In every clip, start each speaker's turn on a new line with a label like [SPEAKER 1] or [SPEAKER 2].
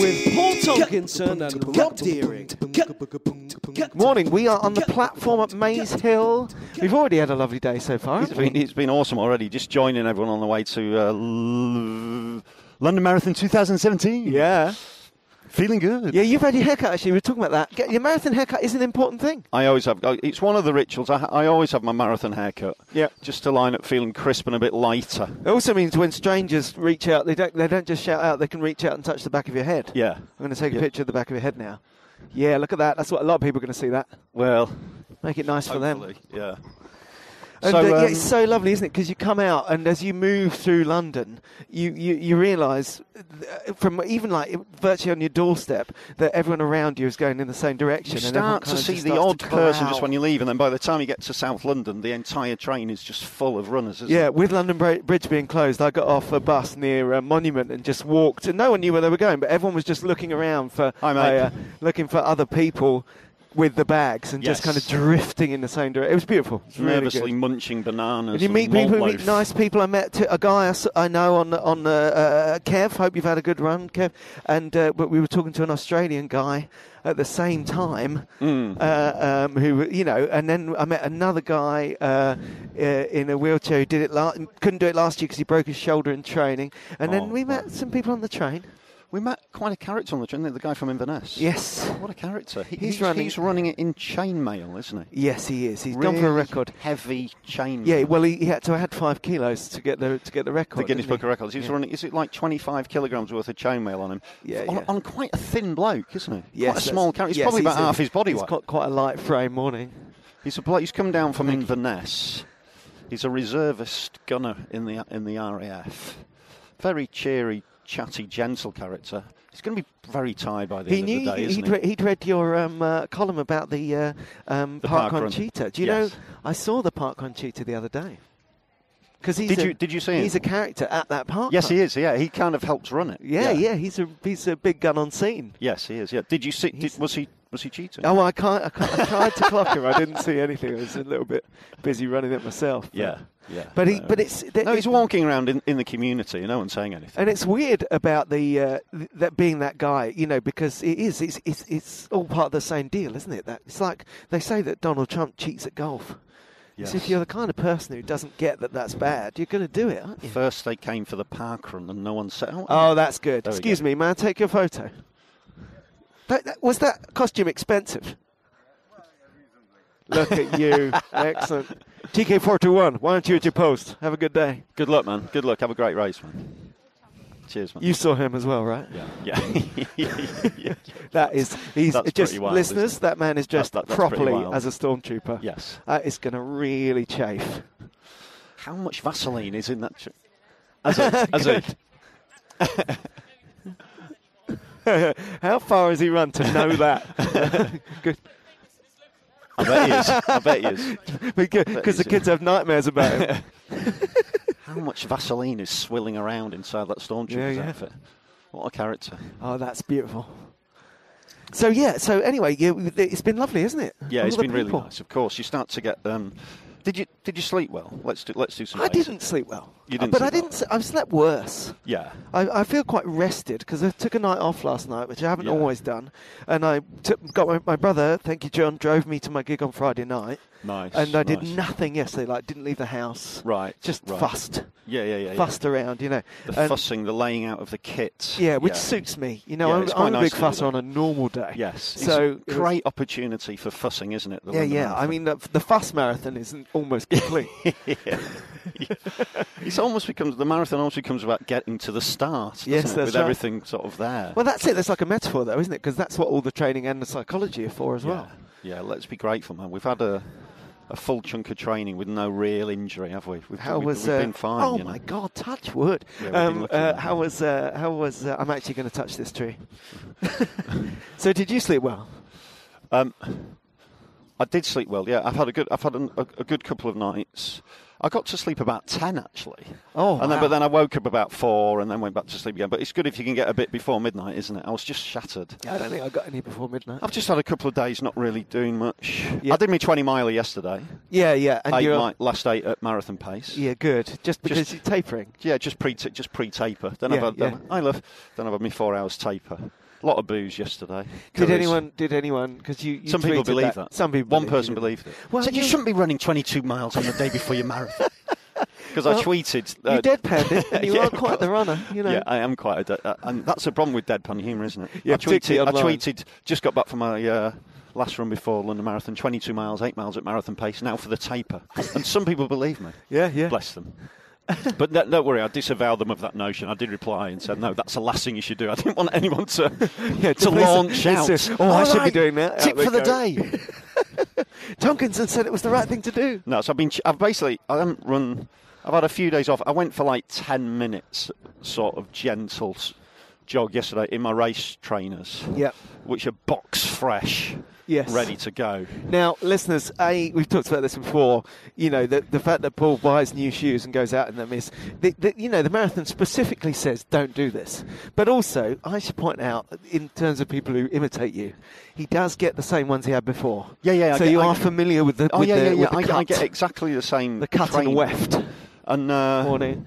[SPEAKER 1] with Paul Tomkinson and Rob Deering.
[SPEAKER 2] Morning, we are on the platform at Maze Hill. We've already had a lovely day so far.
[SPEAKER 3] It's been, it's been awesome already. Just joining everyone on the way to uh, L- London Marathon 2017.
[SPEAKER 2] Yeah.
[SPEAKER 3] feeling good.
[SPEAKER 2] Yeah, you've had your haircut actually. We were talking about that. Get, your marathon haircut is an important thing.
[SPEAKER 3] I always have. I- It's one of the rituals. I, ha- I always have my marathon haircut.
[SPEAKER 2] Yeah.
[SPEAKER 3] Just to line up, feeling crisp and a bit lighter.
[SPEAKER 2] It also means when strangers reach out, they don't, they don't just shout out, they can reach out and touch the back of your head.
[SPEAKER 3] Yeah.
[SPEAKER 2] I'm going to take a
[SPEAKER 3] Yeah.
[SPEAKER 2] picture of the back of your head now. Yeah, look at that. That's what a lot of people are going to see that.
[SPEAKER 3] Well,
[SPEAKER 2] Make it nice for them.
[SPEAKER 3] hopefully, Yeah.
[SPEAKER 2] And
[SPEAKER 3] So,
[SPEAKER 2] uh, yeah,
[SPEAKER 3] um,
[SPEAKER 2] it's so lovely, isn't it? Because you come out, and as you move through London, you, you, you realise uh, from even like virtually on your doorstep that everyone around you is going in the same direction.
[SPEAKER 3] You
[SPEAKER 2] and
[SPEAKER 3] start
[SPEAKER 2] everyone
[SPEAKER 3] to
[SPEAKER 2] kind of
[SPEAKER 3] see
[SPEAKER 2] just
[SPEAKER 3] the
[SPEAKER 2] starts
[SPEAKER 3] odd
[SPEAKER 2] to
[SPEAKER 3] person
[SPEAKER 2] crowd.
[SPEAKER 3] just when you leave, and then by the time you get to South London, the entire train is just full of runners. Isn't
[SPEAKER 2] Yeah,
[SPEAKER 3] It?
[SPEAKER 2] with London Bra- Bridge being closed, I got off a bus near a monument and just walked, and no one knew where they were going, but everyone was just looking around for uh,
[SPEAKER 3] Hi, mate.
[SPEAKER 2] looking for other people with the bags and
[SPEAKER 3] Yes.
[SPEAKER 2] just kind of drifting in the same direction. It was beautiful. It was really
[SPEAKER 3] Nervously
[SPEAKER 2] good.
[SPEAKER 3] munching bananas.
[SPEAKER 2] Did you
[SPEAKER 3] and
[SPEAKER 2] meet
[SPEAKER 3] malt
[SPEAKER 2] people? you Meet
[SPEAKER 3] loaf.
[SPEAKER 2] nice people. I met t- a guy I, s- I know on on uh, uh, Kev. Hope you've had a good run, Kev. And uh, but we were talking to an Australian guy at the same time, uh, um, who you know. And then I met another guy uh, uh, in a wheelchair who did it la- couldn't do it last year because he broke his shoulder in training. And
[SPEAKER 3] Oh,
[SPEAKER 2] then we met some people on the train.
[SPEAKER 3] We met quite a character on the train, didn't we? the guy from Inverness.
[SPEAKER 2] Yes,
[SPEAKER 3] What a character. He-
[SPEAKER 2] He's
[SPEAKER 3] he's,
[SPEAKER 2] running-
[SPEAKER 3] he's running it in chainmail, isn't he?
[SPEAKER 2] yes, he is. He's gone for a
[SPEAKER 3] Really
[SPEAKER 2] record.
[SPEAKER 3] Heavy chain.
[SPEAKER 2] Yeah, well, he, he had to add five kilos to get the to get the record.
[SPEAKER 3] the Guinness
[SPEAKER 2] didn't he?
[SPEAKER 3] Book of Records. He's
[SPEAKER 2] Yeah.
[SPEAKER 3] running. Is it like 25 kilograms worth of chainmail on him?
[SPEAKER 2] Yeah,
[SPEAKER 3] on,
[SPEAKER 2] yeah.
[SPEAKER 3] on quite a thin bloke, isn't he?
[SPEAKER 2] Yes,
[SPEAKER 3] quite a
[SPEAKER 2] that's-
[SPEAKER 3] small character. He's
[SPEAKER 2] yes,
[SPEAKER 3] probably about
[SPEAKER 2] a-
[SPEAKER 3] half his body
[SPEAKER 2] He's
[SPEAKER 3] weight.
[SPEAKER 2] got quite a light frame morning.
[SPEAKER 3] He's a bloke. He's come down from Inverness. He's a reservist gunner in the in the RAF. Very cheery, chatty, gentle character. He's going to be very tired by the
[SPEAKER 2] He
[SPEAKER 3] end
[SPEAKER 2] knew
[SPEAKER 3] of the day,
[SPEAKER 2] he'd,
[SPEAKER 3] isn't
[SPEAKER 2] re- he'd read your um, uh, column about the, uh, um,
[SPEAKER 3] The
[SPEAKER 2] Park
[SPEAKER 3] parkrun.
[SPEAKER 2] Conchita. Do you
[SPEAKER 3] Yes.
[SPEAKER 2] know? I saw the Park Conchita the other day. Because he's
[SPEAKER 3] Did
[SPEAKER 2] a,
[SPEAKER 3] you- did you see him?
[SPEAKER 2] He's a character at that park.
[SPEAKER 3] he? Yes, he is. Yeah, he kind of helps run it.
[SPEAKER 2] Yeah, yeah, He's a he's a big gun on scene.
[SPEAKER 3] Yes, he is. Yeah. Did you see? Did,
[SPEAKER 2] He's-
[SPEAKER 3] was he? Was he cheating?
[SPEAKER 2] Oh, I can't. I, can't, I tried to clock him. I didn't see anything. I was a little bit busy running it myself. but-
[SPEAKER 3] yeah. Yeah.
[SPEAKER 2] But he,
[SPEAKER 3] No.
[SPEAKER 2] but it's
[SPEAKER 3] no, he's walking around in, in the community, and no one's saying anything.
[SPEAKER 2] And it's weird about the uh, th- that being that guy, you know, because it is it's, it's it's all part of the same deal, isn't it? That it's like they say that Donald Trump cheats at golf. So if
[SPEAKER 3] Yes.
[SPEAKER 2] you're the kind of person who doesn't get that that's bad, you're going to do it, aren't you?
[SPEAKER 3] First, they came for the park run, and no one said. Oh,
[SPEAKER 2] Oh, that's good.
[SPEAKER 3] There we
[SPEAKER 2] Excuse
[SPEAKER 3] go.
[SPEAKER 2] me, may I take your photo? That, that- was that costume expensive? Look at you, excellent. TK421, why aren't you at your post? Have a good day.
[SPEAKER 3] Good luck, man. Good luck. Have a great race, man. Cheers, man.
[SPEAKER 2] You saw him as well, right?
[SPEAKER 3] yeah. yeah.
[SPEAKER 2] That is, he's
[SPEAKER 3] That's
[SPEAKER 2] just
[SPEAKER 3] pretty wild, isn't
[SPEAKER 2] listeners.
[SPEAKER 3] it?
[SPEAKER 2] That man is dressed
[SPEAKER 3] That- that- that's pretty
[SPEAKER 2] properly
[SPEAKER 3] wild.
[SPEAKER 2] as a stormtrooper.
[SPEAKER 3] Yes.
[SPEAKER 2] that is going to really chafe.
[SPEAKER 3] How much Vaseline is in that? Tr- as a, as a,
[SPEAKER 2] How far has he run to know that? Good,
[SPEAKER 3] I bet he is. I bet he is.
[SPEAKER 2] because
[SPEAKER 3] he's
[SPEAKER 2] the
[SPEAKER 3] in-
[SPEAKER 2] kids have nightmares about him.
[SPEAKER 3] How much Vaseline is swilling around inside that stormtrooper's
[SPEAKER 2] Yeah, yeah.
[SPEAKER 3] outfit? What a character.
[SPEAKER 2] Oh, that's beautiful. So yeah. So anyway, yeah, we- it's been lovely, isn't it?
[SPEAKER 3] Yeah,
[SPEAKER 2] All
[SPEAKER 3] it's
[SPEAKER 2] the
[SPEAKER 3] been really
[SPEAKER 2] people.
[SPEAKER 3] nice. Of course, you start to get. Um, did you did you sleep well? Let's do let's do some.
[SPEAKER 2] I
[SPEAKER 3] rating.
[SPEAKER 2] didn't sleep well.
[SPEAKER 3] You didn't
[SPEAKER 2] But I
[SPEAKER 3] sleep well.
[SPEAKER 2] didn't. s- I've slept worse.
[SPEAKER 3] Yeah,
[SPEAKER 2] I, I feel quite rested because I took a night off last night, which I haven't
[SPEAKER 3] Yeah.
[SPEAKER 2] always done. And I took, got my, my brother, thank you, John, drove me to my gig on Friday night.
[SPEAKER 3] nice.
[SPEAKER 2] And I did
[SPEAKER 3] nice.
[SPEAKER 2] nothing yesterday, like didn't leave the house.
[SPEAKER 3] Right,
[SPEAKER 2] Just
[SPEAKER 3] right.
[SPEAKER 2] fussed,
[SPEAKER 3] Yeah, yeah, yeah. yeah.
[SPEAKER 2] fussed around, you know.
[SPEAKER 3] The
[SPEAKER 2] And-
[SPEAKER 3] fussing, the laying out of the kit.
[SPEAKER 2] yeah, which suits me. You know,
[SPEAKER 3] Yeah,
[SPEAKER 2] I'm,
[SPEAKER 3] it's quite
[SPEAKER 2] I'm a
[SPEAKER 3] nice
[SPEAKER 2] big
[SPEAKER 3] to do
[SPEAKER 2] fusser on
[SPEAKER 3] that.
[SPEAKER 2] a normal day.
[SPEAKER 3] Yes. It's
[SPEAKER 2] So
[SPEAKER 3] a
[SPEAKER 2] it was-
[SPEAKER 3] great opportunity for fussing, isn't it? the
[SPEAKER 2] Yeah,
[SPEAKER 3] London
[SPEAKER 2] yeah. I
[SPEAKER 3] Marathon?
[SPEAKER 2] mean, the, the fuss marathon is almost complete.
[SPEAKER 3] it's almost becomes the marathon almost becomes about getting to the start. doesn't
[SPEAKER 2] Yes,
[SPEAKER 3] it?
[SPEAKER 2] that's
[SPEAKER 3] with
[SPEAKER 2] right.
[SPEAKER 3] everything sort of there.
[SPEAKER 2] well, that's it. That's like a metaphor, though, isn't it? Because that's what all the training and the psychology are for as
[SPEAKER 3] yeah.
[SPEAKER 2] well.
[SPEAKER 3] yeah, let's be grateful, man. We've had a a full chunk of training with no real injury, have we? We've,
[SPEAKER 2] How
[SPEAKER 3] we've,
[SPEAKER 2] was?
[SPEAKER 3] we've
[SPEAKER 2] uh,
[SPEAKER 3] been fine.
[SPEAKER 2] oh
[SPEAKER 3] you know.
[SPEAKER 2] my God! Touch wood.
[SPEAKER 3] Yeah, we've been
[SPEAKER 2] um,
[SPEAKER 3] lucky
[SPEAKER 2] uh,
[SPEAKER 3] there.
[SPEAKER 2] how was? Uh, how was? Uh, I'm actually going to touch this tree. so, did you sleep well?
[SPEAKER 3] Um, I did sleep well. Yeah, I've had a good. I've had an, a, a good couple of nights. I got to sleep about ten actually.
[SPEAKER 2] Oh,
[SPEAKER 3] and then,
[SPEAKER 2] wow.
[SPEAKER 3] but then I woke up about four, and then went back to sleep again. But it's good if you can get a bit before midnight, isn't it? I was just shattered.
[SPEAKER 2] I don't think I got any before midnight.
[SPEAKER 3] I've just had a couple of days not really doing much.
[SPEAKER 2] Yeah.
[SPEAKER 3] I did my twenty miler yesterday.
[SPEAKER 2] Yeah, yeah. And
[SPEAKER 3] eight
[SPEAKER 2] you're
[SPEAKER 3] mi- last eight at marathon pace.
[SPEAKER 2] yeah, good. Just because you're tapering.
[SPEAKER 3] Yeah, just pre just pre taper. Then I've
[SPEAKER 2] Yeah,
[SPEAKER 3] had, then I love. Then I've had my four hours taper. A lot of booze yesterday.
[SPEAKER 2] Did
[SPEAKER 3] Curries.
[SPEAKER 2] anyone? Did anyone? Because you, you
[SPEAKER 3] Some people
[SPEAKER 2] tweeted
[SPEAKER 3] believe that.
[SPEAKER 2] Some people.
[SPEAKER 3] One
[SPEAKER 2] believed you
[SPEAKER 3] person
[SPEAKER 2] didn't.
[SPEAKER 3] believed it.
[SPEAKER 2] Well,
[SPEAKER 3] Said, you
[SPEAKER 2] you-
[SPEAKER 3] shouldn't be running 22 miles on the day before your marathon. Because I
[SPEAKER 2] Well,
[SPEAKER 3] tweeted.
[SPEAKER 2] You deadpanned it, and you
[SPEAKER 3] uh, yeah,
[SPEAKER 2] are quite the runner. You know.
[SPEAKER 3] Yeah, I am quite a. De- uh, and that's a problem with deadpan humour, isn't it?
[SPEAKER 2] Yeah,
[SPEAKER 3] I tweeted.
[SPEAKER 2] particularly
[SPEAKER 3] I
[SPEAKER 2] online.
[SPEAKER 3] tweeted. Just got back from my uh, last run before London Marathon. 22 miles, eight miles at marathon pace. Now for the taper, and some people believe me.
[SPEAKER 2] Yeah, yeah.
[SPEAKER 3] Bless them. but no, don't worry, I disavow them of that notion. I did reply and said, "No, that's the last thing you should do." I didn't want anyone to
[SPEAKER 2] Yeah,
[SPEAKER 3] to
[SPEAKER 2] please-
[SPEAKER 3] launch out.
[SPEAKER 2] it's just, "Oh, I should be
[SPEAKER 3] "Alright,
[SPEAKER 2] doing that." Out
[SPEAKER 3] Tip
[SPEAKER 2] they
[SPEAKER 3] for the
[SPEAKER 2] go.
[SPEAKER 3] day.
[SPEAKER 2] Tomkinson said it was the right thing to do.
[SPEAKER 3] No, so I've been. ch- I've basically. I haven't run. I've had a few days off. I went for like ten minutes, sort of gentle s- jog yesterday in my race trainers.
[SPEAKER 2] Yep.
[SPEAKER 3] Which are box fresh.
[SPEAKER 2] Yes.
[SPEAKER 3] Ready to go.
[SPEAKER 2] Now, listeners, A, we've talked about this before. You know, the, the fact that Paul buys new shoes and goes out in them is, the, the, you know, the marathon specifically says don't do this. But also, I should point out, in terms of people who imitate you, he does get the same ones he had before.
[SPEAKER 3] Yeah, yeah, I
[SPEAKER 2] So
[SPEAKER 3] get-
[SPEAKER 2] you
[SPEAKER 3] I
[SPEAKER 2] are
[SPEAKER 3] get-
[SPEAKER 2] familiar with the,
[SPEAKER 3] Oh
[SPEAKER 2] with
[SPEAKER 3] yeah,
[SPEAKER 2] the,
[SPEAKER 3] yeah, yeah.
[SPEAKER 2] with the
[SPEAKER 3] I,
[SPEAKER 2] cut,
[SPEAKER 3] I get exactly the same.
[SPEAKER 2] the cut and
[SPEAKER 3] training.
[SPEAKER 2] weft
[SPEAKER 3] And uh,
[SPEAKER 2] morning.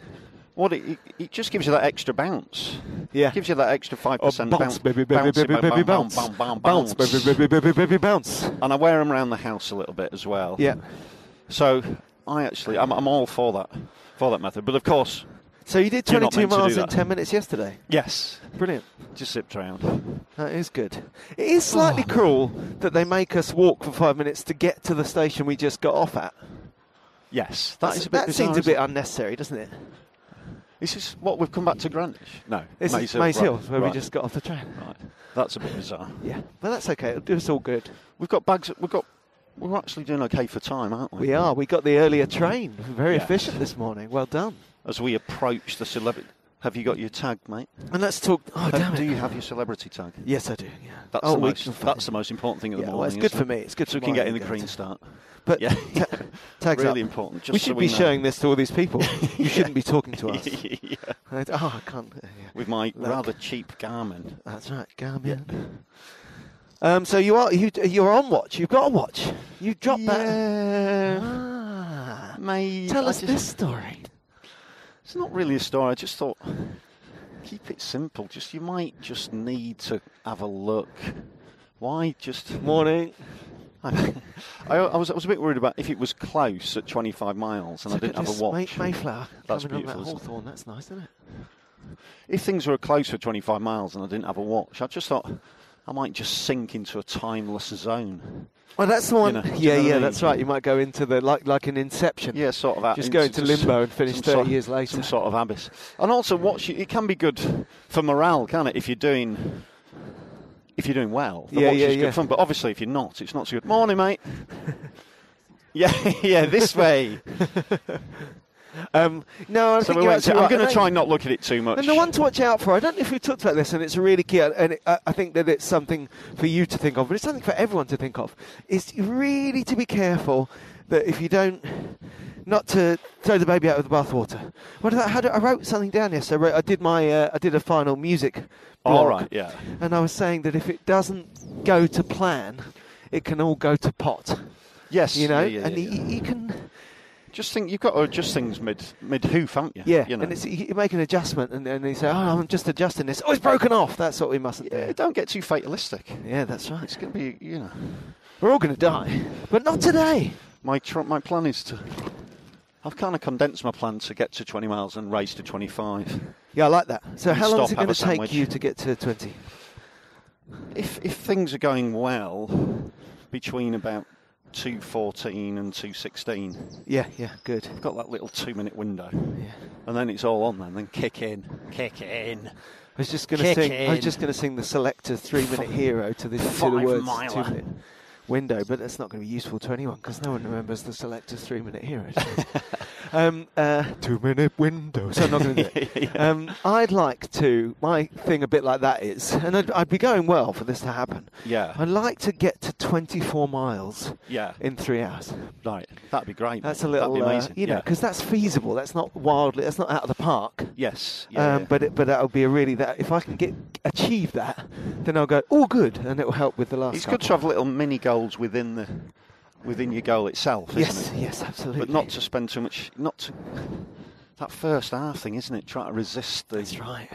[SPEAKER 3] What it, it- it just gives you that extra bounce.
[SPEAKER 2] Yeah.
[SPEAKER 3] gives you that extra five
[SPEAKER 2] Oh,
[SPEAKER 3] percent
[SPEAKER 2] bounce, baby, baby,
[SPEAKER 3] bounce,
[SPEAKER 2] baby,
[SPEAKER 3] bounce,
[SPEAKER 2] baby,
[SPEAKER 3] bounce,
[SPEAKER 2] bounce.
[SPEAKER 3] bounce, bounce,
[SPEAKER 2] Bounce,
[SPEAKER 3] bounce.
[SPEAKER 2] baby, baby, baby, baby, bounce.
[SPEAKER 3] And I wear them around the house a little bit as well.
[SPEAKER 2] Yeah.
[SPEAKER 3] So I actually, I'm, I'm all for that, for that method. But of course,
[SPEAKER 2] So you did
[SPEAKER 3] You're not
[SPEAKER 2] 22
[SPEAKER 3] meant to do
[SPEAKER 2] miles in
[SPEAKER 3] that.
[SPEAKER 2] 10 minutes yesterday.
[SPEAKER 3] yes,
[SPEAKER 2] Brilliant.
[SPEAKER 3] just zipped around.
[SPEAKER 2] That is good. It is slightly
[SPEAKER 3] Oh.
[SPEAKER 2] cruel that they make us walk for five minutes to get to the station we just got off at.
[SPEAKER 3] Yes,
[SPEAKER 2] That's-
[SPEAKER 3] is a bit
[SPEAKER 2] that
[SPEAKER 3] bizarre,
[SPEAKER 2] seems a
[SPEAKER 3] isn't
[SPEAKER 2] bit
[SPEAKER 3] it?
[SPEAKER 2] unnecessary, doesn't it?
[SPEAKER 3] This is what we've come back to Greenwich. No,
[SPEAKER 2] This
[SPEAKER 3] Maze
[SPEAKER 2] is
[SPEAKER 3] Hill,
[SPEAKER 2] Maze
[SPEAKER 3] right,
[SPEAKER 2] Hill, where
[SPEAKER 3] right,
[SPEAKER 2] we just got off the train.
[SPEAKER 3] Right. That's a bit bizarre.
[SPEAKER 2] Yeah, but that's okay. It's all good.
[SPEAKER 3] We've got bags. We've got. We're actually doing okay for time, aren't we?
[SPEAKER 2] We are. We got the earlier train. Very
[SPEAKER 3] Yes.
[SPEAKER 2] efficient this morning. Well done.
[SPEAKER 3] As we approach the celebrity. Have you got your tag, mate?
[SPEAKER 2] And let's talk. Oh, damn
[SPEAKER 3] Do
[SPEAKER 2] it.
[SPEAKER 3] you have your celebrity tag?
[SPEAKER 2] Yes, I do. Yeah.
[SPEAKER 3] That's,
[SPEAKER 2] oh,
[SPEAKER 3] the,
[SPEAKER 2] we
[SPEAKER 3] most,
[SPEAKER 2] can find
[SPEAKER 3] that's
[SPEAKER 2] it.
[SPEAKER 3] the most important thing of the
[SPEAKER 2] Yeah,
[SPEAKER 3] morning.
[SPEAKER 2] well, it's good
[SPEAKER 3] isn't
[SPEAKER 2] for
[SPEAKER 3] it?
[SPEAKER 2] me. It's good
[SPEAKER 3] So
[SPEAKER 2] for
[SPEAKER 3] we can
[SPEAKER 2] my
[SPEAKER 3] get in the
[SPEAKER 2] ego.
[SPEAKER 3] green start.
[SPEAKER 2] But
[SPEAKER 3] Yeah.
[SPEAKER 2] ta- tags
[SPEAKER 3] Really
[SPEAKER 2] up.
[SPEAKER 3] important, just
[SPEAKER 2] we
[SPEAKER 3] so
[SPEAKER 2] should
[SPEAKER 3] we
[SPEAKER 2] be
[SPEAKER 3] know.
[SPEAKER 2] showing this to all these people. You shouldn't be talking to us. And- Oh, I can't. yeah.
[SPEAKER 3] With my
[SPEAKER 2] Look.
[SPEAKER 3] rather cheap Garmin.
[SPEAKER 2] That's right, Garmin. Um, so you are you you're on watch. You've got a watch. You dropped that. Ah.
[SPEAKER 3] Mate,
[SPEAKER 2] Tell
[SPEAKER 3] I
[SPEAKER 2] us
[SPEAKER 3] just-
[SPEAKER 2] this story.
[SPEAKER 3] It's not really a story. I just thought, keep it simple. Just you might just need to have a look. Why just?
[SPEAKER 2] Morning.
[SPEAKER 3] I, I was I was a bit worried about if it was close at 25 miles and I didn't have a watch.
[SPEAKER 2] Mayflower.
[SPEAKER 3] That's
[SPEAKER 2] coming
[SPEAKER 3] beautiful, isn't
[SPEAKER 2] On that
[SPEAKER 3] it?
[SPEAKER 2] hawthorn. That's nice, isn't it?
[SPEAKER 3] if things were close for 25 miles and I didn't have a watch, I just thought I might just sink into a timeless zone.
[SPEAKER 2] Well, that's the one.
[SPEAKER 3] know, do you
[SPEAKER 2] yeah,
[SPEAKER 3] know what I
[SPEAKER 2] yeah,
[SPEAKER 3] mean?
[SPEAKER 2] that's right. You might go into the like like an Inception.
[SPEAKER 3] Yeah, sort of. out
[SPEAKER 2] Just
[SPEAKER 3] into
[SPEAKER 2] go into limbo and finish
[SPEAKER 3] some
[SPEAKER 2] 30
[SPEAKER 3] sort-
[SPEAKER 2] years later.
[SPEAKER 3] Some sort of abyss. And also, watch it can be good for morale, can it? If you're doing, if you're doing well, the
[SPEAKER 2] Yeah,
[SPEAKER 3] watch
[SPEAKER 2] yeah,
[SPEAKER 3] is good
[SPEAKER 2] yeah.
[SPEAKER 3] fun. But obviously, if you're not, it's not so good. Morning, mate. yeah, yeah, this way.
[SPEAKER 2] Um, no, I
[SPEAKER 3] so
[SPEAKER 2] think
[SPEAKER 3] we
[SPEAKER 2] you're
[SPEAKER 3] went to,
[SPEAKER 2] absolutely
[SPEAKER 3] I'm
[SPEAKER 2] right.
[SPEAKER 3] going
[SPEAKER 2] And
[SPEAKER 3] to
[SPEAKER 2] I-
[SPEAKER 3] try and not look at it too much.
[SPEAKER 2] And the one to watch out for, I don't know if we've talked about this, and it's really key, and it, I I think that it's something for you to think of, but it's something for everyone to think of, is really to be careful that if you don't, not to throw the baby out with the bathwater. What did I, how do, I wrote something down yesterday. I, wrote, I did my uh, I did a final music. Blog,
[SPEAKER 3] All right, yeah.
[SPEAKER 2] And I was saying that if it doesn't go to plan, it can all go to pot.
[SPEAKER 3] Yes,
[SPEAKER 2] You know,
[SPEAKER 3] yeah, yeah,
[SPEAKER 2] and
[SPEAKER 3] yeah,
[SPEAKER 2] You,
[SPEAKER 3] yeah.
[SPEAKER 2] you can.
[SPEAKER 3] just think you've got to adjust things mid mid hoof, haven't you?
[SPEAKER 2] Yeah,
[SPEAKER 3] you know.
[SPEAKER 2] and it's, you make an adjustment, and, and you say, "Oh, I'm just adjusting this." Oh, it's broken off. That's what we mustn't
[SPEAKER 3] Yeah,
[SPEAKER 2] do.
[SPEAKER 3] don't get too fatalistic.
[SPEAKER 2] Yeah, that's right.
[SPEAKER 3] It's going to be, you know.
[SPEAKER 2] We're all going to die, but not today.
[SPEAKER 3] My tr- my plan is to. I've kind of condensed my plan to get to 20 miles and raise to 25.
[SPEAKER 2] Yeah, I like that. So,
[SPEAKER 3] And
[SPEAKER 2] how long
[SPEAKER 3] stop,
[SPEAKER 2] is it
[SPEAKER 3] have
[SPEAKER 2] going to
[SPEAKER 3] a
[SPEAKER 2] take
[SPEAKER 3] sandwich.
[SPEAKER 2] you to get to twenty?
[SPEAKER 3] If if things are going well, between about 2:14 and 2:16,
[SPEAKER 2] Yeah, yeah, good.
[SPEAKER 3] I've got that little two-minute window, and then it's all on. Then then kick in, kick in.
[SPEAKER 2] I was just going to
[SPEAKER 3] Kick
[SPEAKER 2] sing. I was
[SPEAKER 3] in.
[SPEAKER 2] just going to sing the selector three-minute hero to this to the
[SPEAKER 3] five
[SPEAKER 2] words
[SPEAKER 3] miler.
[SPEAKER 2] two-minute window, but that's not going to be useful to anyone because no one remembers the selector three-minute hero. um, uh, two-minute window. So I'm not going to do it. um, I'd like to. My thing, a bit like that, is, and I'd, I'd be going well for this to happen.
[SPEAKER 3] Yeah.
[SPEAKER 2] I'd like to get to 24 miles.
[SPEAKER 3] Yeah.
[SPEAKER 2] In three hours.
[SPEAKER 3] Right, that'd be great.
[SPEAKER 2] That's a
[SPEAKER 3] mate.
[SPEAKER 2] little,
[SPEAKER 3] That'd be
[SPEAKER 2] uh,
[SPEAKER 3] amazing.
[SPEAKER 2] you know,
[SPEAKER 3] yeah.
[SPEAKER 2] because that's feasible. That's not wildly. That's not out of the park.
[SPEAKER 3] yes, yeah,
[SPEAKER 2] Um,
[SPEAKER 3] yeah.
[SPEAKER 2] But it, but that'll be a really that if I can get achieve that, then I'll go all good, and it will help with the last.
[SPEAKER 3] it's good to
[SPEAKER 2] couple.
[SPEAKER 3] have little mini goals within the within your goal itself, isn't
[SPEAKER 2] Yes,
[SPEAKER 3] it?
[SPEAKER 2] yes, absolutely.
[SPEAKER 3] But not to spend too much. Not to that first half thing, isn't it? Try to resist the.
[SPEAKER 2] That's right.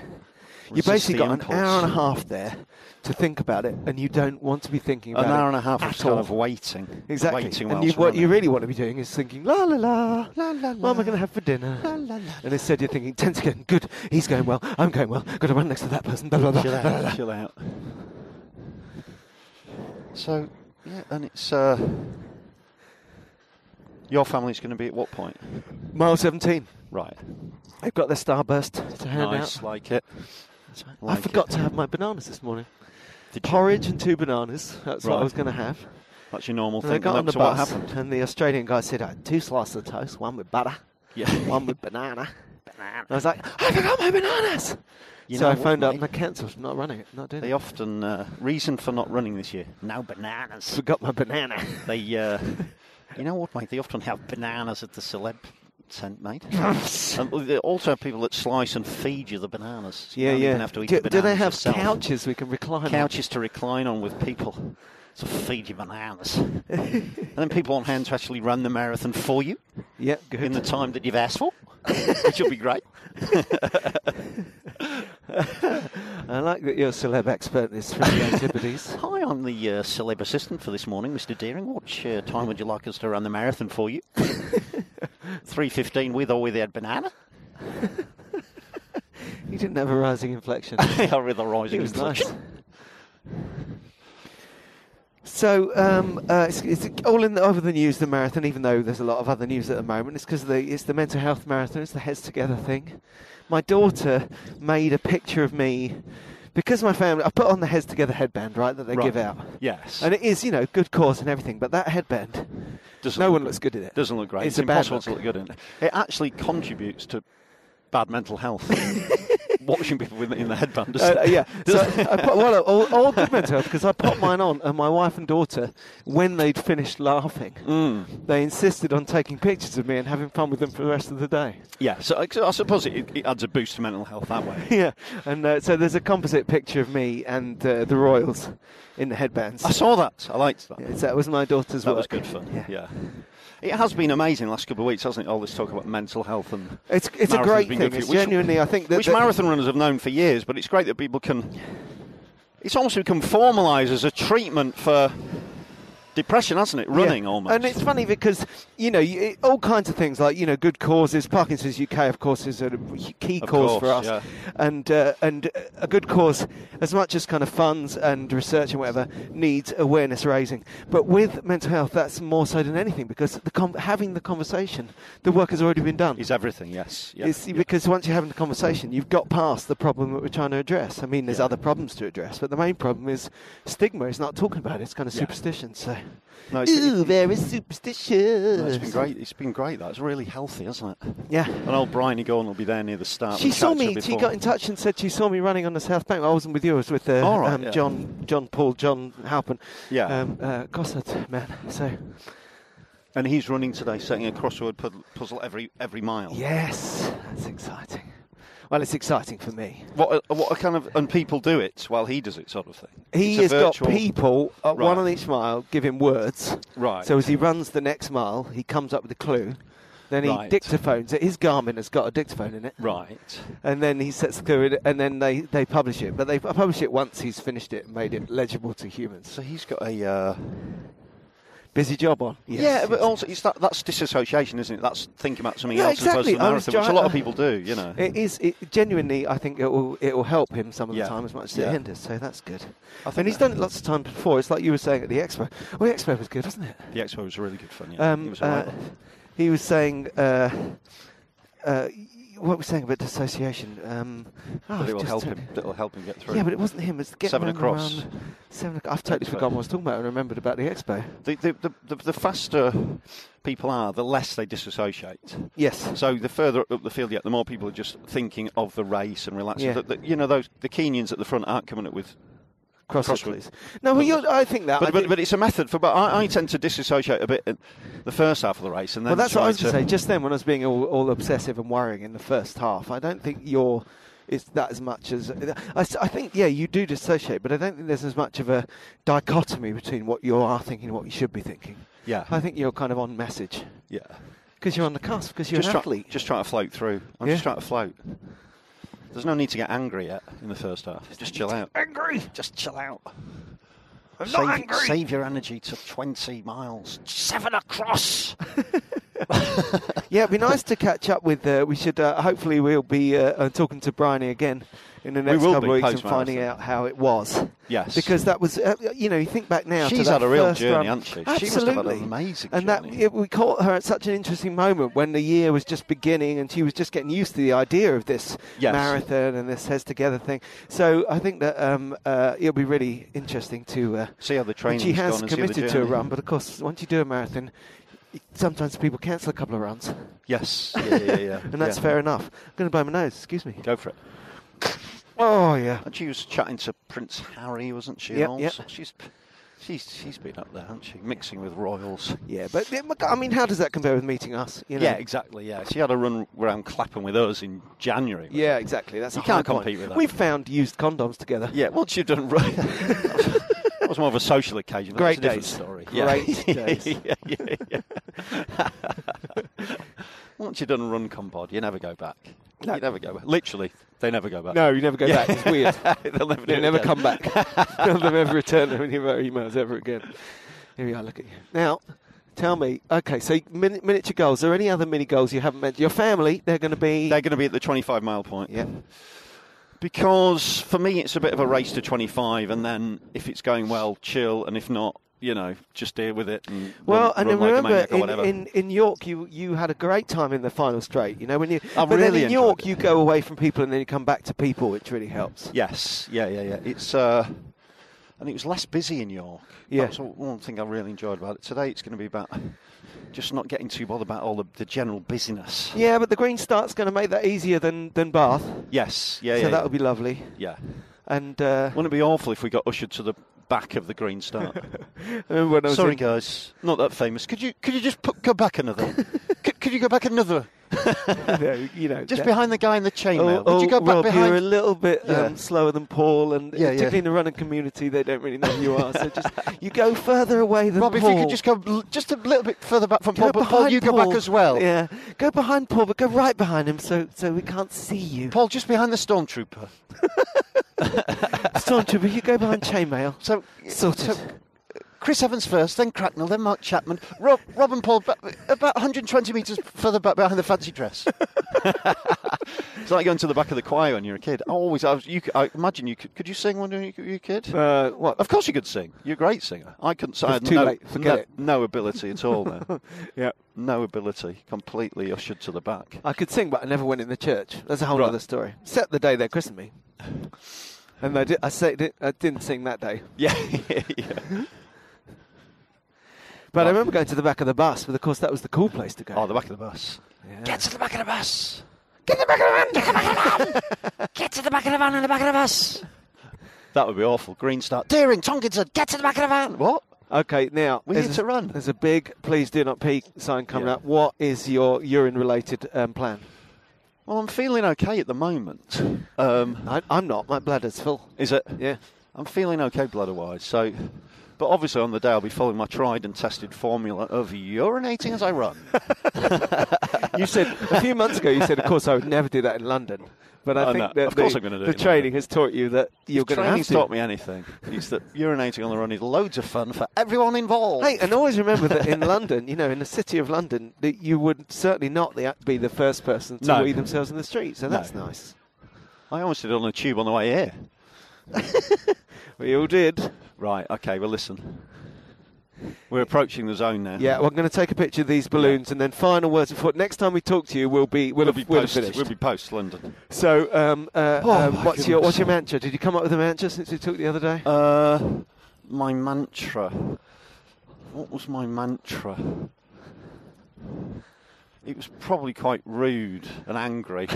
[SPEAKER 2] You
[SPEAKER 3] resist
[SPEAKER 2] basically
[SPEAKER 3] the
[SPEAKER 2] got
[SPEAKER 3] impulse.
[SPEAKER 2] an hour and a half there to think about it, and you don't want to be thinking about
[SPEAKER 3] An
[SPEAKER 2] it
[SPEAKER 3] hour and a half of
[SPEAKER 2] at
[SPEAKER 3] just kind
[SPEAKER 2] all.
[SPEAKER 3] of waiting.
[SPEAKER 2] Exactly.
[SPEAKER 3] Waiting
[SPEAKER 2] and
[SPEAKER 3] whilst
[SPEAKER 2] you, what
[SPEAKER 3] running.
[SPEAKER 2] you really want to be doing is thinking, la la la, la la. What am I going to have for dinner? La, la, la, and instead you're thinking, ten's going good. He's going well. I'm going well. Got to run next to that person. Blah, blah, blah,
[SPEAKER 3] chill
[SPEAKER 2] blah, blah, blah."
[SPEAKER 3] out, chill out. So, yeah, and it's uh, your family's going to be at what point?
[SPEAKER 2] Mile 17.
[SPEAKER 3] Right,
[SPEAKER 2] I've got the starburst to hand
[SPEAKER 3] nice,
[SPEAKER 2] out.
[SPEAKER 3] like it.
[SPEAKER 2] I
[SPEAKER 3] Like
[SPEAKER 2] forgot
[SPEAKER 3] it.
[SPEAKER 2] to have my bananas this morning.
[SPEAKER 3] Did you-
[SPEAKER 2] Porridge and two bananas. That's what I
[SPEAKER 3] Right.
[SPEAKER 2] was going to have.
[SPEAKER 3] That's your normal
[SPEAKER 2] And I
[SPEAKER 3] thing.
[SPEAKER 2] got
[SPEAKER 3] and
[SPEAKER 2] on the
[SPEAKER 3] so what
[SPEAKER 2] bus,
[SPEAKER 3] happened?
[SPEAKER 2] and the Australian guy said, I had two slices of toast, one with butter,
[SPEAKER 3] Yeah.
[SPEAKER 2] one with banana. And I was like, I forgot my bananas!
[SPEAKER 3] You
[SPEAKER 2] so
[SPEAKER 3] know
[SPEAKER 2] I
[SPEAKER 3] what,
[SPEAKER 2] phoned up
[SPEAKER 3] mate?
[SPEAKER 2] and I cancelled. I'm Not running it. Not doing
[SPEAKER 3] They
[SPEAKER 2] it.
[SPEAKER 3] often uh, reason for not running this year. No bananas.
[SPEAKER 2] forgot my banana.
[SPEAKER 3] They, uh, you know what, mate? They often have bananas at the celeb tent, mate. Um, and they also have people that slice and feed you the bananas. You
[SPEAKER 2] yeah,
[SPEAKER 3] don't
[SPEAKER 2] yeah.
[SPEAKER 3] Even have to eat
[SPEAKER 2] do,
[SPEAKER 3] the
[SPEAKER 2] do they
[SPEAKER 3] bananas
[SPEAKER 2] have
[SPEAKER 3] yourself.
[SPEAKER 2] couches we can recline on?
[SPEAKER 3] couches to recline on with people to feed you bananas. and then people on hand to actually run the marathon for you
[SPEAKER 2] Yeah, good.
[SPEAKER 3] in the time that you've asked for, which will be great.
[SPEAKER 2] I like that you're a celeb expert in this from the Antipodes.
[SPEAKER 3] Hi, I'm the uh, celeb assistant for this morning, Mr. Deering. What uh, time would you like us to run the marathon for you? 3.15 with or without banana?
[SPEAKER 2] You didn't have a rising inflection.
[SPEAKER 3] or with a rising
[SPEAKER 2] It was
[SPEAKER 3] inflection.
[SPEAKER 2] nice. So um, uh, it's, it's all in the, over the news. The marathon, even though there's a lot of other news at the moment, it's because the, it's the mental health marathon. It's the heads together thing. My daughter made a picture of me because my family. I put on the heads together headband, right, that they give
[SPEAKER 3] Right.
[SPEAKER 2] out,
[SPEAKER 3] Yes.
[SPEAKER 2] and it is you know good cause and everything. But that headband,
[SPEAKER 3] Doesn't
[SPEAKER 2] no
[SPEAKER 3] look
[SPEAKER 2] one
[SPEAKER 3] good.
[SPEAKER 2] looks good in it.
[SPEAKER 3] Doesn't look great.
[SPEAKER 2] It's
[SPEAKER 3] It's,
[SPEAKER 2] a bad
[SPEAKER 3] impossible
[SPEAKER 2] look.
[SPEAKER 3] to look good in. It actually contributes to bad mental health. Watching people with in the headband. doesn't
[SPEAKER 2] Uh,
[SPEAKER 3] it?
[SPEAKER 2] yeah. So I put, well, all, all good mental because I put mine on, and my wife and daughter, when they'd finished laughing,
[SPEAKER 3] Mm.
[SPEAKER 2] they insisted on taking pictures of me and having fun with them for the rest of the day.
[SPEAKER 3] Yeah, so I, so I suppose it, it adds a boost to mental health that way.
[SPEAKER 2] yeah. And uh, so there's a composite picture of me and uh, the Royals in the headbands.
[SPEAKER 3] I saw that. I liked that.
[SPEAKER 2] Yeah, so that was my daughter's
[SPEAKER 3] that
[SPEAKER 2] work.
[SPEAKER 3] was good fun. Yeah. It has been amazing the last couple of weeks, hasn't it? All this talk about mental health and
[SPEAKER 2] It's- it's a
[SPEAKER 3] marathons
[SPEAKER 2] great
[SPEAKER 3] being
[SPEAKER 2] thing.
[SPEAKER 3] good for you,
[SPEAKER 2] It's genuinely, I think that-
[SPEAKER 3] which
[SPEAKER 2] that-
[SPEAKER 3] marathon runners have known for years, but it's great that people can. It's almost become formalised as a treatment for depression, hasn't it? Running
[SPEAKER 2] Yeah.
[SPEAKER 3] almost.
[SPEAKER 2] And it's funny because, you know, you, it- all kinds of things like, you know, good causes. Parkinson's UK, of course, is a key
[SPEAKER 3] Of
[SPEAKER 2] cause for us.
[SPEAKER 3] course, yeah.
[SPEAKER 2] And, uh, and a good cause, as much as kind of funds and research and whatever, needs awareness raising. But with mental health, that's more so than anything because the com- having the conversation, the work has already been done.
[SPEAKER 3] is everything. Yes. Yeah.
[SPEAKER 2] It's because once you're having a conversation, you've got past the problem that we're trying to address. I mean, there's other problems to address, but the main problem is stigma. It's not talking about it. It's kind of superstition. So,
[SPEAKER 3] No, it's-
[SPEAKER 2] ooh, very superstitious.
[SPEAKER 3] No, it's been great. It's been great. That's really healthy, hasn't it?
[SPEAKER 2] Yeah.
[SPEAKER 3] And old Bryony Gorn will be there near the start.
[SPEAKER 2] She
[SPEAKER 3] We've
[SPEAKER 2] saw
[SPEAKER 3] chatted to her
[SPEAKER 2] me. She
[SPEAKER 3] before.
[SPEAKER 2] got in touch and said she saw me running on the South Bank. I wasn't with you. I was with uh,
[SPEAKER 3] All right,
[SPEAKER 2] um,
[SPEAKER 3] yeah.
[SPEAKER 2] John, John Paul, John Halpin,
[SPEAKER 3] Yeah.
[SPEAKER 2] um, uh, Gossard man. So
[SPEAKER 3] And he's running today, setting a crossword pud- puzzle every every mile.
[SPEAKER 2] Yes, that's exciting. Well, it's exciting for me.
[SPEAKER 3] What a, what a kind of and people do it while he does it sort of thing.
[SPEAKER 2] He
[SPEAKER 3] It's
[SPEAKER 2] has
[SPEAKER 3] a
[SPEAKER 2] got
[SPEAKER 3] virtual-
[SPEAKER 2] people at one
[SPEAKER 3] Right.
[SPEAKER 2] on each mile give him words.
[SPEAKER 3] Right.
[SPEAKER 2] So as he runs the next mile, he comes up with a clue. Then he
[SPEAKER 3] Right.
[SPEAKER 2] dictaphones it. His Garmin has got a dictaphone in it.
[SPEAKER 3] Right.
[SPEAKER 2] And then he sets the clue in, and then they, they publish it. But they pu- publish it once he's finished it and made it legible to humans.
[SPEAKER 3] So he's got a. Uh,
[SPEAKER 2] Busy job on. Yes,
[SPEAKER 3] yeah,
[SPEAKER 2] yes,
[SPEAKER 3] but also it's that, that's disassociation, isn't it? That's thinking about something
[SPEAKER 2] Yeah,
[SPEAKER 3] else
[SPEAKER 2] exactly.
[SPEAKER 3] as opposed to
[SPEAKER 2] I
[SPEAKER 3] the
[SPEAKER 2] was
[SPEAKER 3] marathon, which a
[SPEAKER 2] try-
[SPEAKER 3] lot of people do, you know.
[SPEAKER 2] It is it, genuinely. I think it will it will help him some of
[SPEAKER 3] Yeah.
[SPEAKER 2] the time as much as
[SPEAKER 3] Yeah.
[SPEAKER 2] it hinders. So that's good.
[SPEAKER 3] I think
[SPEAKER 2] and he's
[SPEAKER 3] that-
[SPEAKER 2] done it lots of times before. It's like you were saying at the expo. Well, the expo was good, wasn't it?
[SPEAKER 3] the expo was really good fun. Yeah,
[SPEAKER 2] Um,
[SPEAKER 3] It was a
[SPEAKER 2] uh,
[SPEAKER 3] right laugh.
[SPEAKER 2] he was saying. Uh, uh, what we're saying about dissociation, um, oh,
[SPEAKER 3] But
[SPEAKER 2] I've
[SPEAKER 3] it will
[SPEAKER 2] just
[SPEAKER 3] help
[SPEAKER 2] totally-
[SPEAKER 3] him. It will help him get through.
[SPEAKER 2] Yeah, but it wasn't him. It's getting
[SPEAKER 3] Seven
[SPEAKER 2] round
[SPEAKER 3] across.
[SPEAKER 2] around Seven. o'clock. I've totally
[SPEAKER 3] Expo.
[SPEAKER 2] forgotten what I was talking about. and remembered about the expo.
[SPEAKER 3] the, the, the, the, the faster people are, the less they disassociate.
[SPEAKER 2] Yes.
[SPEAKER 3] So the further up the field you get, the more people are just thinking of the race and relaxing.
[SPEAKER 2] Yeah.
[SPEAKER 3] The- the- you know, those the Kenyans at the front aren't coming up with.
[SPEAKER 2] Cross
[SPEAKER 3] crossword.
[SPEAKER 2] it, please. No, well, you're, I think that. I
[SPEAKER 3] But, but,
[SPEAKER 2] think-
[SPEAKER 3] but it's a method for. But I, I tend to disassociate a bit in the first half of the race, and then
[SPEAKER 2] Well, that's what I
[SPEAKER 3] try
[SPEAKER 2] was going to
[SPEAKER 3] to-
[SPEAKER 2] say. Just then, when I was being all, all obsessive and worrying in the first half, I don't think you're. It's that as much as I, s- I think. Yeah, you do dissociate, but I don't think there's as much of a dichotomy between what you are thinking and what you should be thinking.
[SPEAKER 3] Yeah.
[SPEAKER 2] I think you're kind of on message
[SPEAKER 3] Yeah.
[SPEAKER 2] because you're on the cusp because you're
[SPEAKER 3] Just
[SPEAKER 2] an
[SPEAKER 3] try,
[SPEAKER 2] athlete.
[SPEAKER 3] just try to float through. I'm just
[SPEAKER 2] Yeah.
[SPEAKER 3] trying to float. There's no need to get angry yet in the first half. Just chill out. Angry. Just chill out. I'm save, not angry. Save your energy to 20 miles, seven across.
[SPEAKER 2] yeah, it'd be nice to catch up with. Uh, we should uh, hopefully we'll be uh, uh, talking to Bryony again in the next
[SPEAKER 3] will
[SPEAKER 2] couple of
[SPEAKER 3] be
[SPEAKER 2] weeks and
[SPEAKER 3] post-marathon.
[SPEAKER 2] finding out how it was.
[SPEAKER 3] Yes.
[SPEAKER 2] because that was uh, you know you think back now. to
[SPEAKER 3] She's
[SPEAKER 2] that
[SPEAKER 3] had a real
[SPEAKER 2] first
[SPEAKER 3] journey,
[SPEAKER 2] run.
[SPEAKER 3] hasn't she? She must
[SPEAKER 2] Absolutely,
[SPEAKER 3] have had an amazing
[SPEAKER 2] And
[SPEAKER 3] journey.
[SPEAKER 2] that it, we caught her at such an interesting moment when the year was just beginning and she was just getting used to the idea of this
[SPEAKER 3] Yes.
[SPEAKER 2] marathon and this heads together thing. So I think that um, uh, it'll be really interesting to uh,
[SPEAKER 3] See how the
[SPEAKER 2] and
[SPEAKER 3] training's
[SPEAKER 2] She has
[SPEAKER 3] gone and see how the
[SPEAKER 2] committed to a
[SPEAKER 3] journey-
[SPEAKER 2] run, but of course, once you do a marathon. Sometimes people cancel a couple of runs,
[SPEAKER 3] Yes. Yeah, yeah, yeah.
[SPEAKER 2] and that's
[SPEAKER 3] yeah.
[SPEAKER 2] fair enough. I'm going to blow my nose. Excuse me.
[SPEAKER 3] Go for it.
[SPEAKER 2] Oh yeah.
[SPEAKER 3] And she was chatting to Prince Harry, wasn't she? and
[SPEAKER 2] Yep,
[SPEAKER 3] all
[SPEAKER 2] yep.
[SPEAKER 3] sorts. She's, she's, she's been up there, hasn't she? Mixing with royals.
[SPEAKER 2] Yeah, but yeah, I mean, how does that compare with meeting us? You know?
[SPEAKER 3] Yeah, exactly. Yeah, she had a run around Clapham with us in January. wasn't
[SPEAKER 2] Yeah,
[SPEAKER 3] it?
[SPEAKER 2] exactly. That's
[SPEAKER 3] You
[SPEAKER 2] a
[SPEAKER 3] can't
[SPEAKER 2] high point.
[SPEAKER 3] compete with that.
[SPEAKER 2] We've found used condoms together.
[SPEAKER 3] yeah. Once you've done right, that was more of a social occasion. but
[SPEAKER 2] Great
[SPEAKER 3] that's a
[SPEAKER 2] days.
[SPEAKER 3] different story.
[SPEAKER 2] Great days.
[SPEAKER 3] yeah, yeah, yeah. Once you've done a run compod, you never go back. You never go back. Literally, they never go back.
[SPEAKER 2] No, you never go
[SPEAKER 3] Yeah.
[SPEAKER 2] back. It's weird.
[SPEAKER 3] They'll never, do
[SPEAKER 2] they
[SPEAKER 3] it
[SPEAKER 2] never
[SPEAKER 3] again.
[SPEAKER 2] come back. None of them ever return them any of our emails ever again. Here we are. Look at you now. Tell me, okay, so min- miniature goals. Are there any other mini goals you haven't mentioned? Your family, they're going to be.
[SPEAKER 3] They're going to be at the 25 mile point.
[SPEAKER 2] yeah.
[SPEAKER 3] Because for me, it's a bit of a race to 25, and then if it's going well, chill, and if not, you know, just deal with it. And
[SPEAKER 2] Well,
[SPEAKER 3] run,
[SPEAKER 2] and
[SPEAKER 3] run like a
[SPEAKER 2] remember
[SPEAKER 3] maniac or whatever.
[SPEAKER 2] in, in, in York, you, you had a great time in the final straight. You know when you,
[SPEAKER 3] I
[SPEAKER 2] but then
[SPEAKER 3] really
[SPEAKER 2] in
[SPEAKER 3] enjoyed
[SPEAKER 2] York,
[SPEAKER 3] it.
[SPEAKER 2] you go away from people and then you come back to people, which really helps.
[SPEAKER 3] Yes, yeah, yeah, yeah. It's uh, and it was less busy in York.
[SPEAKER 2] Yeah.
[SPEAKER 3] that's one thing I really enjoyed about it. Today it's going to be about just not getting too bothered about all the, the general busyness.
[SPEAKER 2] Yeah, but the green start's going to make that easier than than Bath,
[SPEAKER 3] Yes, yeah,
[SPEAKER 2] so
[SPEAKER 3] yeah.
[SPEAKER 2] that will be lovely.
[SPEAKER 3] yeah.
[SPEAKER 2] And uh,
[SPEAKER 3] Wouldn't it be awful if we got ushered to the back of the green star?
[SPEAKER 2] I remember when I was
[SPEAKER 3] Sorry,
[SPEAKER 2] in-
[SPEAKER 3] guys, not that famous. Could you could you just put, go back another? could, could you go back another?
[SPEAKER 2] know, you know,
[SPEAKER 3] Just
[SPEAKER 2] that-
[SPEAKER 3] behind the guy in the chainmail.
[SPEAKER 2] Oh,
[SPEAKER 3] Would you
[SPEAKER 2] oh,
[SPEAKER 3] go back
[SPEAKER 2] Rob,
[SPEAKER 3] behind?
[SPEAKER 2] You're a little bit
[SPEAKER 3] Yeah.
[SPEAKER 2] um, slower than Paul, and
[SPEAKER 3] Yeah,
[SPEAKER 2] particularly
[SPEAKER 3] yeah.
[SPEAKER 2] in the running community, they don't really know who you are. So just you go further away than
[SPEAKER 3] Rob, if
[SPEAKER 2] Paul.
[SPEAKER 3] you could just go l- just a little bit further back from
[SPEAKER 2] Go
[SPEAKER 3] Paul, but Paul,
[SPEAKER 2] behind
[SPEAKER 3] you go back as well.
[SPEAKER 2] Yeah, go behind Paul, but go right behind him, so so we can't see you.
[SPEAKER 3] Paul, just behind the stormtrooper.
[SPEAKER 2] Stormtrooper, you go behind chainmail.
[SPEAKER 3] So, so
[SPEAKER 2] Sorted.
[SPEAKER 3] Chris Evans first, then Cracknell, then Mark Chapman, Rob, Rob and Paul, ba- about 120 metres further back behind the fancy dress. it's like going to the back of the choir when you're a kid. I always, I, was, you, c- I imagine you could, could you sing when you were a kid?
[SPEAKER 2] Uh, what?
[SPEAKER 3] of course you could sing. You're a great singer. I couldn't sing. I had
[SPEAKER 2] too
[SPEAKER 3] no,
[SPEAKER 2] late.
[SPEAKER 3] no,
[SPEAKER 2] Forget it.
[SPEAKER 3] no ability at all now.
[SPEAKER 2] Yeah.
[SPEAKER 3] No ability. Completely ushered to the back.
[SPEAKER 2] I could sing, but I never went in the church. That's a whole
[SPEAKER 3] Right.
[SPEAKER 2] other story. Except the day they christened me. And I, did, I, said, I didn't sing that day.
[SPEAKER 3] Yeah. yeah.
[SPEAKER 2] But I remember going to the back of the bus, but of course that was the cool place to go.
[SPEAKER 3] Oh, the back of the bus.
[SPEAKER 2] Yeah.
[SPEAKER 3] Get to the back of the bus. Get to the back of the van. Get to the back of the van and the back of the bus. That would be awful. Green start. Deering, Tonkinson, get to the back of the van. What?
[SPEAKER 2] Okay, now
[SPEAKER 3] We
[SPEAKER 2] there's
[SPEAKER 3] need
[SPEAKER 2] a-
[SPEAKER 3] to run.
[SPEAKER 2] There's a big "Please do not pee" sign coming
[SPEAKER 3] Yeah.
[SPEAKER 2] up. What is your urine-related um, plan?
[SPEAKER 3] Well, I'm feeling okay at the moment. Um,
[SPEAKER 2] I, I'm not. My bladder's full.
[SPEAKER 3] is it?
[SPEAKER 2] Yeah.
[SPEAKER 3] I'm feeling okay bladder-wise. So, but obviously on the day I'll be following my tried and tested formula of urinating as I run.
[SPEAKER 2] You said a few months ago. You said, "Of course, I would never do that in London." But I
[SPEAKER 3] Oh,
[SPEAKER 2] think
[SPEAKER 3] no,
[SPEAKER 2] that
[SPEAKER 3] of course
[SPEAKER 2] the,
[SPEAKER 3] I'm gonna do
[SPEAKER 2] the
[SPEAKER 3] it in
[SPEAKER 2] training
[SPEAKER 3] London.
[SPEAKER 2] has taught you that you're going to
[SPEAKER 3] Training
[SPEAKER 2] have to.
[SPEAKER 3] taught me anything. It's that urinating on the run is loads of fun for everyone involved.
[SPEAKER 2] Hey, and always remember that in London, you know, in the city of London, that you would certainly not the, be the first person to
[SPEAKER 3] No.
[SPEAKER 2] wee themselves in the street. So
[SPEAKER 3] No.
[SPEAKER 2] that's nice.
[SPEAKER 3] I almost did it on the tube on the way here.
[SPEAKER 2] We all did.
[SPEAKER 3] Right. Okay. Well, listen. We're approaching the zone now.
[SPEAKER 2] Yeah, well, I'm going to take a picture of these balloons, and then final words before next time we talk to you, we'll be we'll,
[SPEAKER 3] We'll
[SPEAKER 2] have,
[SPEAKER 3] be
[SPEAKER 2] we'll have
[SPEAKER 3] post.
[SPEAKER 2] finished.
[SPEAKER 3] We'll be post London.
[SPEAKER 2] So, um, uh,
[SPEAKER 3] Oh,
[SPEAKER 2] um,
[SPEAKER 3] my
[SPEAKER 2] what's your what's
[SPEAKER 3] goodness.
[SPEAKER 2] your mantra? Did you come up with a mantra since we talked the other day?
[SPEAKER 3] Uh, my mantra. What was my mantra? It was probably quite rude and angry.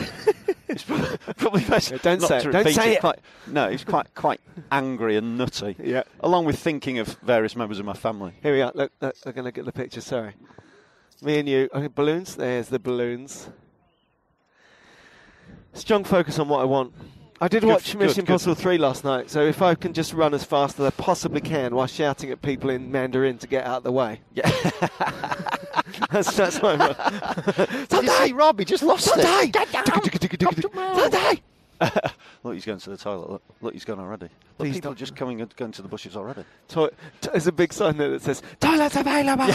[SPEAKER 3] it's prob- probably best
[SPEAKER 2] Yeah, don't
[SPEAKER 3] not
[SPEAKER 2] say
[SPEAKER 3] to
[SPEAKER 2] it, don't
[SPEAKER 3] repeat
[SPEAKER 2] say it.
[SPEAKER 3] Quite, no, it was quite quite angry and nutty.
[SPEAKER 2] Yeah.
[SPEAKER 3] Along with thinking of various members of my family.
[SPEAKER 2] Here we are. Look, look I'm going to get the picture. Sorry, me and you. Okay, balloons. There's the balloons. Strong focus on what I want. I did
[SPEAKER 3] Good,
[SPEAKER 2] watch
[SPEAKER 3] good,
[SPEAKER 2] Mission
[SPEAKER 3] good.
[SPEAKER 2] Impossible 3 last night, so if I can just run as fast as I possibly can while shouting at people in Mandarin to get out of the way. Yeah. that's, that's my
[SPEAKER 3] Did you see Rob? He just lost it.
[SPEAKER 2] Sunday!
[SPEAKER 3] Look, he's going to the toilet. Look, look he's gone already. Look,
[SPEAKER 2] Please
[SPEAKER 3] people are
[SPEAKER 2] don't.
[SPEAKER 3] just coming and going to the bushes already.
[SPEAKER 2] Toi- t- There's a big sign there that says, Toilets available!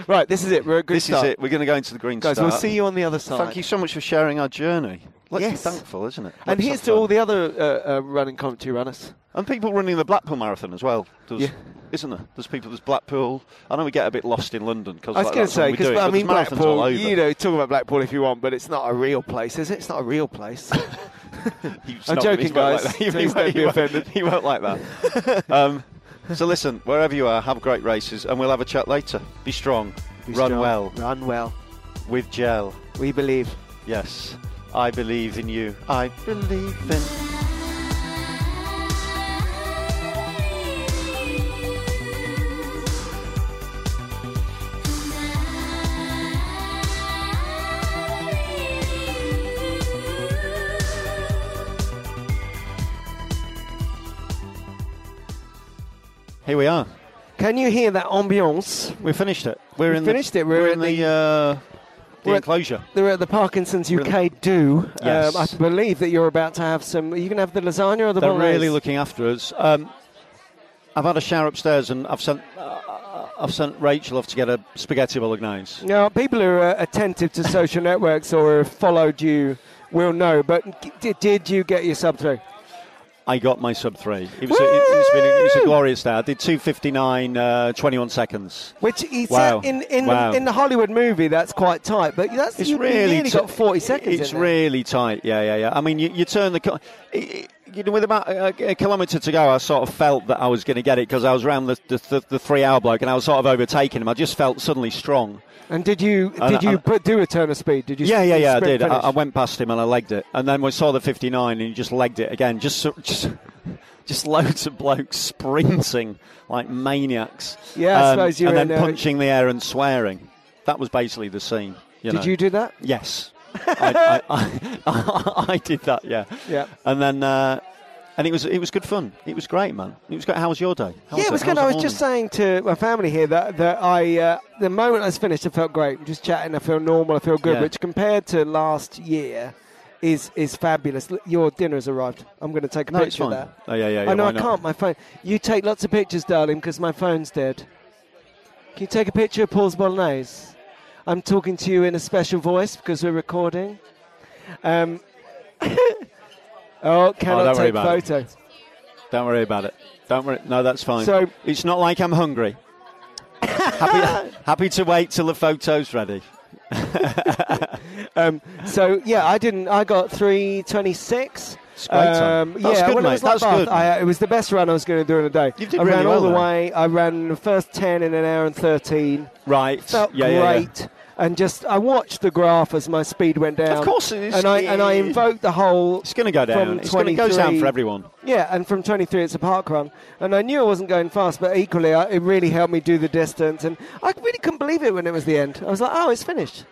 [SPEAKER 2] right, this is it. We're a good
[SPEAKER 3] this
[SPEAKER 2] start.
[SPEAKER 3] is it. We're going to go into the green
[SPEAKER 2] Guys,
[SPEAKER 3] star.
[SPEAKER 2] we'll see you on the other side.
[SPEAKER 3] Thank you so much for sharing our journey. Let's
[SPEAKER 2] Yes.
[SPEAKER 3] be thankful, isn't it?
[SPEAKER 2] And
[SPEAKER 3] Let's
[SPEAKER 2] here's
[SPEAKER 3] have
[SPEAKER 2] to all
[SPEAKER 3] fun.
[SPEAKER 2] the other uh, uh, running commentary runners.
[SPEAKER 3] and people running the Blackpool Marathon as well. There's,
[SPEAKER 2] Yeah.
[SPEAKER 3] Isn't there? There's people. There's Blackpool. I know we get a bit lost in London because
[SPEAKER 2] I was going to say, because I mean,
[SPEAKER 3] marathons all
[SPEAKER 2] Blackpool,
[SPEAKER 3] over.
[SPEAKER 2] you know, talk about Blackpool if you want, but it's not a real place, is it? It's not a real place.
[SPEAKER 3] He's
[SPEAKER 2] I'm
[SPEAKER 3] not- he won't
[SPEAKER 2] joking, guys.
[SPEAKER 3] Like that. He won't-
[SPEAKER 2] Please don't be
[SPEAKER 3] he won't-
[SPEAKER 2] offended.
[SPEAKER 3] He won't like that. um, so listen, wherever you are, have great races, and we'll have a chat later. Be strong. run
[SPEAKER 2] Strong.
[SPEAKER 3] well
[SPEAKER 2] Run well.
[SPEAKER 3] with gel.
[SPEAKER 2] We believe.
[SPEAKER 3] Yes, I believe in you. I believe in. Here we are.
[SPEAKER 2] Can you hear that ambience?
[SPEAKER 3] We finished it. We're
[SPEAKER 2] We
[SPEAKER 3] in
[SPEAKER 2] finished
[SPEAKER 3] the,
[SPEAKER 2] it. We're
[SPEAKER 3] in
[SPEAKER 2] in
[SPEAKER 3] the, uh, the
[SPEAKER 2] we're at-
[SPEAKER 3] enclosure.
[SPEAKER 2] They're at the Parkinson's UK do.
[SPEAKER 3] Yes.
[SPEAKER 2] Um, I believe that you're about to have some. Are you going to have the lasagna or the
[SPEAKER 3] They're
[SPEAKER 2] bolognese?
[SPEAKER 3] really looking after us. Um, I've had a shower upstairs, and I've sent uh, I've sent Rachel off to get a spaghetti bolognese.
[SPEAKER 2] Now, people who are attentive to social networks or have followed you will know, but g- did, did you get your sub through?
[SPEAKER 3] I got my sub three. It was, a, it, has been a, it was a
[SPEAKER 2] Woo!
[SPEAKER 3] glorious day. I did two fifty nine, uh, 21 seconds.
[SPEAKER 2] Which is
[SPEAKER 3] Wow.
[SPEAKER 2] in in,
[SPEAKER 3] Wow.
[SPEAKER 2] the, in the Hollywood movie, that's quite tight. But that's
[SPEAKER 3] It's
[SPEAKER 2] you,
[SPEAKER 3] really
[SPEAKER 2] you nearly
[SPEAKER 3] ti-
[SPEAKER 2] got forty seconds.
[SPEAKER 3] It's
[SPEAKER 2] in there.
[SPEAKER 3] really tight. Yeah, yeah, yeah. I mean, you, you turn the. co- i- i- You know, with about uh, a, a kilometre to go, I sort of felt that I was going to get it because I was around the, the, the, the three-hour block and I was sort of overtaking him. I just felt suddenly strong.
[SPEAKER 2] And did you
[SPEAKER 3] And
[SPEAKER 2] did
[SPEAKER 3] I-
[SPEAKER 2] you put, do a turn of speed? Did you?
[SPEAKER 3] Yeah, yeah, yeah. I
[SPEAKER 2] sprint
[SPEAKER 3] did. I,
[SPEAKER 2] finish?
[SPEAKER 3] I went past him and I legged it, and then we saw the 59, and he just legged it again. Just, so- just, just loads of blokes sprinting like maniacs. Um,
[SPEAKER 2] Yeah, I suppose you're
[SPEAKER 3] and then
[SPEAKER 2] in a-
[SPEAKER 3] punching the air and swearing. That was basically the scene. You
[SPEAKER 2] did
[SPEAKER 3] know.
[SPEAKER 2] you do that?
[SPEAKER 3] Yes, I, I, I, I did that. Yeah,
[SPEAKER 2] Yeah.
[SPEAKER 3] And then, uh, and it was it was good fun. It was great, man. It was great. How was your day? How
[SPEAKER 2] yeah, it was good.
[SPEAKER 3] how
[SPEAKER 2] I was
[SPEAKER 3] the
[SPEAKER 2] just
[SPEAKER 3] morning?
[SPEAKER 2] saying to my family here that, that I, uh, the moment I was finished, I felt great. Just chatting, I feel normal, I feel good,
[SPEAKER 3] Yeah.
[SPEAKER 2] which compared to last year is is fabulous. Look, your dinner has arrived. I'm going to take a
[SPEAKER 3] No, it's
[SPEAKER 2] picture of
[SPEAKER 3] fine.
[SPEAKER 2] that.
[SPEAKER 3] Oh, yeah, yeah, yeah.
[SPEAKER 2] I know
[SPEAKER 3] why
[SPEAKER 2] I
[SPEAKER 3] not?
[SPEAKER 2] can't. My phone. You take lots of pictures, darling, because my phone's dead. Can you take a picture of Paul's Bolognese? I'm talking to you in a special voice because we're recording. Um,
[SPEAKER 3] Oh,
[SPEAKER 2] oh, cannot
[SPEAKER 3] don't worry
[SPEAKER 2] take
[SPEAKER 3] about it.
[SPEAKER 2] photo.
[SPEAKER 3] Don't worry about it. Don't worry. No, that's fine.
[SPEAKER 2] So-
[SPEAKER 3] it's not like I'm hungry. happy, happy to wait till the photo's ready.
[SPEAKER 2] Um, so yeah, I didn't. I got three twenty-six. Um,
[SPEAKER 3] It's great time. That's
[SPEAKER 2] yeah,
[SPEAKER 3] good,
[SPEAKER 2] when it
[SPEAKER 3] mate.
[SPEAKER 2] was like
[SPEAKER 3] That's
[SPEAKER 2] Bath,
[SPEAKER 3] good.
[SPEAKER 2] I, uh, it was the best run I was going to do in a day.
[SPEAKER 3] You did
[SPEAKER 2] I
[SPEAKER 3] really
[SPEAKER 2] ran all
[SPEAKER 3] well
[SPEAKER 2] the
[SPEAKER 3] there.
[SPEAKER 2] way. I ran the first ten in an hour and thirteen.
[SPEAKER 3] Right.
[SPEAKER 2] Felt
[SPEAKER 3] yeah, yeah, yeah.
[SPEAKER 2] great.
[SPEAKER 4] and just I watched the graph as my speed went down.
[SPEAKER 3] Of course it is.
[SPEAKER 4] And I and I invoked the whole.
[SPEAKER 3] It's going to go down.
[SPEAKER 4] From
[SPEAKER 3] It's going to go down
[SPEAKER 4] 23
[SPEAKER 3] for everyone.
[SPEAKER 4] Yeah, and from 23 it's a park run, and I knew I wasn't going fast, but equally I, it really helped me do the distance, and I really couldn't believe it when it was the end. I was like, oh, it's finished.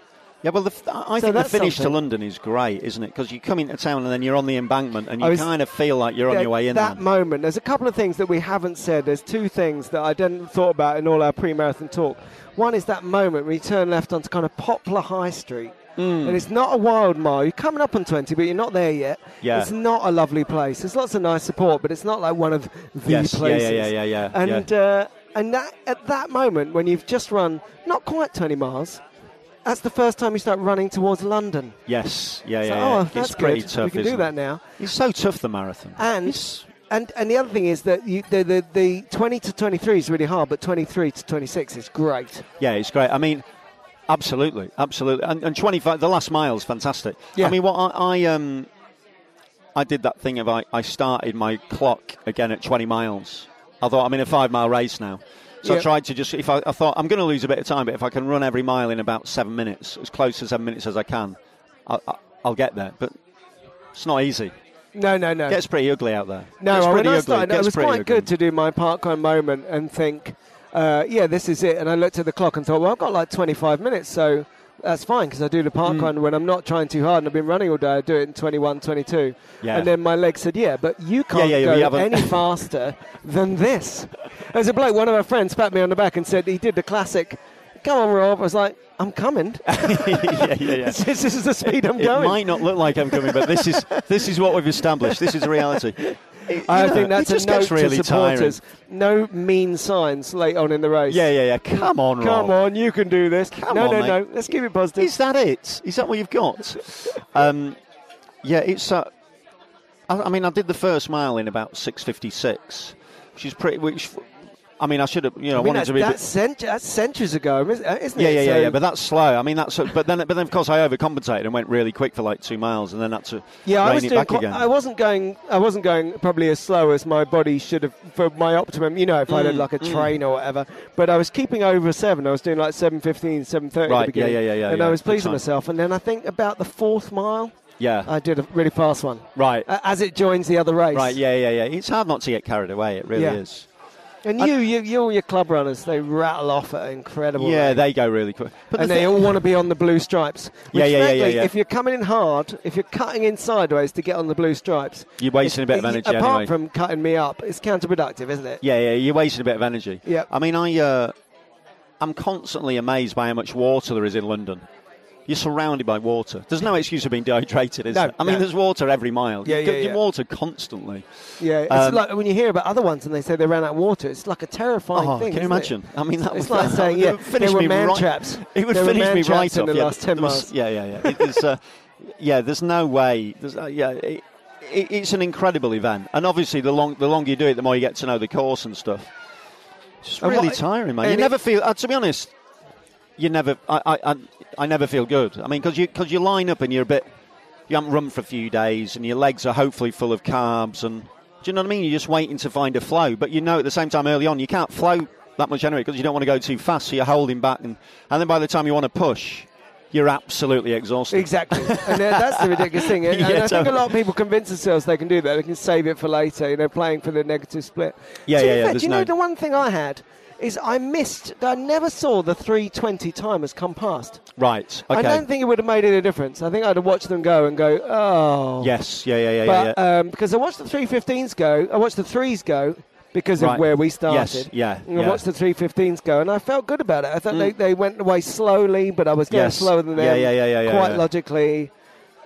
[SPEAKER 3] Yeah, well, the, f- I I
[SPEAKER 4] So
[SPEAKER 3] think the
[SPEAKER 4] that's
[SPEAKER 3] finish to
[SPEAKER 4] something.
[SPEAKER 3] London is great, isn't it? Because you come into town and then you're on the embankment and
[SPEAKER 4] I
[SPEAKER 3] you
[SPEAKER 4] was-
[SPEAKER 3] kind of feel like you're on
[SPEAKER 4] Yeah,
[SPEAKER 3] your way in.
[SPEAKER 4] that
[SPEAKER 3] then.
[SPEAKER 4] moment there's a couple of things that we haven't said there's two things that i didn't thought about in all our pre-marathon talk one is that moment when you turn left onto kind of poplar high street
[SPEAKER 3] Hmm.
[SPEAKER 4] and it's not a wild mile you're coming up on 20 but you're not there yet
[SPEAKER 3] Yeah.
[SPEAKER 4] it's not a lovely place there's lots of nice support but it's not like one of the
[SPEAKER 3] Yes, yeah, yeah,
[SPEAKER 4] places
[SPEAKER 3] yeah, yeah, yeah,
[SPEAKER 4] and Uh, and that at that moment when you've just run not quite 20 miles that's the first time you start running towards london
[SPEAKER 3] yes, yeah,
[SPEAKER 4] So,
[SPEAKER 3] yeah.
[SPEAKER 4] oh
[SPEAKER 3] yeah.
[SPEAKER 4] that's
[SPEAKER 3] it's pretty
[SPEAKER 4] good
[SPEAKER 3] tough.
[SPEAKER 4] we can
[SPEAKER 3] isn't
[SPEAKER 4] do
[SPEAKER 3] it?
[SPEAKER 4] that now
[SPEAKER 3] It's so tough the marathon.
[SPEAKER 4] and
[SPEAKER 3] It's-
[SPEAKER 4] and and the other thing is that you, the, the the 20 to 23 is really hard, but 23 to 26 is great.
[SPEAKER 3] yeah, it's great. I mean, absolutely, absolutely. And, and 25, the last mile's fantastic.
[SPEAKER 4] Yeah.
[SPEAKER 3] I mean, what I, I um, I did that thing of I, I started my clock again at 20 miles. I thought I'm in a five mile race now. So
[SPEAKER 4] Yeah.
[SPEAKER 3] I tried to just, if I, I thought I'm going to lose a bit of time, but if I can run every mile in about seven minutes, as close to seven minutes as I can, I, I, I'll get there. But it's not easy.
[SPEAKER 4] No, no, no.
[SPEAKER 3] It gets pretty ugly out there.
[SPEAKER 4] no,
[SPEAKER 3] it's
[SPEAKER 4] I- when
[SPEAKER 3] pretty
[SPEAKER 4] I
[SPEAKER 3] ugly.
[SPEAKER 4] started, it
[SPEAKER 3] gets
[SPEAKER 4] was
[SPEAKER 3] pretty
[SPEAKER 4] quite
[SPEAKER 3] ugly.
[SPEAKER 4] good to do my parkrun moment and think, uh, yeah, this is it. And I looked at the clock and thought, well, I've got like 25 minutes, so that's fine because I do the
[SPEAKER 3] Mm.
[SPEAKER 4] parkrun when I'm not trying too hard and I've been running all day. I do it in 21, 22.
[SPEAKER 3] Yeah.
[SPEAKER 4] And then my leg said, yeah, but you can't
[SPEAKER 3] yeah, we
[SPEAKER 4] go
[SPEAKER 3] haven't-
[SPEAKER 4] any faster than this. There's a bloke, one of our friends, pat me on the back and said he did the classic. Come on, Rob. I was like, I'm coming.
[SPEAKER 3] yeah, yeah, yeah.
[SPEAKER 4] this, this is the speed I'm
[SPEAKER 3] It
[SPEAKER 4] going.
[SPEAKER 3] might not look like I'm coming, but this is this is what we've established. This is reality. It- you
[SPEAKER 4] I
[SPEAKER 3] know,
[SPEAKER 4] think that's
[SPEAKER 3] it
[SPEAKER 4] a
[SPEAKER 3] just
[SPEAKER 4] note
[SPEAKER 3] gets really
[SPEAKER 4] to
[SPEAKER 3] tiring.
[SPEAKER 4] supporters. No mean signs late on in the race.
[SPEAKER 3] Yeah, yeah, yeah. Come on, Rob.
[SPEAKER 4] Come on, you can do this.
[SPEAKER 3] Come
[SPEAKER 4] no,
[SPEAKER 3] on,
[SPEAKER 4] no,
[SPEAKER 3] mate.
[SPEAKER 4] no. Let's keep it positive.
[SPEAKER 3] Is that it? Is that what you've got? um, yeah, it's. Uh, I, I mean, I did the first mile in about six fifty-six, which is pretty. Which, I mean, I should have. You know,
[SPEAKER 4] I mean,
[SPEAKER 3] wanted
[SPEAKER 4] that's,
[SPEAKER 3] to be. a
[SPEAKER 4] that's
[SPEAKER 3] bit-
[SPEAKER 4] cent- that's centuries ago, isn't isn't
[SPEAKER 3] yeah,
[SPEAKER 4] it?
[SPEAKER 3] yeah, yeah,
[SPEAKER 4] So-
[SPEAKER 3] yeah. But that's slow. I mean, that's. uh, But then, but then, of course, I overcompensated and went really quick for like two miles, and then had to
[SPEAKER 4] Yeah,
[SPEAKER 3] rein
[SPEAKER 4] I was
[SPEAKER 3] it
[SPEAKER 4] doing.
[SPEAKER 3] back
[SPEAKER 4] qui-
[SPEAKER 3] again.
[SPEAKER 4] I wasn't going. I wasn't going probably as slow as my body should have for my optimum. You know, if I
[SPEAKER 3] Mm,
[SPEAKER 4] had like a train or whatever. But I was keeping over seven. I was doing like seven fifteen, seven thirty.
[SPEAKER 3] Right,
[SPEAKER 4] At
[SPEAKER 3] yeah,
[SPEAKER 4] the beginning,
[SPEAKER 3] yeah, yeah, yeah,
[SPEAKER 4] And
[SPEAKER 3] yeah,
[SPEAKER 4] I was
[SPEAKER 3] good
[SPEAKER 4] pleased with
[SPEAKER 3] time.
[SPEAKER 4] myself. And then I think about the fourth mile,
[SPEAKER 3] yeah,
[SPEAKER 4] I did a really fast one.
[SPEAKER 3] right,
[SPEAKER 4] uh, As it joins the other race.
[SPEAKER 3] right. Yeah, yeah, yeah. It's hard not to get carried away. It really
[SPEAKER 4] Yeah.
[SPEAKER 3] is.
[SPEAKER 4] And you, you, you, all your club runners, they rattle off at an incredible.
[SPEAKER 3] Yeah,
[SPEAKER 4] rate.
[SPEAKER 3] they go really quick. But
[SPEAKER 4] and
[SPEAKER 3] the
[SPEAKER 4] they
[SPEAKER 3] thing-
[SPEAKER 4] all want to be on the blue stripes. Which
[SPEAKER 3] Yeah, yeah, yeah, yeah,
[SPEAKER 4] frankly,
[SPEAKER 3] yeah.
[SPEAKER 4] If you're coming in hard, if you're cutting in sideways to get on the blue stripes,
[SPEAKER 3] You're wasting
[SPEAKER 4] it's-
[SPEAKER 3] a bit of energy
[SPEAKER 4] Apart
[SPEAKER 3] anyway.
[SPEAKER 4] from cutting me up, it's counterproductive, isn't it?
[SPEAKER 3] yeah, yeah, you're wasting a bit of energy.
[SPEAKER 4] Yep.
[SPEAKER 3] I mean, I, uh, I'm constantly amazed by how much water there is in London. You're surrounded by water. There's no excuse for being dehydrated, is
[SPEAKER 4] No,
[SPEAKER 3] there? I mean,
[SPEAKER 4] no.
[SPEAKER 3] there's water every mile.
[SPEAKER 4] Yeah,
[SPEAKER 3] you
[SPEAKER 4] yeah,
[SPEAKER 3] get
[SPEAKER 4] yeah.
[SPEAKER 3] water constantly.
[SPEAKER 4] Yeah, it's
[SPEAKER 3] Um,
[SPEAKER 4] like when you hear about other ones and they say they ran out of water. It's like a terrifying
[SPEAKER 3] Oh,
[SPEAKER 4] thing.
[SPEAKER 3] can you
[SPEAKER 4] isn't it?
[SPEAKER 3] imagine? I mean, that was
[SPEAKER 4] It's like saying,
[SPEAKER 3] it
[SPEAKER 4] yeah,
[SPEAKER 3] would finish
[SPEAKER 4] there were
[SPEAKER 3] me
[SPEAKER 4] man
[SPEAKER 3] right,
[SPEAKER 4] traps.
[SPEAKER 3] It would
[SPEAKER 4] There were
[SPEAKER 3] finish
[SPEAKER 4] man
[SPEAKER 3] me right
[SPEAKER 4] traps in
[SPEAKER 3] off.
[SPEAKER 4] the
[SPEAKER 3] yeah,
[SPEAKER 4] last 10
[SPEAKER 3] there was-
[SPEAKER 4] miles.
[SPEAKER 3] yeah, yeah, yeah. It is, uh, yeah, there's no way. There's, uh, yeah, it, it, it's an incredible event, and obviously, the long the longer you do it, the more you get to know the course and stuff. It's just
[SPEAKER 4] And
[SPEAKER 3] really
[SPEAKER 4] what-
[SPEAKER 3] tiring, man. You
[SPEAKER 4] and it-
[SPEAKER 3] never feel. Uh, to be honest, you never. I, I, I, I never feel good. I mean, because you because you line up and you're a bit. You haven't run for a few days, and your legs are hopefully full of carbs, and do you know what I mean? You're just waiting to find a flow, but you know at the same time early on you can't flow that much anyway because you don't want to go too fast, so you're holding back, and and then by the time you want to push, you're absolutely exhausted.
[SPEAKER 4] Exactly, and uh, that's the ridiculous thing. And, and
[SPEAKER 3] Yeah,
[SPEAKER 4] I think a
[SPEAKER 3] totally.
[SPEAKER 4] lot of people convince themselves they can do that. They can save it for later. You know, playing for the negative split.
[SPEAKER 3] Yeah,
[SPEAKER 4] to
[SPEAKER 3] yeah,
[SPEAKER 4] be
[SPEAKER 3] yeah,
[SPEAKER 4] fair,
[SPEAKER 3] there's
[SPEAKER 4] Do you know
[SPEAKER 3] no-
[SPEAKER 4] the one thing I had is I missed. I never saw the three twenty timers come past.
[SPEAKER 3] Right. Okay.
[SPEAKER 4] I don't think it would have made any difference. I think I'd have watched them go and go, oh.
[SPEAKER 3] yes. Yeah. Yeah. Yeah. yeah,
[SPEAKER 4] But
[SPEAKER 3] yeah.
[SPEAKER 4] um, because I watched the 315s go, I watched the threes go because of
[SPEAKER 3] Right.
[SPEAKER 4] where we
[SPEAKER 3] Yes,
[SPEAKER 4] started.
[SPEAKER 3] yeah,
[SPEAKER 4] And I
[SPEAKER 3] yeah. Mm.
[SPEAKER 4] watched the 315s go, and I felt good about it. I thought they, they went away slowly, but I was going
[SPEAKER 3] Yes.
[SPEAKER 4] slower than them.
[SPEAKER 3] Yeah, yeah, yeah, yeah, yeah,
[SPEAKER 4] Quite
[SPEAKER 3] yeah.
[SPEAKER 4] logically.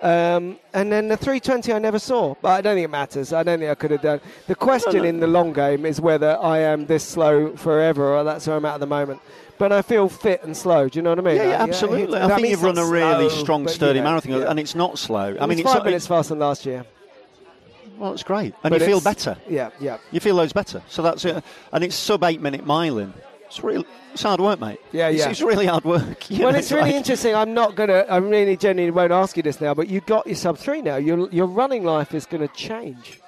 [SPEAKER 4] Um, and then the 320 I never saw, but I don't think it matters. I don't think I could have done. The question in the long game is whether I am this slow forever or that's where I'm at at the moment. But I feel fit and slow. Do you know what I mean?
[SPEAKER 3] yeah, yeah,
[SPEAKER 4] Like,
[SPEAKER 3] absolutely.
[SPEAKER 4] it's-
[SPEAKER 3] I
[SPEAKER 4] that
[SPEAKER 3] think
[SPEAKER 4] means
[SPEAKER 3] you've
[SPEAKER 4] it's
[SPEAKER 3] run
[SPEAKER 4] not
[SPEAKER 3] a really
[SPEAKER 4] slow,
[SPEAKER 3] strong,
[SPEAKER 4] but, you
[SPEAKER 3] sturdy
[SPEAKER 4] know,
[SPEAKER 3] marathon,
[SPEAKER 4] yeah.
[SPEAKER 3] and it's not slow. I
[SPEAKER 4] It
[SPEAKER 3] mean,
[SPEAKER 4] was
[SPEAKER 3] it's,
[SPEAKER 4] five
[SPEAKER 3] not-
[SPEAKER 4] minutes faster than last year.
[SPEAKER 3] Well, it's great, and
[SPEAKER 4] But
[SPEAKER 3] you feel
[SPEAKER 4] it's-
[SPEAKER 3] better.
[SPEAKER 4] Yeah, yeah,
[SPEAKER 3] You feel loads better. So that's it. And it's sub eight minute miling. It's really, it's hard work, mate.
[SPEAKER 4] Yeah,
[SPEAKER 3] it's,
[SPEAKER 4] yeah.
[SPEAKER 3] It's really hard work. you
[SPEAKER 4] Well,
[SPEAKER 3] know,
[SPEAKER 4] it's really
[SPEAKER 3] like-
[SPEAKER 4] interesting. I'm not gonna. I really genuinely won't ask you this now, but you got your sub three now. Your your running life is going to change.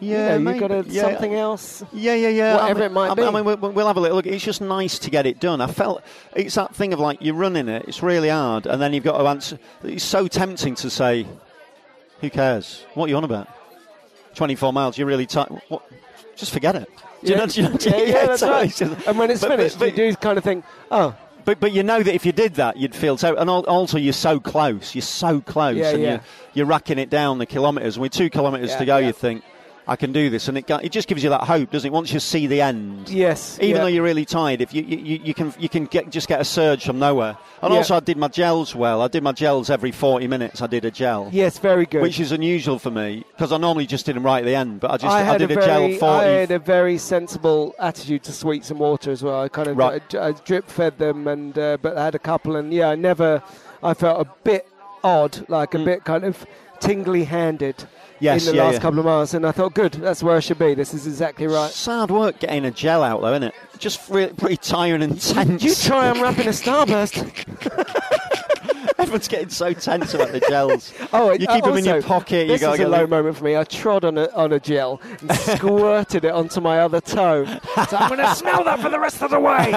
[SPEAKER 3] Yeah,
[SPEAKER 4] you know,
[SPEAKER 3] maybe-
[SPEAKER 4] you've got to
[SPEAKER 3] yeah.
[SPEAKER 4] something else.
[SPEAKER 3] Yeah, yeah, yeah.
[SPEAKER 4] Whatever
[SPEAKER 3] I
[SPEAKER 4] it might
[SPEAKER 3] I mean, I
[SPEAKER 4] be.
[SPEAKER 3] mean, we- we'll have a little look. It's just nice to get it done. I felt it's that thing of like you're running it. It's really hard, and then you've got to answer. It's so tempting to say, "Who cares? What are you on about? 24 miles? You're really tired. What? Just forget it." Do you know- do you know-
[SPEAKER 4] Yeah, yeah, that's
[SPEAKER 3] so
[SPEAKER 4] right.
[SPEAKER 3] it's just-
[SPEAKER 4] And when it's
[SPEAKER 3] but- but-
[SPEAKER 4] finished,
[SPEAKER 3] but-
[SPEAKER 4] you do kind of think, oh,
[SPEAKER 3] but but you know that if you did that, you'd feel so. And al- also, you're so close. You're so close,
[SPEAKER 4] Yeah,
[SPEAKER 3] and
[SPEAKER 4] yeah.
[SPEAKER 3] You're, you're racking it down the kilometres. With two kilometres
[SPEAKER 4] Yeah,
[SPEAKER 3] to go,
[SPEAKER 4] yeah.
[SPEAKER 3] you think I can do this, and it go- it just gives you that hope, doesn't it? Once you see the end,
[SPEAKER 4] yes.
[SPEAKER 3] even
[SPEAKER 4] yeah.
[SPEAKER 3] though you're really tired, if you, you, you- you can you can get just get a surge from nowhere. And
[SPEAKER 4] Yeah.
[SPEAKER 3] also, I did my gels well. I did my gels every 40 minutes. I did a gel.
[SPEAKER 4] Yes, very good.
[SPEAKER 3] Which is unusual for me because I normally just did them right at the end, but I just
[SPEAKER 4] I
[SPEAKER 3] I,
[SPEAKER 4] had
[SPEAKER 3] did
[SPEAKER 4] a
[SPEAKER 3] a,
[SPEAKER 4] very,
[SPEAKER 3] gel 40.
[SPEAKER 4] I had a very sensible attitude to sweets and water as well. I kind of
[SPEAKER 3] Right.
[SPEAKER 4] I, I drip fed them, and uh, but I had a couple, and yeah, I never, I felt a bit odd, like a bit kind of tingly handed
[SPEAKER 3] Hmm. Yes,
[SPEAKER 4] in the
[SPEAKER 3] yeah,
[SPEAKER 4] last
[SPEAKER 3] yeah.
[SPEAKER 4] couple of miles, and I thought, good, that's where I should be. This is exactly right.
[SPEAKER 3] It's hard work getting a gel out though, isn't it? Just really, pretty tiring and tense.
[SPEAKER 4] You try unwrapping a starburst.
[SPEAKER 3] Everyone's getting so tense about the gels.
[SPEAKER 4] Oh,
[SPEAKER 3] you keep
[SPEAKER 4] uh,
[SPEAKER 3] them in your
[SPEAKER 4] also,
[SPEAKER 3] pocket. You
[SPEAKER 4] This
[SPEAKER 3] gotta
[SPEAKER 4] is
[SPEAKER 3] get
[SPEAKER 4] a low
[SPEAKER 3] them-
[SPEAKER 4] moment for me. I trod on a, on a gel and squirted it onto my other toe. So I'm going to smell that for the rest of the way.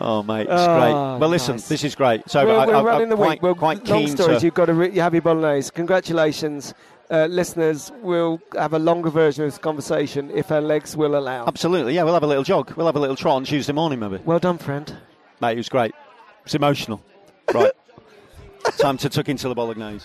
[SPEAKER 3] Oh mate, it's
[SPEAKER 4] Oh,
[SPEAKER 3] great. Well, listen,
[SPEAKER 4] nice.
[SPEAKER 3] this is great. So
[SPEAKER 4] we're,
[SPEAKER 3] I,
[SPEAKER 4] we're
[SPEAKER 3] I,
[SPEAKER 4] running
[SPEAKER 3] I'm
[SPEAKER 4] the
[SPEAKER 3] quite,
[SPEAKER 4] week. We're
[SPEAKER 3] quite
[SPEAKER 4] long
[SPEAKER 3] keen
[SPEAKER 4] stories.
[SPEAKER 3] to.
[SPEAKER 4] You've got to re- happy bolognese. Congratulations, uh, listeners. We'll have a longer version of this conversation if our legs will allow.
[SPEAKER 3] Absolutely, yeah. We'll have a little jog. We'll have a little trot on Tuesday morning, maybe.
[SPEAKER 4] well done, friend.
[SPEAKER 3] Mate, it was great. It's emotional. Right. Time to tuck into the bolognese.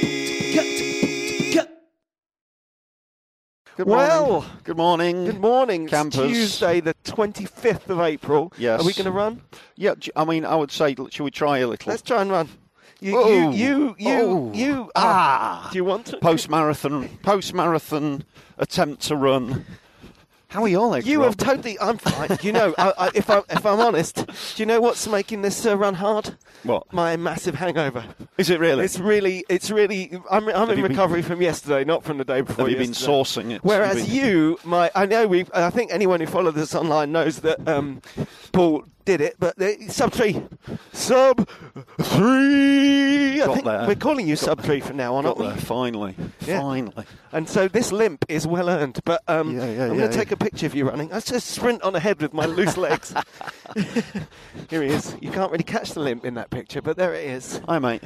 [SPEAKER 3] Good
[SPEAKER 4] Well,
[SPEAKER 3] morning. good morning.
[SPEAKER 4] Good morning.
[SPEAKER 3] Campers.
[SPEAKER 4] It's Tuesday, the 25th of April.
[SPEAKER 3] Yes.
[SPEAKER 4] Are we going to run?
[SPEAKER 3] Yeah, d- I mean, I would say, l- should we try a little
[SPEAKER 4] Let's try and run. You,
[SPEAKER 3] Oh.
[SPEAKER 4] you, you, you,
[SPEAKER 3] Oh.
[SPEAKER 4] you.
[SPEAKER 3] Ah.
[SPEAKER 4] Do you want to?
[SPEAKER 3] post-marathon, post-marathon attempt to run? How are your legs?
[SPEAKER 4] You have
[SPEAKER 3] Rob?
[SPEAKER 4] totally. I'm fine. You know, I, I, if, I, if I'm honest, do you know what's making this uh, run hard?
[SPEAKER 3] What?
[SPEAKER 4] My massive hangover.
[SPEAKER 3] Is it really?
[SPEAKER 4] It's really, it's really. I'm, I'm in
[SPEAKER 3] you been-
[SPEAKER 4] recovery from yesterday, not from the day before.
[SPEAKER 3] have you been
[SPEAKER 4] yesterday.
[SPEAKER 3] sourcing it?
[SPEAKER 4] Whereas
[SPEAKER 3] Have been-
[SPEAKER 4] you, my, I know we. I think anyone who followed us online knows that um, Paul did it, but the, sub three, sub three. I
[SPEAKER 3] Got
[SPEAKER 4] think
[SPEAKER 3] there.
[SPEAKER 4] we're calling you sub three from now on,
[SPEAKER 3] got
[SPEAKER 4] aren't we?
[SPEAKER 3] there finally,
[SPEAKER 4] Yeah.
[SPEAKER 3] finally.
[SPEAKER 4] And so this limp is well earned. But um,
[SPEAKER 3] Yeah, yeah,
[SPEAKER 4] I'm
[SPEAKER 3] yeah,
[SPEAKER 4] going to take
[SPEAKER 3] yeah.
[SPEAKER 4] a picture of you running. I just sprint on ahead with my loose legs. Here he is. You can't really catch the limp in that picture, but there it is.
[SPEAKER 3] Hi, mate.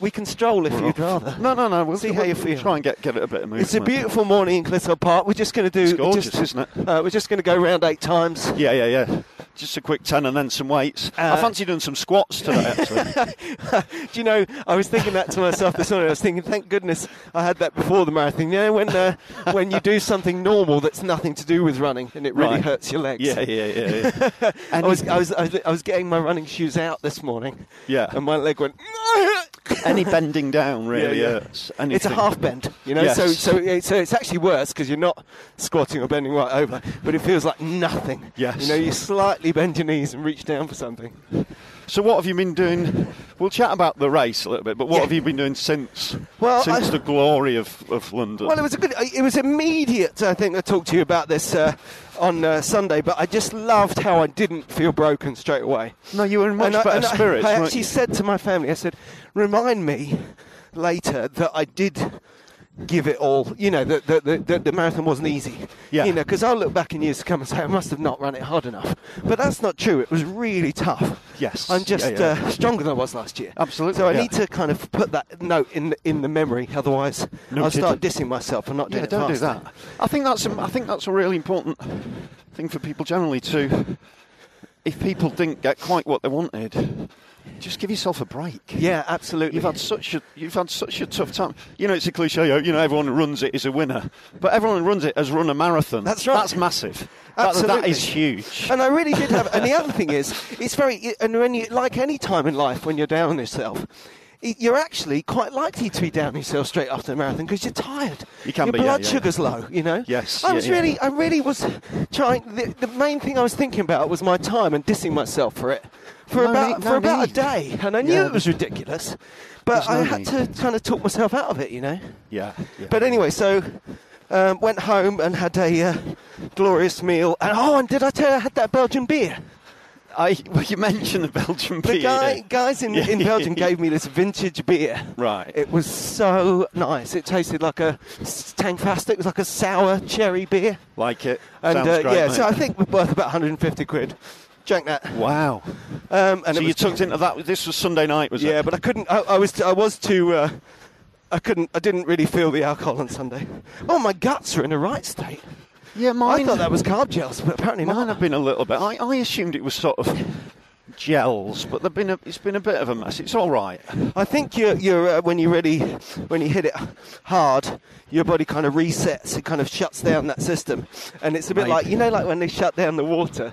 [SPEAKER 4] We can stroll if
[SPEAKER 3] We're
[SPEAKER 4] you'd
[SPEAKER 3] off.
[SPEAKER 4] rather.
[SPEAKER 3] No, no, no. We'll
[SPEAKER 4] See
[SPEAKER 3] we'll-
[SPEAKER 4] how you
[SPEAKER 3] we'll
[SPEAKER 4] feel.
[SPEAKER 3] Try and get get it a bit of movement.
[SPEAKER 4] It's a beautiful morning in Clitheroe Park. We're just going to do.
[SPEAKER 3] It's gorgeous,
[SPEAKER 4] just-
[SPEAKER 3] isn't it?
[SPEAKER 4] Uh, we're just going to go round eight times.
[SPEAKER 3] Yeah, yeah, yeah. Just a quick 10 and then some weights. I
[SPEAKER 2] Uh,
[SPEAKER 3] fancy doing some squats today, actually.
[SPEAKER 2] Do you know, I was thinking that to myself this morning. I was thinking, thank goodness I had that before the marathon. You know, when, uh, when you do something normal that's nothing to do with running and it really
[SPEAKER 3] Right.
[SPEAKER 2] hurts your legs.
[SPEAKER 3] Yeah, yeah, yeah, yeah.
[SPEAKER 2] I, was, I, was, I, was, I was getting my running shoes out this morning
[SPEAKER 3] Yeah.
[SPEAKER 2] and my leg went,
[SPEAKER 3] Any bending down really
[SPEAKER 2] Yeah, yeah.
[SPEAKER 3] hurts.
[SPEAKER 2] It's a
[SPEAKER 3] Anything.
[SPEAKER 2] half bend, you know.
[SPEAKER 3] Yes.
[SPEAKER 2] So, so, it- so it's actually worse because you're not squatting or bending right over, but it feels like nothing.
[SPEAKER 3] Yes.
[SPEAKER 2] You know, you slightly bend your knees and reach down for something.
[SPEAKER 3] So what have you been doing? We'll chat about the race a little bit, but what
[SPEAKER 2] Yeah.
[SPEAKER 3] have you been doing since
[SPEAKER 2] Well,
[SPEAKER 3] since
[SPEAKER 2] I-
[SPEAKER 3] the glory of, of London?
[SPEAKER 2] Well, it was a good. uh, It was immediate. I think I talked to you about this uh, on uh, Sunday, but I just loved how I didn't feel broken straight away.
[SPEAKER 3] no, you were in much
[SPEAKER 2] And I-
[SPEAKER 3] better
[SPEAKER 2] and I-
[SPEAKER 3] spirits.
[SPEAKER 2] I,
[SPEAKER 3] weren't
[SPEAKER 2] actually
[SPEAKER 3] you?
[SPEAKER 2] said to my family, I said, remind me later that I did give it all. You know, that that that that the marathon wasn't easy.
[SPEAKER 3] Yeah.
[SPEAKER 2] You know, because I'll look back in years to come and say I must have not run it hard enough. But that's not true. It was really tough.
[SPEAKER 3] Yes.
[SPEAKER 2] I'm just
[SPEAKER 3] Yeah, yeah.
[SPEAKER 2] Uh, stronger than I was last year.
[SPEAKER 3] Absolutely,
[SPEAKER 2] So I
[SPEAKER 3] yeah.
[SPEAKER 2] need to kind of put that note in the, in the memory. Otherwise, I'll
[SPEAKER 3] Noted.
[SPEAKER 2] start dissing myself for not doing
[SPEAKER 3] yeah,
[SPEAKER 2] it.
[SPEAKER 3] don't do
[SPEAKER 2] faster.
[SPEAKER 3] that. I think that's a, I think that's a really important thing for people generally to. If people didn't get quite what they wanted, just give yourself a break.
[SPEAKER 2] Yeah, absolutely.
[SPEAKER 3] You've had such a you've had such a tough time. You know, it's a cliche. oh, You know, everyone who runs it is a winner, but everyone who runs it has run a marathon.
[SPEAKER 2] That's right.
[SPEAKER 3] That's massive. That- that
[SPEAKER 2] Absolutely.
[SPEAKER 3] is huge.
[SPEAKER 2] And I really did have. And the other thing is, it's very. And when you, like any time in life, when you're down on yourself, i- you're actually quite likely to be down on yourself straight after a marathon because you're tired.
[SPEAKER 3] You can
[SPEAKER 2] Your
[SPEAKER 3] be, yeah,
[SPEAKER 2] blood
[SPEAKER 3] yeah,
[SPEAKER 2] sugar's low. You know.
[SPEAKER 3] Yes,
[SPEAKER 2] I
[SPEAKER 3] yeah,
[SPEAKER 2] was
[SPEAKER 3] yeah.
[SPEAKER 2] really, I really was trying. The, the main thing I was thinking about was my time and dissing myself for it for
[SPEAKER 3] No
[SPEAKER 2] about
[SPEAKER 3] need-
[SPEAKER 2] for
[SPEAKER 3] no
[SPEAKER 2] about a
[SPEAKER 3] need.
[SPEAKER 2] day, and I knew
[SPEAKER 3] Yeah.
[SPEAKER 2] it was ridiculous, but
[SPEAKER 3] There's no
[SPEAKER 2] I had
[SPEAKER 3] need.
[SPEAKER 2] to kind of talk myself out of it. You know.
[SPEAKER 3] Yeah, yeah.
[SPEAKER 2] But anyway, so um, went home and had a uh, glorious meal. And oh, and did I tell you I had that Belgian beer?
[SPEAKER 3] I, well, you mentioned the E Belgian
[SPEAKER 2] The
[SPEAKER 3] beer.
[SPEAKER 2] guy, guys in, in Belgium gave me this vintage beer.
[SPEAKER 3] Right.
[SPEAKER 2] It was so nice. It tasted like a Tangfast. It was like a sour cherry beer.
[SPEAKER 3] like it.
[SPEAKER 2] And
[SPEAKER 3] Sounds
[SPEAKER 2] uh,
[SPEAKER 3] great,
[SPEAKER 2] yeah,
[SPEAKER 3] mate.
[SPEAKER 2] so I think we're worth about 150 quid. Drank that.
[SPEAKER 3] Wow.
[SPEAKER 2] Um, and
[SPEAKER 3] so
[SPEAKER 2] it
[SPEAKER 3] you
[SPEAKER 2] was-
[SPEAKER 3] tucked into that. This was Sunday night, was
[SPEAKER 2] Yeah,
[SPEAKER 3] it?
[SPEAKER 2] but I couldn't. I, I was. I was too. Uh, I couldn't. I didn't really feel the alcohol on Sunday. Oh, my guts are in the right state.
[SPEAKER 3] yeah,
[SPEAKER 2] I
[SPEAKER 3] mine.
[SPEAKER 2] thought that was carb gels, but apparently
[SPEAKER 3] Mine
[SPEAKER 2] not.
[SPEAKER 3] have been a little bit. I, I assumed it was sort of gels, but they've been a, it's been a bit of a mess. It's all right.
[SPEAKER 2] I think you're, you're uh, when you really when you hit it hard, your body kind of resets. It kind of shuts down that system, and it's a bit
[SPEAKER 3] Maybe.
[SPEAKER 2] like you know, like when they shut down the water,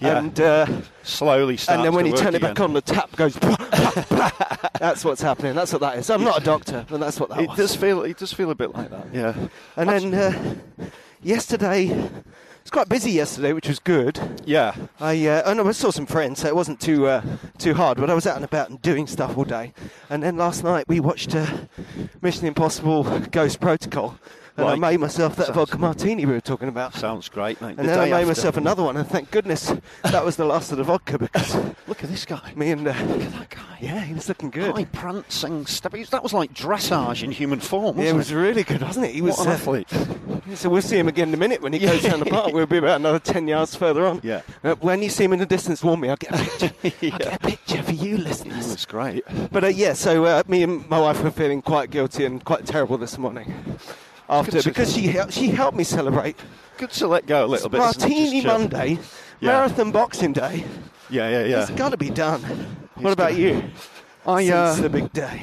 [SPEAKER 3] Yeah.
[SPEAKER 2] and uh,
[SPEAKER 3] Slowly starts.
[SPEAKER 2] and then when
[SPEAKER 3] to
[SPEAKER 2] you
[SPEAKER 3] work
[SPEAKER 2] turn it back
[SPEAKER 3] again.
[SPEAKER 2] on, the tap goes. that's what's happening. That's what that is. I'm not a doctor, but that's what that
[SPEAKER 3] it
[SPEAKER 2] was.
[SPEAKER 3] does feel it does feel a bit like that. Yeah.
[SPEAKER 2] oh. and then uh, yesterday, it was quite busy yesterday, which was good.
[SPEAKER 3] Yeah.
[SPEAKER 2] I uh, oh no, I saw some friends, so it wasn't too uh, too hard. But I was out and about and doing stuff all day, and then last night we watched uh, Mission Impossible: Ghost Protocol, and I
[SPEAKER 3] Right.
[SPEAKER 2] made myself that
[SPEAKER 3] Sounds-
[SPEAKER 2] vodka martini we were talking about.
[SPEAKER 3] Sounds great, mate.
[SPEAKER 2] and
[SPEAKER 3] the
[SPEAKER 2] then I
[SPEAKER 3] day
[SPEAKER 2] made
[SPEAKER 3] after.
[SPEAKER 2] myself another one, and thank goodness that was the last of the vodka because
[SPEAKER 3] Look at this guy.
[SPEAKER 2] me and uh,
[SPEAKER 3] Look at that guy.
[SPEAKER 2] yeah, he was looking good.
[SPEAKER 3] High prancing step. That was like dressage in human form.
[SPEAKER 2] yeah, it
[SPEAKER 3] wasn't
[SPEAKER 2] was really good, wasn't it? He was.
[SPEAKER 3] what an athlete.
[SPEAKER 2] uh, so we'll see him again in a minute when he goes down the park. We'll be about another ten yards further on.
[SPEAKER 3] Yeah.
[SPEAKER 2] Uh, when you see him in the distance, warn me. I'll get a picture. I'll get a picture for you,
[SPEAKER 3] It
[SPEAKER 2] listeners.
[SPEAKER 3] was great.
[SPEAKER 2] But uh, yeah, so uh, me and my wife were feeling quite guilty and quite terrible this morning. After
[SPEAKER 3] Good to-
[SPEAKER 2] because she hel- she helped me celebrate
[SPEAKER 3] Good to let go a little bit. isn't it? Just
[SPEAKER 2] Martini
[SPEAKER 3] chill.
[SPEAKER 2] Monday,
[SPEAKER 3] Yeah.
[SPEAKER 2] Marathon Boxing Day.
[SPEAKER 3] Yeah, yeah, yeah.
[SPEAKER 2] It's got to be done. what
[SPEAKER 3] It's
[SPEAKER 2] about
[SPEAKER 3] gotta-
[SPEAKER 2] you?
[SPEAKER 3] I
[SPEAKER 2] Since
[SPEAKER 3] uh,
[SPEAKER 2] the big day.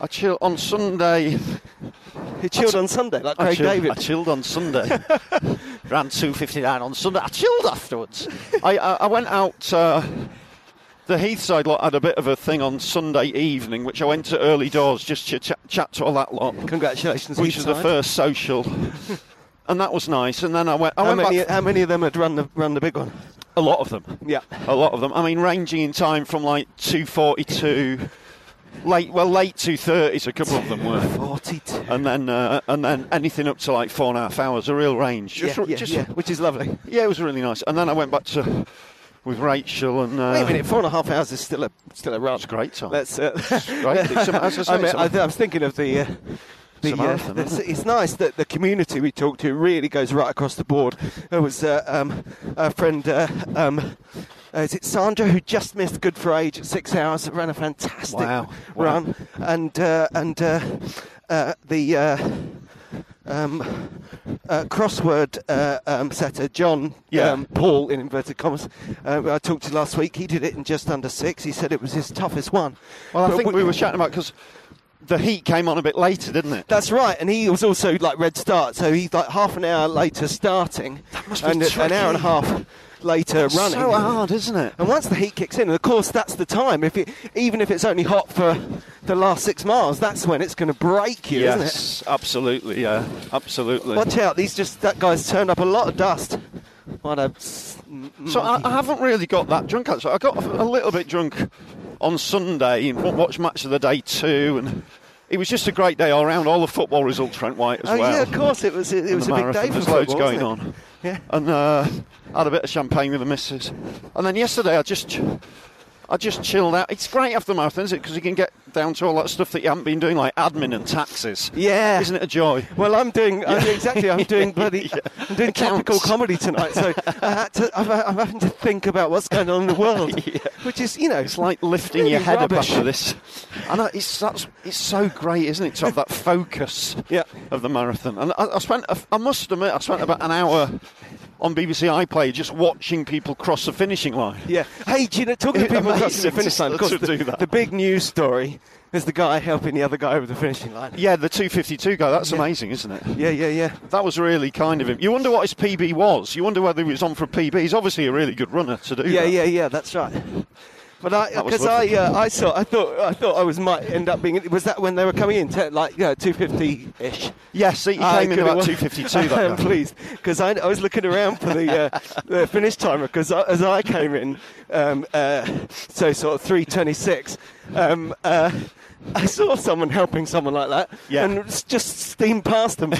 [SPEAKER 3] I chill on Sunday.
[SPEAKER 2] You chilled on Sunday like
[SPEAKER 3] I
[SPEAKER 2] Craig
[SPEAKER 3] chilled,
[SPEAKER 2] David.
[SPEAKER 3] I chilled on Sunday. Ran two fifty nine on Sunday. I chilled afterwards. I, I I went out. Uh, the Heathside lot had a bit of a thing on Sunday evening, which I went to early doors just to ch- chat to all that lot,
[SPEAKER 2] Congratulations,
[SPEAKER 3] which was the
[SPEAKER 2] Heathside.
[SPEAKER 3] first social, and that was nice. And then I went. I
[SPEAKER 2] How
[SPEAKER 3] went
[SPEAKER 2] many,
[SPEAKER 3] back
[SPEAKER 2] how many of them had run the run the big one?
[SPEAKER 3] a lot of them.
[SPEAKER 2] Yeah.
[SPEAKER 3] a lot of them. I mean, ranging in time from like two forty two, late well late two thirties. A couple of them were.
[SPEAKER 2] Forty-two.
[SPEAKER 3] and then uh, and then anything up to like four and a half hours, a real range.
[SPEAKER 2] yeah,
[SPEAKER 3] Just-
[SPEAKER 2] yeah,
[SPEAKER 3] just- Uh,
[SPEAKER 2] yeah, which is lovely.
[SPEAKER 3] yeah, it was really nice. And then I went back to with Rachel and. Uh,
[SPEAKER 2] Wait a minute, four and a half hours is still a still a run.
[SPEAKER 3] It's a great time.
[SPEAKER 2] Let's. Uh,
[SPEAKER 3] great. It's a- as I say,
[SPEAKER 2] I, mean,
[SPEAKER 3] it's a-
[SPEAKER 2] I, th- I was thinking of the. Uh, the,
[SPEAKER 3] It's a
[SPEAKER 2] uh,
[SPEAKER 3] marathon,
[SPEAKER 2] the-
[SPEAKER 3] isn't it?
[SPEAKER 2] it's nice that the community we talk to really goes right across the board. There was uh, um, a friend, uh, um, uh, is it Sandra, who just missed Good for Age at six hours, ran a fantastic
[SPEAKER 3] Wow, wow.
[SPEAKER 2] run, and uh, and uh, uh, the uh, uh, um, uh, crossword uh, um, setter, John
[SPEAKER 3] Yeah.
[SPEAKER 2] um, Paul, in inverted commas, uh, who I talked to last week. He did it in just under six. He said it was his toughest one.
[SPEAKER 3] Well, I
[SPEAKER 2] But
[SPEAKER 3] think
[SPEAKER 2] we-
[SPEAKER 3] we, were chatting about because the heat came on a bit later, didn't it?
[SPEAKER 2] That's right, and he was also like red start, so he's like half an hour later starting,
[SPEAKER 3] must be
[SPEAKER 2] and an hour and a
[SPEAKER 3] tricky.
[SPEAKER 2] half later
[SPEAKER 3] It's
[SPEAKER 2] running.
[SPEAKER 3] so hard, isn't it?
[SPEAKER 2] And once the heat kicks in, and of course that's the time. If it, even if it's only hot for the last six miles, that's when it's going to break you, isn't
[SPEAKER 3] yes, absolutely. Yeah,
[SPEAKER 2] it?
[SPEAKER 3] absolutely.
[SPEAKER 2] Watch out! These just that guy's turned up a lot of dust. What a s- m-
[SPEAKER 3] So I, I haven't really got that drunk actually. I got a little bit drunk on Sunday and wa- watched match of the day too, and it was just a great day all round. All the football results went white as
[SPEAKER 2] oh
[SPEAKER 3] well.
[SPEAKER 2] yeah, of course it was. It, it
[SPEAKER 3] And
[SPEAKER 2] was
[SPEAKER 3] the
[SPEAKER 2] a big
[SPEAKER 3] marathon,
[SPEAKER 2] day for
[SPEAKER 3] There's
[SPEAKER 2] football.
[SPEAKER 3] loads going
[SPEAKER 2] wasn't it?
[SPEAKER 3] on.
[SPEAKER 2] Yeah.
[SPEAKER 3] And uh, had a bit of champagne with the missus, and then yesterday I just. I just chilled out. It's great after the marathon, isn't it? Because you can get down to all that stuff that you haven't been doing, like admin and taxes.
[SPEAKER 2] Yeah.
[SPEAKER 3] Isn't it a joy?
[SPEAKER 2] Well, I'm doing I'm doing exactly. I'm doing bloody. I'm doing topical
[SPEAKER 3] Accounts.
[SPEAKER 2] comedy tonight, so I had to, I'm, I'm having to think about what's going on in the world, which is you know
[SPEAKER 3] It's like lifting your
[SPEAKER 2] really
[SPEAKER 3] head
[SPEAKER 2] rubbish.
[SPEAKER 3] up after this. I know it's that's, it's so great, isn't it, to have that focus
[SPEAKER 2] Yeah.
[SPEAKER 3] of the marathon. And I, I spent, a, I must admit, I spent about an hour on BBC iPlayer just watching people cross the finishing line.
[SPEAKER 2] Yeah. Hey, do you know, talking to
[SPEAKER 3] It's
[SPEAKER 2] people crossing
[SPEAKER 3] amazing
[SPEAKER 2] the finish
[SPEAKER 3] to-
[SPEAKER 2] line, of course,
[SPEAKER 3] to
[SPEAKER 2] the,
[SPEAKER 3] do that.
[SPEAKER 2] the big news story is the guy helping the other guy over the finishing line.
[SPEAKER 3] Yeah, the 252 guy. That's amazing, isn't it?
[SPEAKER 2] Yeah, yeah, yeah.
[SPEAKER 3] That was really kind of him. You wonder what his PB was. You wonder whether he was on for a PB. He's obviously a really good runner to do
[SPEAKER 2] Yeah,
[SPEAKER 3] that.
[SPEAKER 2] yeah, yeah, that's right. But I,
[SPEAKER 3] That was
[SPEAKER 2] because I,
[SPEAKER 3] lovely.
[SPEAKER 2] uh, I saw, I thought, I thought I was might end up being. Was that when they were coming in, te- like yeah, two fifty ish?
[SPEAKER 3] Yes, he
[SPEAKER 2] I
[SPEAKER 3] came in
[SPEAKER 2] could've
[SPEAKER 3] about
[SPEAKER 2] won-
[SPEAKER 3] 252. That
[SPEAKER 2] I'm
[SPEAKER 3] guy.
[SPEAKER 2] pleased because I, I was looking around for the, uh, the finish timer because as I came in, um, uh, so sort of 3:26, um, uh, I saw someone helping someone like that
[SPEAKER 3] Yeah.
[SPEAKER 2] and s- just steamed past them.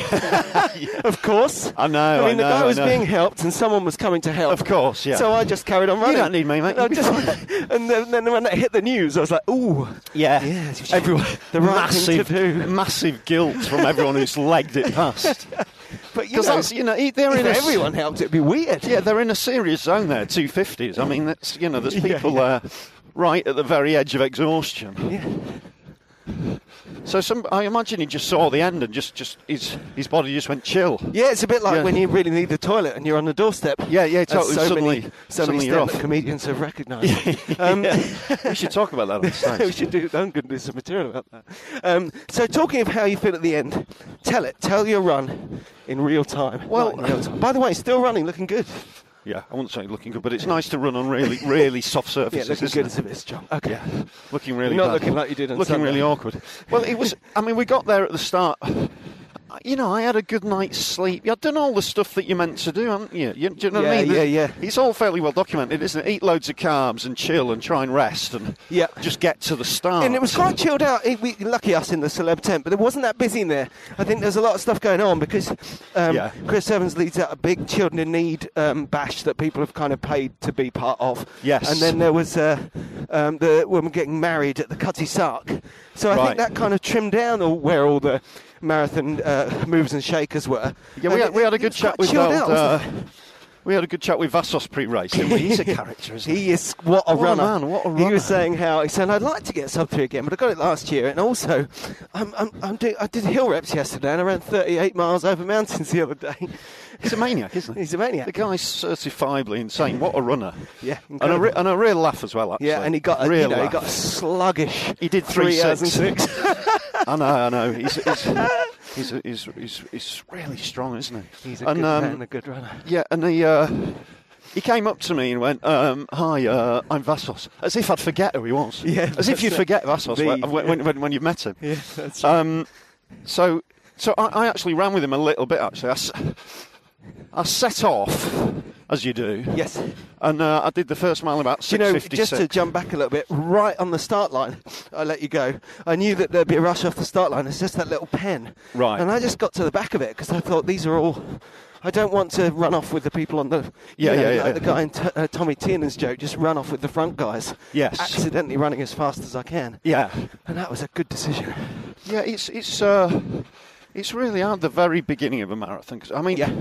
[SPEAKER 2] Of course,
[SPEAKER 3] I know,
[SPEAKER 2] I
[SPEAKER 3] I
[SPEAKER 2] mean, the
[SPEAKER 3] know,
[SPEAKER 2] guy
[SPEAKER 3] I
[SPEAKER 2] was
[SPEAKER 3] know.
[SPEAKER 2] being helped and someone was coming to help.
[SPEAKER 3] Of course, yeah.
[SPEAKER 2] So I just carried on running.
[SPEAKER 3] don't need me, mate.
[SPEAKER 2] I
[SPEAKER 3] You'll be
[SPEAKER 2] just- and then, then when it hit the news, I was like, ooh,
[SPEAKER 3] Yeah.
[SPEAKER 2] Yes,
[SPEAKER 3] Everyone,
[SPEAKER 2] the right thing to
[SPEAKER 3] massive,
[SPEAKER 2] do.
[SPEAKER 3] massive guilt from everyone who's legged it past.
[SPEAKER 2] But you
[SPEAKER 3] Because
[SPEAKER 2] know,
[SPEAKER 3] that's you know they're
[SPEAKER 2] if
[SPEAKER 3] in a s-
[SPEAKER 2] everyone helped, it'd be weird.
[SPEAKER 3] Yeah, they're in a serious zone there. Two fifties. I mean, that's you know there's people uh, right at the very edge of exhaustion.
[SPEAKER 2] Yeah.
[SPEAKER 3] So some, I imagine he just saw the end and just just his his body just went chill.
[SPEAKER 2] Yeah, it's a bit like
[SPEAKER 3] Yeah.
[SPEAKER 2] when you really need the toilet and you're on the doorstep.
[SPEAKER 3] Yeah, yeah,
[SPEAKER 2] As
[SPEAKER 3] totally.
[SPEAKER 2] So
[SPEAKER 3] Suddenly-
[SPEAKER 2] many, so
[SPEAKER 3] suddenly
[SPEAKER 2] many
[SPEAKER 3] you're
[SPEAKER 2] stand-up
[SPEAKER 3] off.
[SPEAKER 2] comedians have recognised. it.
[SPEAKER 3] Um,
[SPEAKER 2] Um,
[SPEAKER 3] we should talk about that on
[SPEAKER 2] we
[SPEAKER 3] stage.
[SPEAKER 2] should do. I'm going to do some material about that. Um, so, talking of how you feel at the end, tell it. Tell your run in real time.
[SPEAKER 3] Well-
[SPEAKER 2] Not in real time. by the way, still running, looking good.
[SPEAKER 3] Yeah, I wouldn't say looking good, but it's nice to run on really really soft
[SPEAKER 2] Yeah,
[SPEAKER 3] surfaces.
[SPEAKER 2] looking
[SPEAKER 3] isn't it?
[SPEAKER 2] good as a bit strong. Okay.
[SPEAKER 3] Yeah, looking really
[SPEAKER 2] Not
[SPEAKER 3] bad.
[SPEAKER 2] looking like you did on
[SPEAKER 3] Looking
[SPEAKER 2] Sunday.
[SPEAKER 3] really awkward. Well, it was. I mean, we got there at the start. You know, I had a good night's sleep. You've done all the stuff that you're meant to do, haven't you? you do you know what
[SPEAKER 2] Yeah,
[SPEAKER 3] I mean?
[SPEAKER 2] yeah, yeah.
[SPEAKER 3] It's all fairly well documented, isn't it? Eat loads of carbs and chill and try and rest and
[SPEAKER 2] Yeah.
[SPEAKER 3] just get to the start.
[SPEAKER 2] And it was quite chilled out. It- we, lucky us in the celeb tent, but it wasn't that busy in there. I think there's a lot of stuff going on because um,
[SPEAKER 3] Yeah.
[SPEAKER 2] Chris Evans leads out a big children in need um, bash that people have kind of paid to be part of.
[SPEAKER 3] Yes.
[SPEAKER 2] And then there was uh, um, the woman getting married at the Cutty Sark. So I
[SPEAKER 3] Right.
[SPEAKER 2] think that kind of trimmed down all, where all the marathon uh, moves and shakers were.
[SPEAKER 3] Yeah, we
[SPEAKER 2] And
[SPEAKER 3] had, we had a
[SPEAKER 2] it- it
[SPEAKER 3] good
[SPEAKER 2] was
[SPEAKER 3] chat
[SPEAKER 2] quite
[SPEAKER 3] with
[SPEAKER 2] chilled
[SPEAKER 3] old,
[SPEAKER 2] out, wasn't
[SPEAKER 3] uh, We had a good chat with Vassos pre-race. didn't we? He's a character,
[SPEAKER 2] it?
[SPEAKER 3] isn't he?
[SPEAKER 2] He is what a
[SPEAKER 3] What a
[SPEAKER 2] runner.
[SPEAKER 3] man, what a
[SPEAKER 2] He
[SPEAKER 3] runner.
[SPEAKER 2] was saying how he said I'd like to get sub three again, but I got it last year, and also I'm, I'm, I'm doing, I did hill reps yesterday, and I ran 38 miles over mountains the other day.
[SPEAKER 3] He's a maniac, isn't he?
[SPEAKER 2] He's a maniac.
[SPEAKER 3] The guy's certifiably insane. What a runner!
[SPEAKER 2] Yeah,
[SPEAKER 3] and a,
[SPEAKER 2] incredible.
[SPEAKER 3] re- and a real laugh as well. Actually.
[SPEAKER 2] yeah, and he got a,
[SPEAKER 3] real
[SPEAKER 2] you know, he
[SPEAKER 3] laugh.
[SPEAKER 2] got a sluggish.
[SPEAKER 3] He did
[SPEAKER 2] three hours and
[SPEAKER 3] six.
[SPEAKER 2] six.
[SPEAKER 3] I know, I know. He's he's, he's, he's, he's, he's really strong, isn't he? um,
[SPEAKER 2] He's a good man, and um, a good runner.
[SPEAKER 3] Yeah, and he uh, he came up to me and went, um, "Hi, uh, I'm Vassos," as if I'd forget who he was.
[SPEAKER 2] Yeah,
[SPEAKER 3] as if you
[SPEAKER 2] that's it.
[SPEAKER 3] forget Vassos
[SPEAKER 2] The-
[SPEAKER 3] when, when, when, when you've met him.
[SPEAKER 2] Yeah, that's right.
[SPEAKER 3] Um, so, so I, I actually ran with him a little bit. Actually, I, s- I set off as you do.
[SPEAKER 2] yes.
[SPEAKER 3] and uh, I did the first mile in about
[SPEAKER 2] Do you
[SPEAKER 3] six
[SPEAKER 2] know,
[SPEAKER 3] fifty
[SPEAKER 2] just to jump back a little bit, right on the start line, I let you go. I knew that there'd be a rush off the start line. It's just that little pen.
[SPEAKER 3] Right.
[SPEAKER 2] And I just got to the back of it because I thought these are all. I don't want to run off with the people on the. you
[SPEAKER 3] Yeah,
[SPEAKER 2] know,
[SPEAKER 3] yeah,
[SPEAKER 2] like
[SPEAKER 3] yeah.
[SPEAKER 2] The guy in t- uh, Tommy Tiernan's joke, just run off with the front guys.
[SPEAKER 3] Yes.
[SPEAKER 2] Accidentally running as fast as I can.
[SPEAKER 3] yeah.
[SPEAKER 2] And that was a good decision.
[SPEAKER 3] Yeah, it's it's uh, it's really hard the very beginning of a marathon. 'cause, I mean,
[SPEAKER 2] Yeah.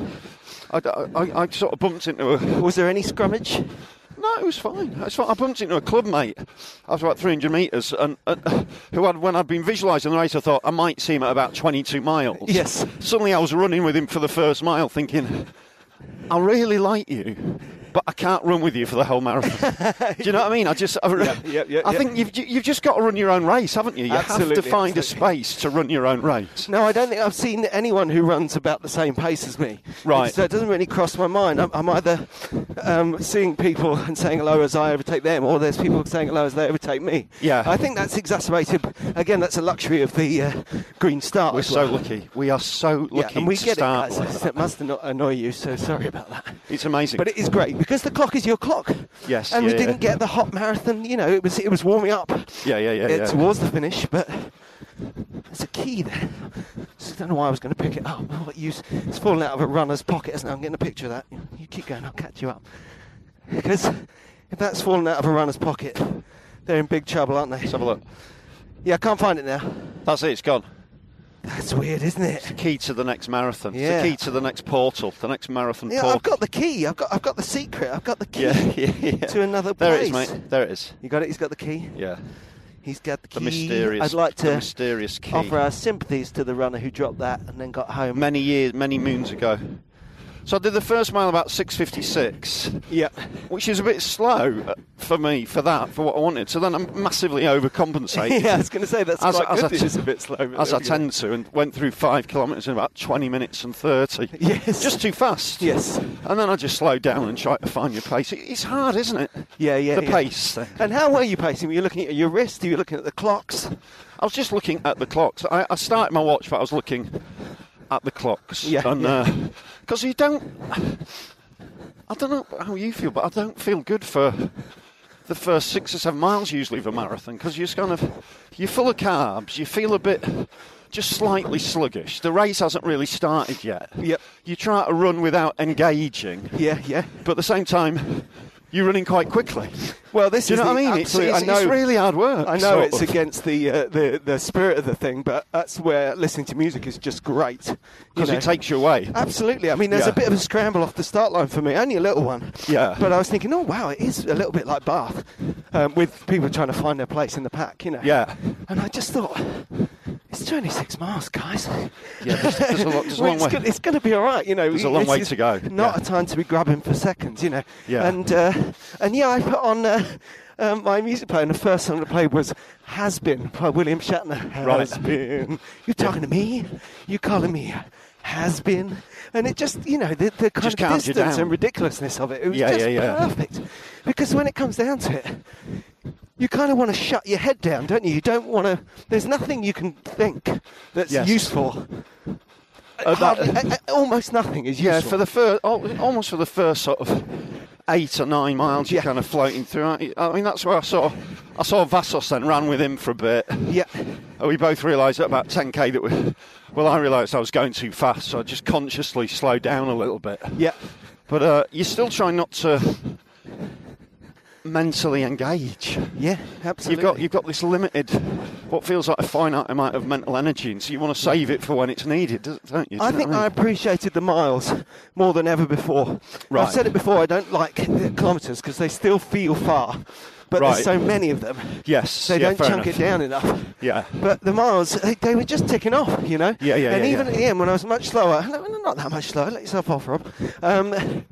[SPEAKER 3] I, I, I- I sort of bumped into a
[SPEAKER 2] Was there any scrummage?
[SPEAKER 3] No, it was fine. It was fine. I bumped into a club mate after about 300 metres, and, and who had, when I'd been visualising the race, I thought I might see him at about 22 miles.
[SPEAKER 2] Yes.
[SPEAKER 3] Suddenly, I was running with him for the first mile, thinking, I really like you, but I can't run with you for the whole marathon. Do you know what I mean? I just, I, re-
[SPEAKER 2] yeah, yeah,
[SPEAKER 3] I
[SPEAKER 2] yeah.
[SPEAKER 3] think you've, you've just got to run your own race, haven't you? You have to
[SPEAKER 2] Absolutely,
[SPEAKER 3] find
[SPEAKER 2] absolutely.
[SPEAKER 3] a space to run your own race.
[SPEAKER 2] No, I don't think I've seen anyone who runs about the same pace as me.
[SPEAKER 3] Right.
[SPEAKER 2] So it doesn't really cross my mind. I'm, I'm either um, seeing people and saying hello as I overtake them, or there's people saying hello as they overtake me.
[SPEAKER 3] Yeah.
[SPEAKER 2] I think that's exacerbated. Again, that's a luxury of the uh, green start.
[SPEAKER 3] We're
[SPEAKER 2] as
[SPEAKER 3] so
[SPEAKER 2] well.
[SPEAKER 3] lucky. We are so lucky
[SPEAKER 2] Yeah, and we
[SPEAKER 3] to
[SPEAKER 2] get
[SPEAKER 3] start
[SPEAKER 2] it.
[SPEAKER 3] like
[SPEAKER 2] guys.
[SPEAKER 3] that.
[SPEAKER 2] That must not annoy you, so sorry about that.
[SPEAKER 3] It's amazing.
[SPEAKER 2] But it is great because the clock is your clock.
[SPEAKER 3] Yes,
[SPEAKER 2] And
[SPEAKER 3] yeah,
[SPEAKER 2] we didn't
[SPEAKER 3] yeah.
[SPEAKER 2] get the hot marathon. You know, it was it was warming up.
[SPEAKER 3] Yeah, yeah, yeah,
[SPEAKER 2] uh,
[SPEAKER 3] yeah.
[SPEAKER 2] Towards the finish, but there's a key there. So I don't know why I was going to pick it up. What use? It's fallen out of a runner's pocket. Isn't it? I'm getting a picture of that. You keep going. I'll catch you up. Because if that's fallen out of a runner's pocket, they're in big trouble, aren't they?
[SPEAKER 3] Let's have a look.
[SPEAKER 2] Yeah, I can't find it now.
[SPEAKER 3] That's it. It's gone.
[SPEAKER 2] That's weird, isn't it?
[SPEAKER 3] Key to the next marathon. It's
[SPEAKER 2] Yeah.
[SPEAKER 3] the key to the next portal. The next marathon
[SPEAKER 2] Yeah,
[SPEAKER 3] portal.
[SPEAKER 2] I've got the key. I've got I've got the secret. I've got the key
[SPEAKER 3] yeah, yeah, yeah.
[SPEAKER 2] to another place.
[SPEAKER 3] There it is, mate. There it is.
[SPEAKER 2] You got it? He's got the key?
[SPEAKER 3] Yeah.
[SPEAKER 2] He's got the key.
[SPEAKER 3] The mysterious.
[SPEAKER 2] I'd like
[SPEAKER 3] the
[SPEAKER 2] to
[SPEAKER 3] mysterious key.
[SPEAKER 2] offer our sympathies to the runner who dropped that and then got home.
[SPEAKER 3] many years, many moons ago. So I did the first mile about 6:56.
[SPEAKER 2] Yeah.
[SPEAKER 3] Which is a bit slow uh, for me for that for what I wanted. So then I massively overcompensated.
[SPEAKER 2] yeah, I was going to say that's
[SPEAKER 3] As,
[SPEAKER 2] quite
[SPEAKER 3] as,
[SPEAKER 2] good.
[SPEAKER 3] I,
[SPEAKER 2] that
[SPEAKER 3] t-
[SPEAKER 2] it's a bit slow. but
[SPEAKER 3] as
[SPEAKER 2] there
[SPEAKER 3] I
[SPEAKER 2] we go.
[SPEAKER 3] tend to, and went through five kilometres in about 20 minutes and 30.
[SPEAKER 2] Yes.
[SPEAKER 3] Just too fast.
[SPEAKER 2] Yes.
[SPEAKER 3] And then I just slowed down and tried to find your pace. It- It's hard, isn't it?
[SPEAKER 2] Yeah, yeah.
[SPEAKER 3] The
[SPEAKER 2] yeah.
[SPEAKER 3] pace. thing.
[SPEAKER 2] And how were you pacing? Were you looking at your wrist? Were you looking at the clocks?
[SPEAKER 3] I was just looking at the clocks. I, I started my watch, but I was looking at the clocks.
[SPEAKER 2] Yeah,
[SPEAKER 3] And
[SPEAKER 2] yeah.
[SPEAKER 3] because you don't, I don't know how you feel, but I don't feel good for the first six or seven miles usually of a marathon because you're just kind of you're full of carbs. You feel a bit. Just slightly sluggish. The race hasn't really started yet.
[SPEAKER 2] Yep.
[SPEAKER 3] You try to run without engaging,
[SPEAKER 2] Yeah, yeah.
[SPEAKER 3] but at the same time, you're running quite quickly.
[SPEAKER 2] Well, this
[SPEAKER 3] Do you
[SPEAKER 2] is
[SPEAKER 3] know what I
[SPEAKER 2] the
[SPEAKER 3] mean?
[SPEAKER 2] absolute-
[SPEAKER 3] it's,
[SPEAKER 2] I know,
[SPEAKER 3] it's really hard work.
[SPEAKER 2] I know
[SPEAKER 3] sort
[SPEAKER 2] it's
[SPEAKER 3] of.
[SPEAKER 2] against the, uh, the the spirit of the thing, but that's where listening to music is just great. you
[SPEAKER 3] because
[SPEAKER 2] know. Um,
[SPEAKER 3] it takes you away.
[SPEAKER 2] Absolutely. I mean, there's
[SPEAKER 3] Yeah.
[SPEAKER 2] a bit of a scramble off the start line for me, only a little one.
[SPEAKER 3] Yeah.
[SPEAKER 2] But I was thinking, oh wow, it is a little bit like Bath, um, with people trying to find their place in the pack, you know.
[SPEAKER 3] Yeah.
[SPEAKER 2] And I just thought, it's 26 miles, guys.
[SPEAKER 3] Yeah, there's, there's a, lot, there's a long
[SPEAKER 2] it's
[SPEAKER 3] way.
[SPEAKER 2] go- it's going to be all right, you know.
[SPEAKER 3] There's a long
[SPEAKER 2] This
[SPEAKER 3] way
[SPEAKER 2] is
[SPEAKER 3] to go,
[SPEAKER 2] Not
[SPEAKER 3] yeah.
[SPEAKER 2] a time to be grabbing for seconds, you know.
[SPEAKER 3] Yeah.
[SPEAKER 2] And uh, and yeah, I put on. Uh, um, my music player, and the first song that played was "Has Been" by William Shatner. Has
[SPEAKER 3] Right.
[SPEAKER 2] been, you talking to me? You calling me? a Has been, and it just you know the, the kind
[SPEAKER 3] Just
[SPEAKER 2] of
[SPEAKER 3] calms you
[SPEAKER 2] distance
[SPEAKER 3] down.
[SPEAKER 2] and ridiculousness of it. It was
[SPEAKER 3] Yeah,
[SPEAKER 2] just
[SPEAKER 3] yeah, yeah.
[SPEAKER 2] perfect, because when it comes down to it, you kind of want to shut your head down, don't you? You don't want to. There's nothing you can think that's
[SPEAKER 3] Yes.
[SPEAKER 2] useful.
[SPEAKER 3] Uh, that-
[SPEAKER 2] Hardly- a- a- almost nothing is
[SPEAKER 3] yeah,
[SPEAKER 2] useful.
[SPEAKER 3] for the first, almost for the first sort of eight or nine miles, you're
[SPEAKER 2] Yeah.
[SPEAKER 3] kind of floating through. Aren't you? I mean, that's where I saw, I saw Vassos then ran with him for a bit.
[SPEAKER 2] yeah,
[SPEAKER 3] And we both realised at about 10k that we, well, I realised I was going too fast, so I just consciously slowed down a little bit.
[SPEAKER 2] yeah,
[SPEAKER 3] But uh, you still try not to mentally engage.
[SPEAKER 2] yeah,
[SPEAKER 3] You've
[SPEAKER 2] absolutely.
[SPEAKER 3] got you've got this limited, what feels like a finite amount of mental energy, and so you want to save it for when it's needed, don't don't you? Do you know
[SPEAKER 2] I
[SPEAKER 3] what
[SPEAKER 2] think
[SPEAKER 3] mean?
[SPEAKER 2] I appreciated the miles more than ever before.
[SPEAKER 3] Right.
[SPEAKER 2] I've said it before. I don't like kilometres because they still feel far, but
[SPEAKER 3] Right.
[SPEAKER 2] there's so many of them.
[SPEAKER 3] Yes,
[SPEAKER 2] They
[SPEAKER 3] yeah,
[SPEAKER 2] don't
[SPEAKER 3] fair
[SPEAKER 2] chunk
[SPEAKER 3] enough.
[SPEAKER 2] it down enough.
[SPEAKER 3] Yeah.
[SPEAKER 2] But the miles, they, they were just ticking off, you know.
[SPEAKER 3] Yeah, yeah,
[SPEAKER 2] And
[SPEAKER 3] yeah,
[SPEAKER 2] even
[SPEAKER 3] yeah.
[SPEAKER 2] at the end, when I was much slower, no, no, not that much slower. Let yourself off, Rob. Um,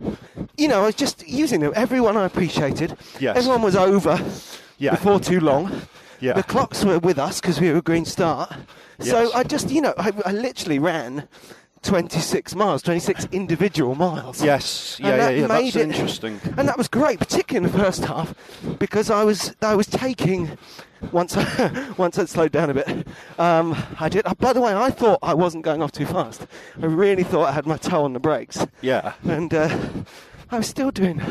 [SPEAKER 2] you know, I was just using them. Everyone I appreciated.
[SPEAKER 3] Yes.
[SPEAKER 2] Everyone was over
[SPEAKER 3] Yeah.
[SPEAKER 2] before too long.
[SPEAKER 3] Yeah.
[SPEAKER 2] The clocks were with us because we were a green start.
[SPEAKER 3] Yes.
[SPEAKER 2] So I just, you know, I, I literally ran 26 miles, 26 individual miles.
[SPEAKER 3] Yes,
[SPEAKER 2] And
[SPEAKER 3] yeah, yeah,
[SPEAKER 2] that
[SPEAKER 3] yeah. That's
[SPEAKER 2] made it-
[SPEAKER 3] interesting.
[SPEAKER 2] And that was great, particularly in the first half, because I was I was taking once I, once I'd slowed down a bit. Um, I did. by the way, I thought I wasn't going off too fast. I really thought I had my toe on the brakes.
[SPEAKER 3] Yeah.
[SPEAKER 2] And uh, I was still doing.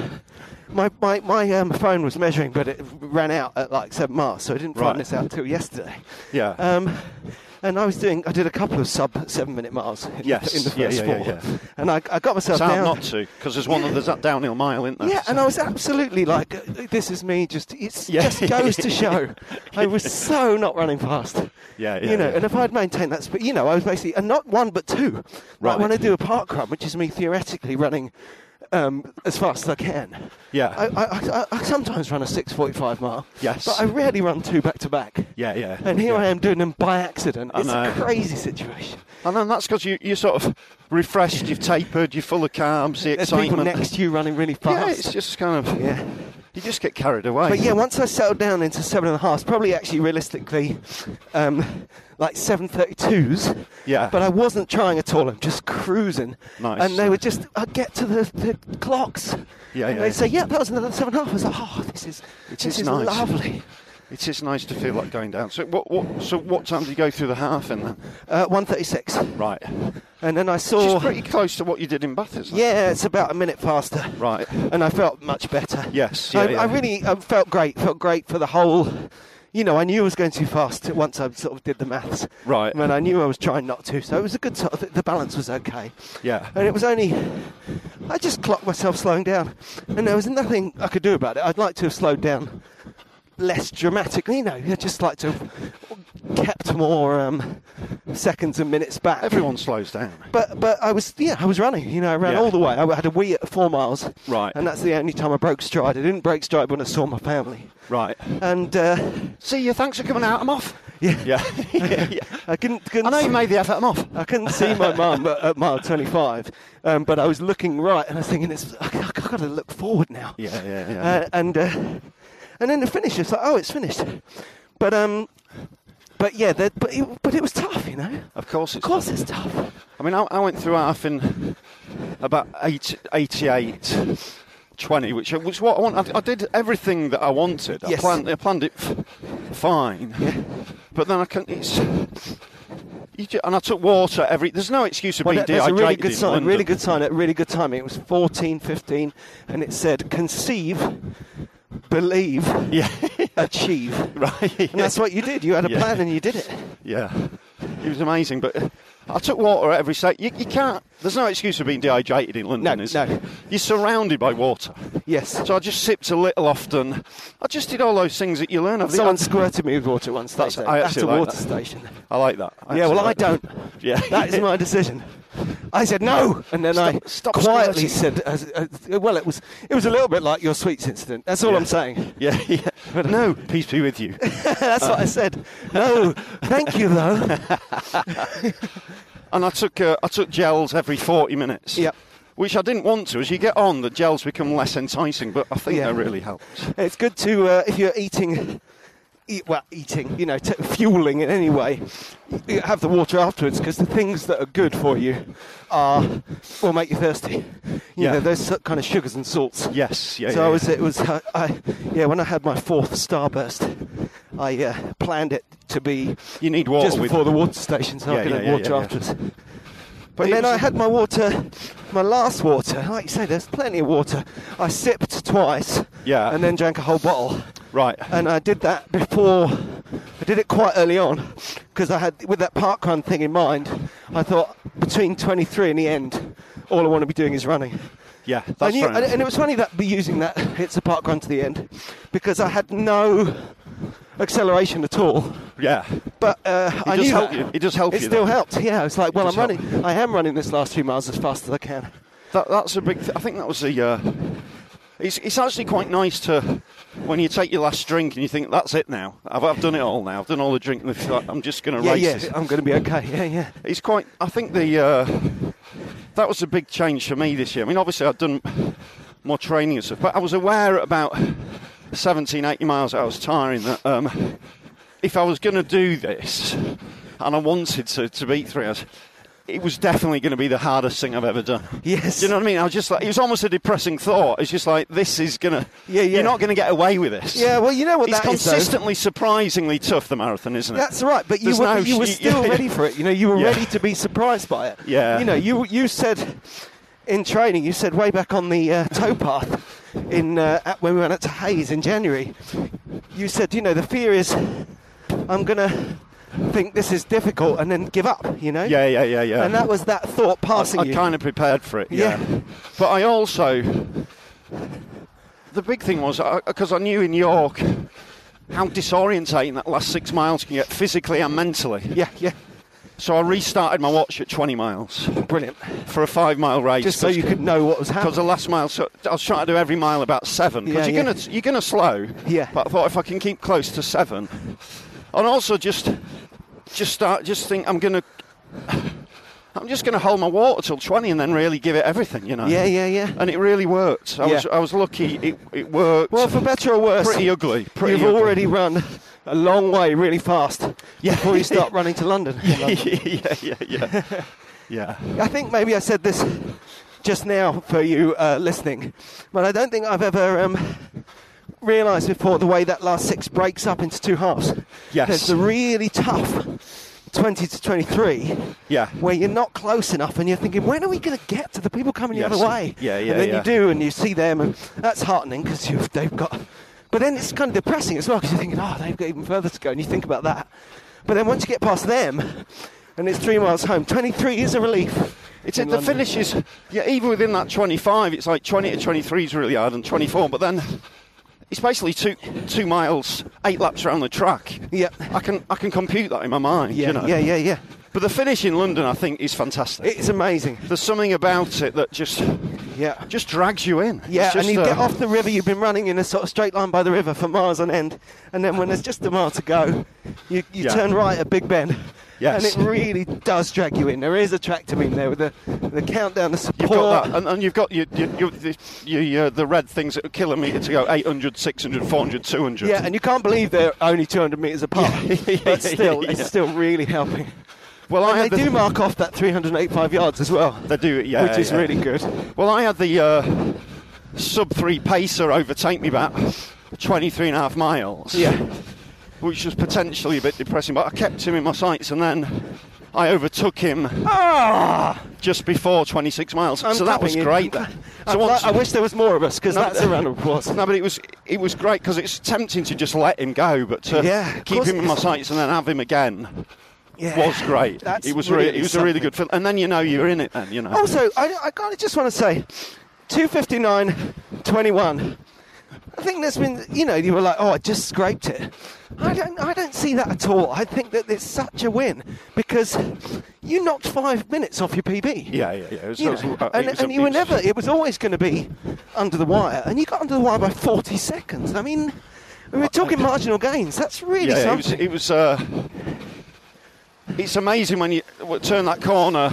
[SPEAKER 2] My my my um, phone was measuring, but it ran out at like seven miles, so I didn't
[SPEAKER 3] Right.
[SPEAKER 2] find this out until yesterday.
[SPEAKER 3] Yeah.
[SPEAKER 2] Um, and I was doing. I did a couple of sub seven minute miles. In
[SPEAKER 3] Yes.
[SPEAKER 2] The, in the
[SPEAKER 3] Yeah,
[SPEAKER 2] first
[SPEAKER 3] yeah, yeah,
[SPEAKER 2] four.
[SPEAKER 3] yeah.
[SPEAKER 2] And I, I got myself
[SPEAKER 3] It's hard
[SPEAKER 2] down.
[SPEAKER 3] not to, because there's one of there's that downhill mile, isn't there?
[SPEAKER 2] Yeah, and I was absolutely like, uh, this is me. Just it
[SPEAKER 3] Yeah.
[SPEAKER 2] just goes to show, I was so not running fast.
[SPEAKER 3] Yeah, yeah,
[SPEAKER 2] You know,
[SPEAKER 3] yeah.
[SPEAKER 2] and if I'd maintained that, but you know, I was basically, and not one but two. Like
[SPEAKER 3] Right.
[SPEAKER 2] when I do a park run, which is me theoretically running um, as fast as I can.
[SPEAKER 3] Yeah.
[SPEAKER 2] I, I, I, I sometimes run a 6.45 mile.
[SPEAKER 3] Yes.
[SPEAKER 2] But I rarely run two back to back.
[SPEAKER 3] Yeah, yeah.
[SPEAKER 2] And here
[SPEAKER 3] yeah.
[SPEAKER 2] I am doing them by accident.
[SPEAKER 3] I
[SPEAKER 2] it's a
[SPEAKER 3] know.
[SPEAKER 2] crazy situation.
[SPEAKER 3] And then that's because you, you're sort of refreshed, you've tapered, you're full of carbs, the
[SPEAKER 2] There's
[SPEAKER 3] excitement.
[SPEAKER 2] people next to you running really fast.
[SPEAKER 3] yeah, it's just kind of.
[SPEAKER 2] Yeah.
[SPEAKER 3] You just get carried away.
[SPEAKER 2] But yeah, once I settled down into seven and a half, it's probably actually realistically, um, like seven thirty-twos.
[SPEAKER 3] Yeah.
[SPEAKER 2] But I wasn't trying at all. I'm just cruising.
[SPEAKER 3] Nice.
[SPEAKER 2] And they were just. I'd get to the, the clocks.
[SPEAKER 3] Yeah,
[SPEAKER 2] And
[SPEAKER 3] yeah.
[SPEAKER 2] They'd say, "Yeah, that was another seven and a half." I was like, "Oh, this is
[SPEAKER 3] It
[SPEAKER 2] this
[SPEAKER 3] is nice.
[SPEAKER 2] lovely."
[SPEAKER 3] It is nice to feel like going down. So what, what? So what time do you go through the half in then?
[SPEAKER 2] Uh, one thirty-six.
[SPEAKER 3] Right. Oh.
[SPEAKER 2] And then I
[SPEAKER 3] Which
[SPEAKER 2] saw.
[SPEAKER 3] is pretty close to what you did in Bath, isn't it?
[SPEAKER 2] yeah, it's about a minute faster.
[SPEAKER 3] Right.
[SPEAKER 2] And I felt much better.
[SPEAKER 3] Yes, yeah,
[SPEAKER 2] I,
[SPEAKER 3] yeah.
[SPEAKER 2] I really I felt great. Felt great for the whole. You know, I knew I was going too fast once I sort of did the maths.
[SPEAKER 3] Right.
[SPEAKER 2] And I knew I was trying not to, so it was a good sort of. The balance was okay.
[SPEAKER 3] Yeah.
[SPEAKER 2] And it was only. I just clocked myself slowing down, and there was nothing I could do about it. I'd like to have slowed down less dramatically, you know. I'd just like to have kept more um, seconds and minutes back.
[SPEAKER 3] Everyone slows down.
[SPEAKER 2] But but I was yeah I was running you know I ran
[SPEAKER 3] Yeah.
[SPEAKER 2] all the way I had a wee at four miles
[SPEAKER 3] Right.
[SPEAKER 2] and that's the only time I broke stride I didn't break stride when I saw my family
[SPEAKER 3] Right.
[SPEAKER 2] and uh,
[SPEAKER 3] See you. Thanks for coming out. I'm off.
[SPEAKER 2] yeah,
[SPEAKER 3] Yeah. yeah, yeah.
[SPEAKER 2] I couldn't, couldn't
[SPEAKER 3] I know you
[SPEAKER 2] see-
[SPEAKER 3] made the effort. I'm off.
[SPEAKER 2] I couldn't see my mum at, at mile 25 um, but I was looking right and I was thinking it's I, I gotta look forward now
[SPEAKER 3] Yeah, yeah, yeah.
[SPEAKER 2] uh, and uh, and then the finish it's like oh it's finished but um but yeah the, but it, but it was tough you know
[SPEAKER 3] of course
[SPEAKER 2] of
[SPEAKER 3] it's.
[SPEAKER 2] course it's tough
[SPEAKER 3] I mean, I, I went through half in about eight, 88, 20, which was what I wanted. I, I did everything that I wanted.
[SPEAKER 2] Yes.
[SPEAKER 3] I planned, I planned it f- fine. But then I can It's, you ju- and I took water every. There's no excuse of
[SPEAKER 2] Well,
[SPEAKER 3] being
[SPEAKER 2] that- that's a
[SPEAKER 3] dehydrated.
[SPEAKER 2] really good
[SPEAKER 3] in
[SPEAKER 2] sign.
[SPEAKER 3] London.
[SPEAKER 2] Really good sign. At really good timing. It was fourteen fifteen, and it said conceive, believe,
[SPEAKER 3] Yeah.
[SPEAKER 2] achieve.
[SPEAKER 3] right.
[SPEAKER 2] And that's what you did. You had a
[SPEAKER 3] Yeah.
[SPEAKER 2] plan and you did it.
[SPEAKER 3] Yeah, it was amazing. But I took water at every set. You, you can't. There's no excuse for being dehydrated in London.
[SPEAKER 2] No,
[SPEAKER 3] is
[SPEAKER 2] no.
[SPEAKER 3] there? You're surrounded by water.
[SPEAKER 2] Yes.
[SPEAKER 3] So I just sipped a little often. I just did all those things that you learn. of the-
[SPEAKER 2] Someone squirted me with water once.
[SPEAKER 3] That's-
[SPEAKER 2] That's, that's
[SPEAKER 3] I
[SPEAKER 2] at
[SPEAKER 3] actually
[SPEAKER 2] a
[SPEAKER 3] like
[SPEAKER 2] water
[SPEAKER 3] that.
[SPEAKER 2] station.
[SPEAKER 3] I like that.
[SPEAKER 2] yeah.
[SPEAKER 3] actually
[SPEAKER 2] Well, I
[SPEAKER 3] like that.
[SPEAKER 2] don't.
[SPEAKER 3] Yeah.
[SPEAKER 2] That is my decision. I said no, and then I
[SPEAKER 3] Stop- stop
[SPEAKER 2] quietly
[SPEAKER 3] squirting.
[SPEAKER 2] said, as- as- "Well, it was it was a little bit like your sweets incident." That's all I'm saying. uh,
[SPEAKER 3] Yeah, yeah. no, peace be with you.
[SPEAKER 2] that's what I said. No, thank you though.
[SPEAKER 3] and I took uh, I took gels every 40 minutes.
[SPEAKER 2] Yep.
[SPEAKER 3] Which I didn't want to. As you get on, the gels become less enticing, but I think
[SPEAKER 2] Yeah.
[SPEAKER 3] that really helps.
[SPEAKER 2] It's good to uh, if you're eating, eat, well, eating, you know, t- fueling in any way. you Have the water afterwards because the things that are good for you are will make you thirsty. You
[SPEAKER 3] Yeah.
[SPEAKER 2] know, those sort- kind of sugars and salts.
[SPEAKER 3] Yes, yeah.
[SPEAKER 2] so
[SPEAKER 3] yeah,
[SPEAKER 2] I was,
[SPEAKER 3] yeah.
[SPEAKER 2] it was, uh, I, yeah. When I had my fourth starburst, I uh, planned it to be
[SPEAKER 3] You need water
[SPEAKER 2] just
[SPEAKER 3] with-
[SPEAKER 2] before the water station, so I
[SPEAKER 3] Yeah,
[SPEAKER 2] could
[SPEAKER 3] yeah,
[SPEAKER 2] have
[SPEAKER 3] yeah,
[SPEAKER 2] water
[SPEAKER 3] yeah, yeah.
[SPEAKER 2] afterwards.
[SPEAKER 3] But
[SPEAKER 2] and
[SPEAKER 3] it
[SPEAKER 2] then
[SPEAKER 3] was-
[SPEAKER 2] I had my water, my last water. Like you say, there's plenty of water. I sipped twice,
[SPEAKER 3] Yeah.
[SPEAKER 2] and then drank a whole bottle.
[SPEAKER 3] Right.
[SPEAKER 2] And I did that before. I did it quite early on because I had with that parkrun thing in mind. I thought between 23 and the end, all I want to be doing is running.
[SPEAKER 3] yeah, that's
[SPEAKER 2] I knew,
[SPEAKER 3] fair
[SPEAKER 2] and,
[SPEAKER 3] enough.
[SPEAKER 2] and it was funny that be using that it's a parkrun to the end because I had no acceleration at all.
[SPEAKER 3] Yeah.
[SPEAKER 2] But uh, I
[SPEAKER 3] does
[SPEAKER 2] knew
[SPEAKER 3] help
[SPEAKER 2] that.
[SPEAKER 3] you. It does help
[SPEAKER 2] It
[SPEAKER 3] you,
[SPEAKER 2] still
[SPEAKER 3] though.
[SPEAKER 2] helped. Yeah, it's like, well, I'm
[SPEAKER 3] does
[SPEAKER 2] running.
[SPEAKER 3] help.
[SPEAKER 2] I am running this last few miles as fast as I can.
[SPEAKER 3] That, that's a big. Th- I think that was the. Uh, it's, it's actually quite nice to when you take your last drink and you think that's it now. I've, I've done it all now. I've done all the drinking. It's like, I'm just going to
[SPEAKER 2] Yeah,
[SPEAKER 3] race
[SPEAKER 2] yeah,
[SPEAKER 3] this.
[SPEAKER 2] I'm going to be okay. Yeah, yeah.
[SPEAKER 3] It's quite. I think the uh, that was a big change for me this year. I mean, obviously I'd done more training and stuff, but I was aware at about 17, 80 miles I was tiring that um, if I was going to do this and I wanted to, to beat three hours. It was definitely going to be the hardest thing I've ever done.
[SPEAKER 2] Yes.
[SPEAKER 3] Do you know what I mean? I was just like, it was almost a depressing thought. It's just like, this is going to,
[SPEAKER 2] Yeah, yeah.
[SPEAKER 3] you're not going to get away with this.
[SPEAKER 2] Yeah, well, you know what
[SPEAKER 3] It's
[SPEAKER 2] that is, though.
[SPEAKER 3] consistently, surprisingly tough, the marathon, isn't it?
[SPEAKER 2] That's right, but you
[SPEAKER 3] There's
[SPEAKER 2] were,
[SPEAKER 3] no
[SPEAKER 2] but you were
[SPEAKER 3] sh-
[SPEAKER 2] still
[SPEAKER 3] yeah.
[SPEAKER 2] ready for it. You know, you were
[SPEAKER 3] Yeah.
[SPEAKER 2] ready to be surprised by it.
[SPEAKER 3] Yeah.
[SPEAKER 2] You know, you you said in training, you said way back on the uh, towpath in uh, at, when we went out to Hayes in January, you said, you know, the fear is I'm gonna think this is difficult and then give up. You know.
[SPEAKER 3] Yeah, yeah, yeah, yeah.
[SPEAKER 2] And that was that thought passing
[SPEAKER 3] I,
[SPEAKER 2] you.
[SPEAKER 3] kind of prepared for it, yeah.
[SPEAKER 2] Yeah.
[SPEAKER 3] But I also, the big thing was, because I, knew in York how disorientating that last six miles can get physically and mentally.
[SPEAKER 2] yeah, yeah.
[SPEAKER 3] So I restarted my watch at 20 miles.
[SPEAKER 2] Brilliant.
[SPEAKER 3] For a five mile race.
[SPEAKER 2] Just so you could know what was happening.
[SPEAKER 3] Because the last mile, so I was trying to do every mile about seven.
[SPEAKER 2] Yeah,
[SPEAKER 3] Because you're
[SPEAKER 2] yeah.
[SPEAKER 3] going to you're gonna slow.
[SPEAKER 2] Yeah.
[SPEAKER 3] But I thought if I can keep close to seven. And also just just start, just think I'm going to. I'm just going to hold my water till 20 and then really give it everything, you know.
[SPEAKER 2] Yeah, yeah, yeah.
[SPEAKER 3] And it really worked. I,
[SPEAKER 2] Yeah.
[SPEAKER 3] was, I was lucky it, it worked.
[SPEAKER 2] Well, for better or worse,
[SPEAKER 3] Pretty ugly. Pretty
[SPEAKER 2] you've
[SPEAKER 3] ugly.
[SPEAKER 2] already run a long way really fast
[SPEAKER 3] Yeah.
[SPEAKER 2] before you start running to London.
[SPEAKER 3] yeah, yeah, yeah. yeah.
[SPEAKER 2] I think maybe I said this just now for you uh, listening, but I don't think I've ever um, realised before the way that last six breaks up into two halves.
[SPEAKER 3] Yes.
[SPEAKER 2] There's the really tough 20 to 23
[SPEAKER 3] Yeah.
[SPEAKER 2] where you're not close enough and you're thinking, when are we going to get to the people coming the
[SPEAKER 3] Yes.
[SPEAKER 2] other way?
[SPEAKER 3] Yeah, yeah,
[SPEAKER 2] And then
[SPEAKER 3] yeah.
[SPEAKER 2] you do and you see them and that's heartening because they've got... But then it's kind of depressing as well because you're thinking, oh, they've got even further to go and you think about that. But then once you get past them and it's three miles home, 23 is a relief.
[SPEAKER 3] It's
[SPEAKER 2] in
[SPEAKER 3] the
[SPEAKER 2] London.
[SPEAKER 3] finish is yeah, even within that 25, it's like 20 to 23 is really hard and 24, but then it's basically two two miles, eight laps around the track.
[SPEAKER 2] Yep.
[SPEAKER 3] I can I can compute that in my mind.
[SPEAKER 2] Yeah,
[SPEAKER 3] you know?
[SPEAKER 2] yeah, yeah, yeah.
[SPEAKER 3] But the finish in London, I think, is fantastic.
[SPEAKER 2] It's amazing.
[SPEAKER 3] There's something about it that just
[SPEAKER 2] Yeah.
[SPEAKER 3] just drags you in.
[SPEAKER 2] Yeah,
[SPEAKER 3] It's
[SPEAKER 2] and
[SPEAKER 3] just,
[SPEAKER 2] you
[SPEAKER 3] uh,
[SPEAKER 2] get off the river. You've been running in a sort of straight line by the river for miles on end, and then when there's just a mile to go, you, you
[SPEAKER 3] Yeah.
[SPEAKER 2] turn right at Big Ben.
[SPEAKER 3] Yes.
[SPEAKER 2] And it really does drag you in. There is a track to mean there with the, the countdown, the
[SPEAKER 3] You've
[SPEAKER 2] support.
[SPEAKER 3] got that, and, and you've got your, your, your, the, your, your, the red things at a kilometre to go 800, 600, 400, 200.
[SPEAKER 2] Yeah, and you can't believe they're only 200 metres apart. but still, it's
[SPEAKER 3] Yeah.
[SPEAKER 2] still really helping.
[SPEAKER 3] well, I
[SPEAKER 2] And
[SPEAKER 3] had
[SPEAKER 2] they
[SPEAKER 3] the-
[SPEAKER 2] do mark off that 385 yards as well,
[SPEAKER 3] They do, yeah.
[SPEAKER 2] which is
[SPEAKER 3] yeah.
[SPEAKER 2] really good.
[SPEAKER 3] Well, I had the uh, sub three pacer overtake me about 23 and a half miles.
[SPEAKER 2] Yeah.
[SPEAKER 3] Which was potentially a bit depressing, but I kept him in my sights and then I overtook him just before 26 miles.
[SPEAKER 2] Ah! I'm
[SPEAKER 3] so that was
[SPEAKER 2] clapping you.
[SPEAKER 3] great. So
[SPEAKER 2] I'd li-
[SPEAKER 3] once-
[SPEAKER 2] I wish there was more of us because
[SPEAKER 3] No,
[SPEAKER 2] that's a round of applause.
[SPEAKER 3] No, but it was it was great because it's tempting to just let him go, but to
[SPEAKER 2] Yeah, of
[SPEAKER 3] keep
[SPEAKER 2] course
[SPEAKER 3] him
[SPEAKER 2] it
[SPEAKER 3] in my
[SPEAKER 2] is.
[SPEAKER 3] sights and then have him again
[SPEAKER 2] Yeah.
[SPEAKER 3] was great.
[SPEAKER 2] That's
[SPEAKER 3] it was really,
[SPEAKER 2] really
[SPEAKER 3] it was a really
[SPEAKER 2] something.
[SPEAKER 3] good film, and then you know you're in it. Then you know.
[SPEAKER 2] Also, I, I kind of just want to say, 259.21. I think there's been, you know, you were like, oh, I just scraped it. I don't, I don't see that at all. I think that it's such a win because you knocked five minutes off your PB.
[SPEAKER 3] yeah, yeah, yeah. It was-
[SPEAKER 2] You
[SPEAKER 3] it was-
[SPEAKER 2] know,
[SPEAKER 3] it
[SPEAKER 2] and,
[SPEAKER 3] was a-
[SPEAKER 2] and you were
[SPEAKER 3] it was-
[SPEAKER 2] never, it was always going to be under the wire, and you got under the wire by 40 seconds. I mean, we were talking marginal gains. That's really
[SPEAKER 3] yeah, it was.
[SPEAKER 2] something.
[SPEAKER 3] It was uh, it's amazing when you w- turn that corner,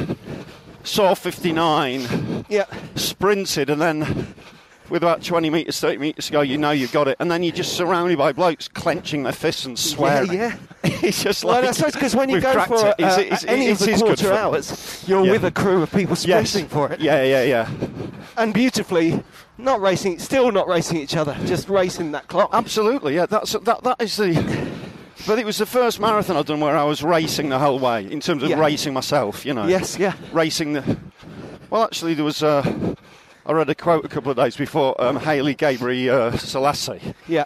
[SPEAKER 3] saw 59,
[SPEAKER 2] yeah.
[SPEAKER 3] sprinted, and then with about 20 metres, 30 metres to go, you know you've got it. And then you're just surrounded by blokes clenching their fists and swearing.
[SPEAKER 2] yeah.
[SPEAKER 3] it's just
[SPEAKER 2] Well,
[SPEAKER 3] like.
[SPEAKER 2] I suppose because when you
[SPEAKER 3] we've
[SPEAKER 2] go
[SPEAKER 3] cracked
[SPEAKER 2] for
[SPEAKER 3] it. It's-
[SPEAKER 2] uh,
[SPEAKER 3] it's-
[SPEAKER 2] any of
[SPEAKER 3] it
[SPEAKER 2] the
[SPEAKER 3] is good
[SPEAKER 2] quarter
[SPEAKER 3] fun.
[SPEAKER 2] hours, you're
[SPEAKER 3] Yeah.
[SPEAKER 2] with a crew of people
[SPEAKER 3] Yes.
[SPEAKER 2] sprinting for it.
[SPEAKER 3] Yeah, yeah, yeah.
[SPEAKER 2] And beautifully, not racing, still not racing each other, just racing that clock.
[SPEAKER 3] Absolutely, yeah. That's that. That is the. But it was the first marathon I'd done where I was racing the whole way in terms of
[SPEAKER 2] Yeah.
[SPEAKER 3] racing myself. You know.
[SPEAKER 2] Yes, yeah.
[SPEAKER 3] Racing the. Well, actually, there was. Uh, I read a quote a couple of days before. Um, Haley Gabriel uh, Selassie
[SPEAKER 2] yeah.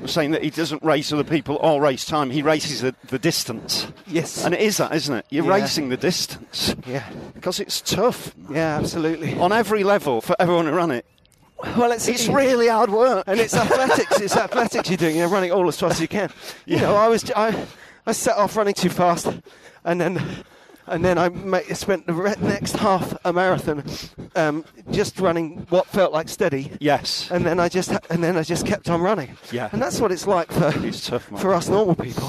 [SPEAKER 3] was saying that he doesn't race other people or race time. He races the, the distance,
[SPEAKER 2] Yes.
[SPEAKER 3] and it is that, isn't it? You're
[SPEAKER 2] Yeah.
[SPEAKER 3] racing the distance
[SPEAKER 2] yeah.
[SPEAKER 3] because it's tough
[SPEAKER 2] Yeah, absolutely.
[SPEAKER 3] on every level for everyone who ran it.
[SPEAKER 2] Oh, Well, it's, e-
[SPEAKER 3] It's really hard work.
[SPEAKER 2] and it's athletics. It's athletics you're doing. You're running all as fast as you can. You know, I was j- I, I set off running too fast, and then and then I ma- spent the re- next half a marathon um, just running what felt like steady.
[SPEAKER 3] Yes.
[SPEAKER 2] and then I just ha- and then I just kept on running.
[SPEAKER 3] Yeah.
[SPEAKER 2] And that's what it's like for
[SPEAKER 3] It's tough, man.
[SPEAKER 2] for us normal people.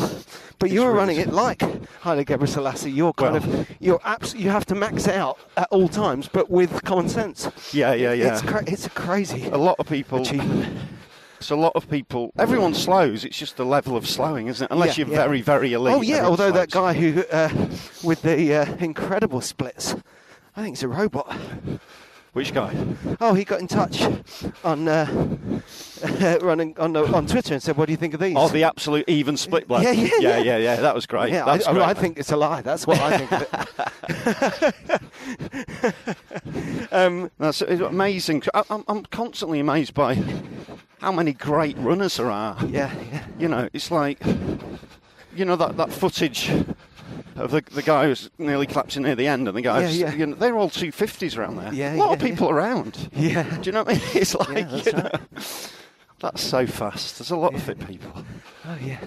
[SPEAKER 2] But
[SPEAKER 3] It's
[SPEAKER 2] you're
[SPEAKER 3] really
[SPEAKER 2] running
[SPEAKER 3] tough.
[SPEAKER 2] it like Haile Gebrselassie. You're kind
[SPEAKER 3] Well-
[SPEAKER 2] of you're abs- You have to max out at all times, but with common sense.
[SPEAKER 3] Yeah, yeah, yeah.
[SPEAKER 2] It's cra- it's crazy.
[SPEAKER 3] a lot of people.
[SPEAKER 2] Achievement.
[SPEAKER 3] It's a lot of people. Everyone slows. It's just the level of slowing, isn't it? Unless
[SPEAKER 2] Yeah,
[SPEAKER 3] you're
[SPEAKER 2] yeah.
[SPEAKER 3] very, very elite.
[SPEAKER 2] Oh yeah.
[SPEAKER 3] everyone
[SPEAKER 2] Although that
[SPEAKER 3] slows.
[SPEAKER 2] guy who uh, with the uh, incredible splits, I think he's a robot.
[SPEAKER 3] Which guy?
[SPEAKER 2] Oh, he got in touch on uh, running on the, on Twitter and said, "What do you think of these?"
[SPEAKER 3] Oh, the absolute even split bloke.
[SPEAKER 2] Yeah, yeah, yeah.
[SPEAKER 3] yeah, yeah, yeah. That was great.
[SPEAKER 2] Oh, Yeah, I,
[SPEAKER 3] That's
[SPEAKER 2] I-
[SPEAKER 3] great.
[SPEAKER 2] I think it's a lie. That's what I think. Of it. um,
[SPEAKER 3] that's it's amazing. I, I'm, I'm constantly amazed by how many great runners there are.
[SPEAKER 2] yeah, yeah.
[SPEAKER 3] You know, it's like, you know, that, that footage of the, the guy who's nearly collapsing near the end, and the guys,
[SPEAKER 2] Yeah, yeah.
[SPEAKER 3] You know, they're all 250s around there. a
[SPEAKER 2] Yeah,
[SPEAKER 3] lot of
[SPEAKER 2] yeah, yeah.
[SPEAKER 3] people around.
[SPEAKER 2] Yeah.
[SPEAKER 3] Do you know what I mean? It's like,
[SPEAKER 2] that's
[SPEAKER 3] you know,
[SPEAKER 2] right.
[SPEAKER 3] that's so fast. There's a lot of fit people.
[SPEAKER 2] Oh, yeah.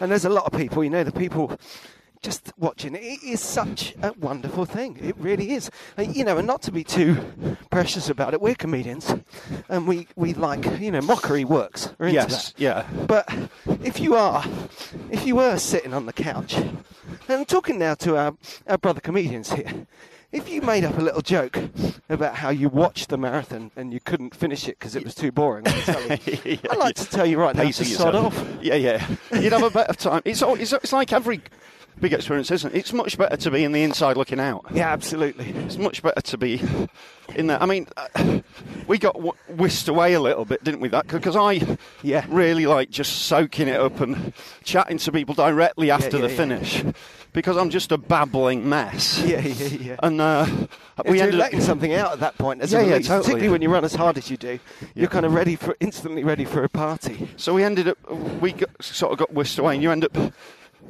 [SPEAKER 2] And there's a lot of people, you know, the people just watching it, it is such a wonderful thing. It really is. Uh, you know, and not to be too precious about it, we're comedians and we, we like, you know, mockery works. We're into
[SPEAKER 3] Yes,
[SPEAKER 2] that.
[SPEAKER 3] yeah.
[SPEAKER 2] But if you are, if you were sitting on the couch, and I'm talking now to our, our brother comedians here, if you made up a little joke about how you watched the marathon and you couldn't finish it because it was too boring, I'd, tell you, I'd like to tell you right now to
[SPEAKER 3] Pacing
[SPEAKER 2] sod
[SPEAKER 3] yourself.
[SPEAKER 2] off.
[SPEAKER 3] Yeah, yeah. You'd have a better time. It's, all, it's, it's like every big experience, isn't it? It's much better to be in the inside looking out.
[SPEAKER 2] Yeah, absolutely.
[SPEAKER 3] It's much better to be in there. I mean, uh, we got w- whisked away a little bit, didn't we? That because I
[SPEAKER 2] Yeah.
[SPEAKER 3] really like just soaking it up and chatting to people directly after
[SPEAKER 2] yeah,
[SPEAKER 3] the
[SPEAKER 2] yeah.
[SPEAKER 3] finish because I'm just a babbling mess.
[SPEAKER 2] Yeah, yeah, yeah.
[SPEAKER 3] And uh,
[SPEAKER 2] we
[SPEAKER 3] we
[SPEAKER 2] you're
[SPEAKER 3] ended up.
[SPEAKER 2] letting something out at that point, as
[SPEAKER 3] Yeah,
[SPEAKER 2] a
[SPEAKER 3] yeah,
[SPEAKER 2] release,
[SPEAKER 3] totally.
[SPEAKER 2] particularly when you run as hard as you do, you're kind of ready for instantly ready for a party.
[SPEAKER 3] So we ended up, we got, sort of got whisked away, and you end up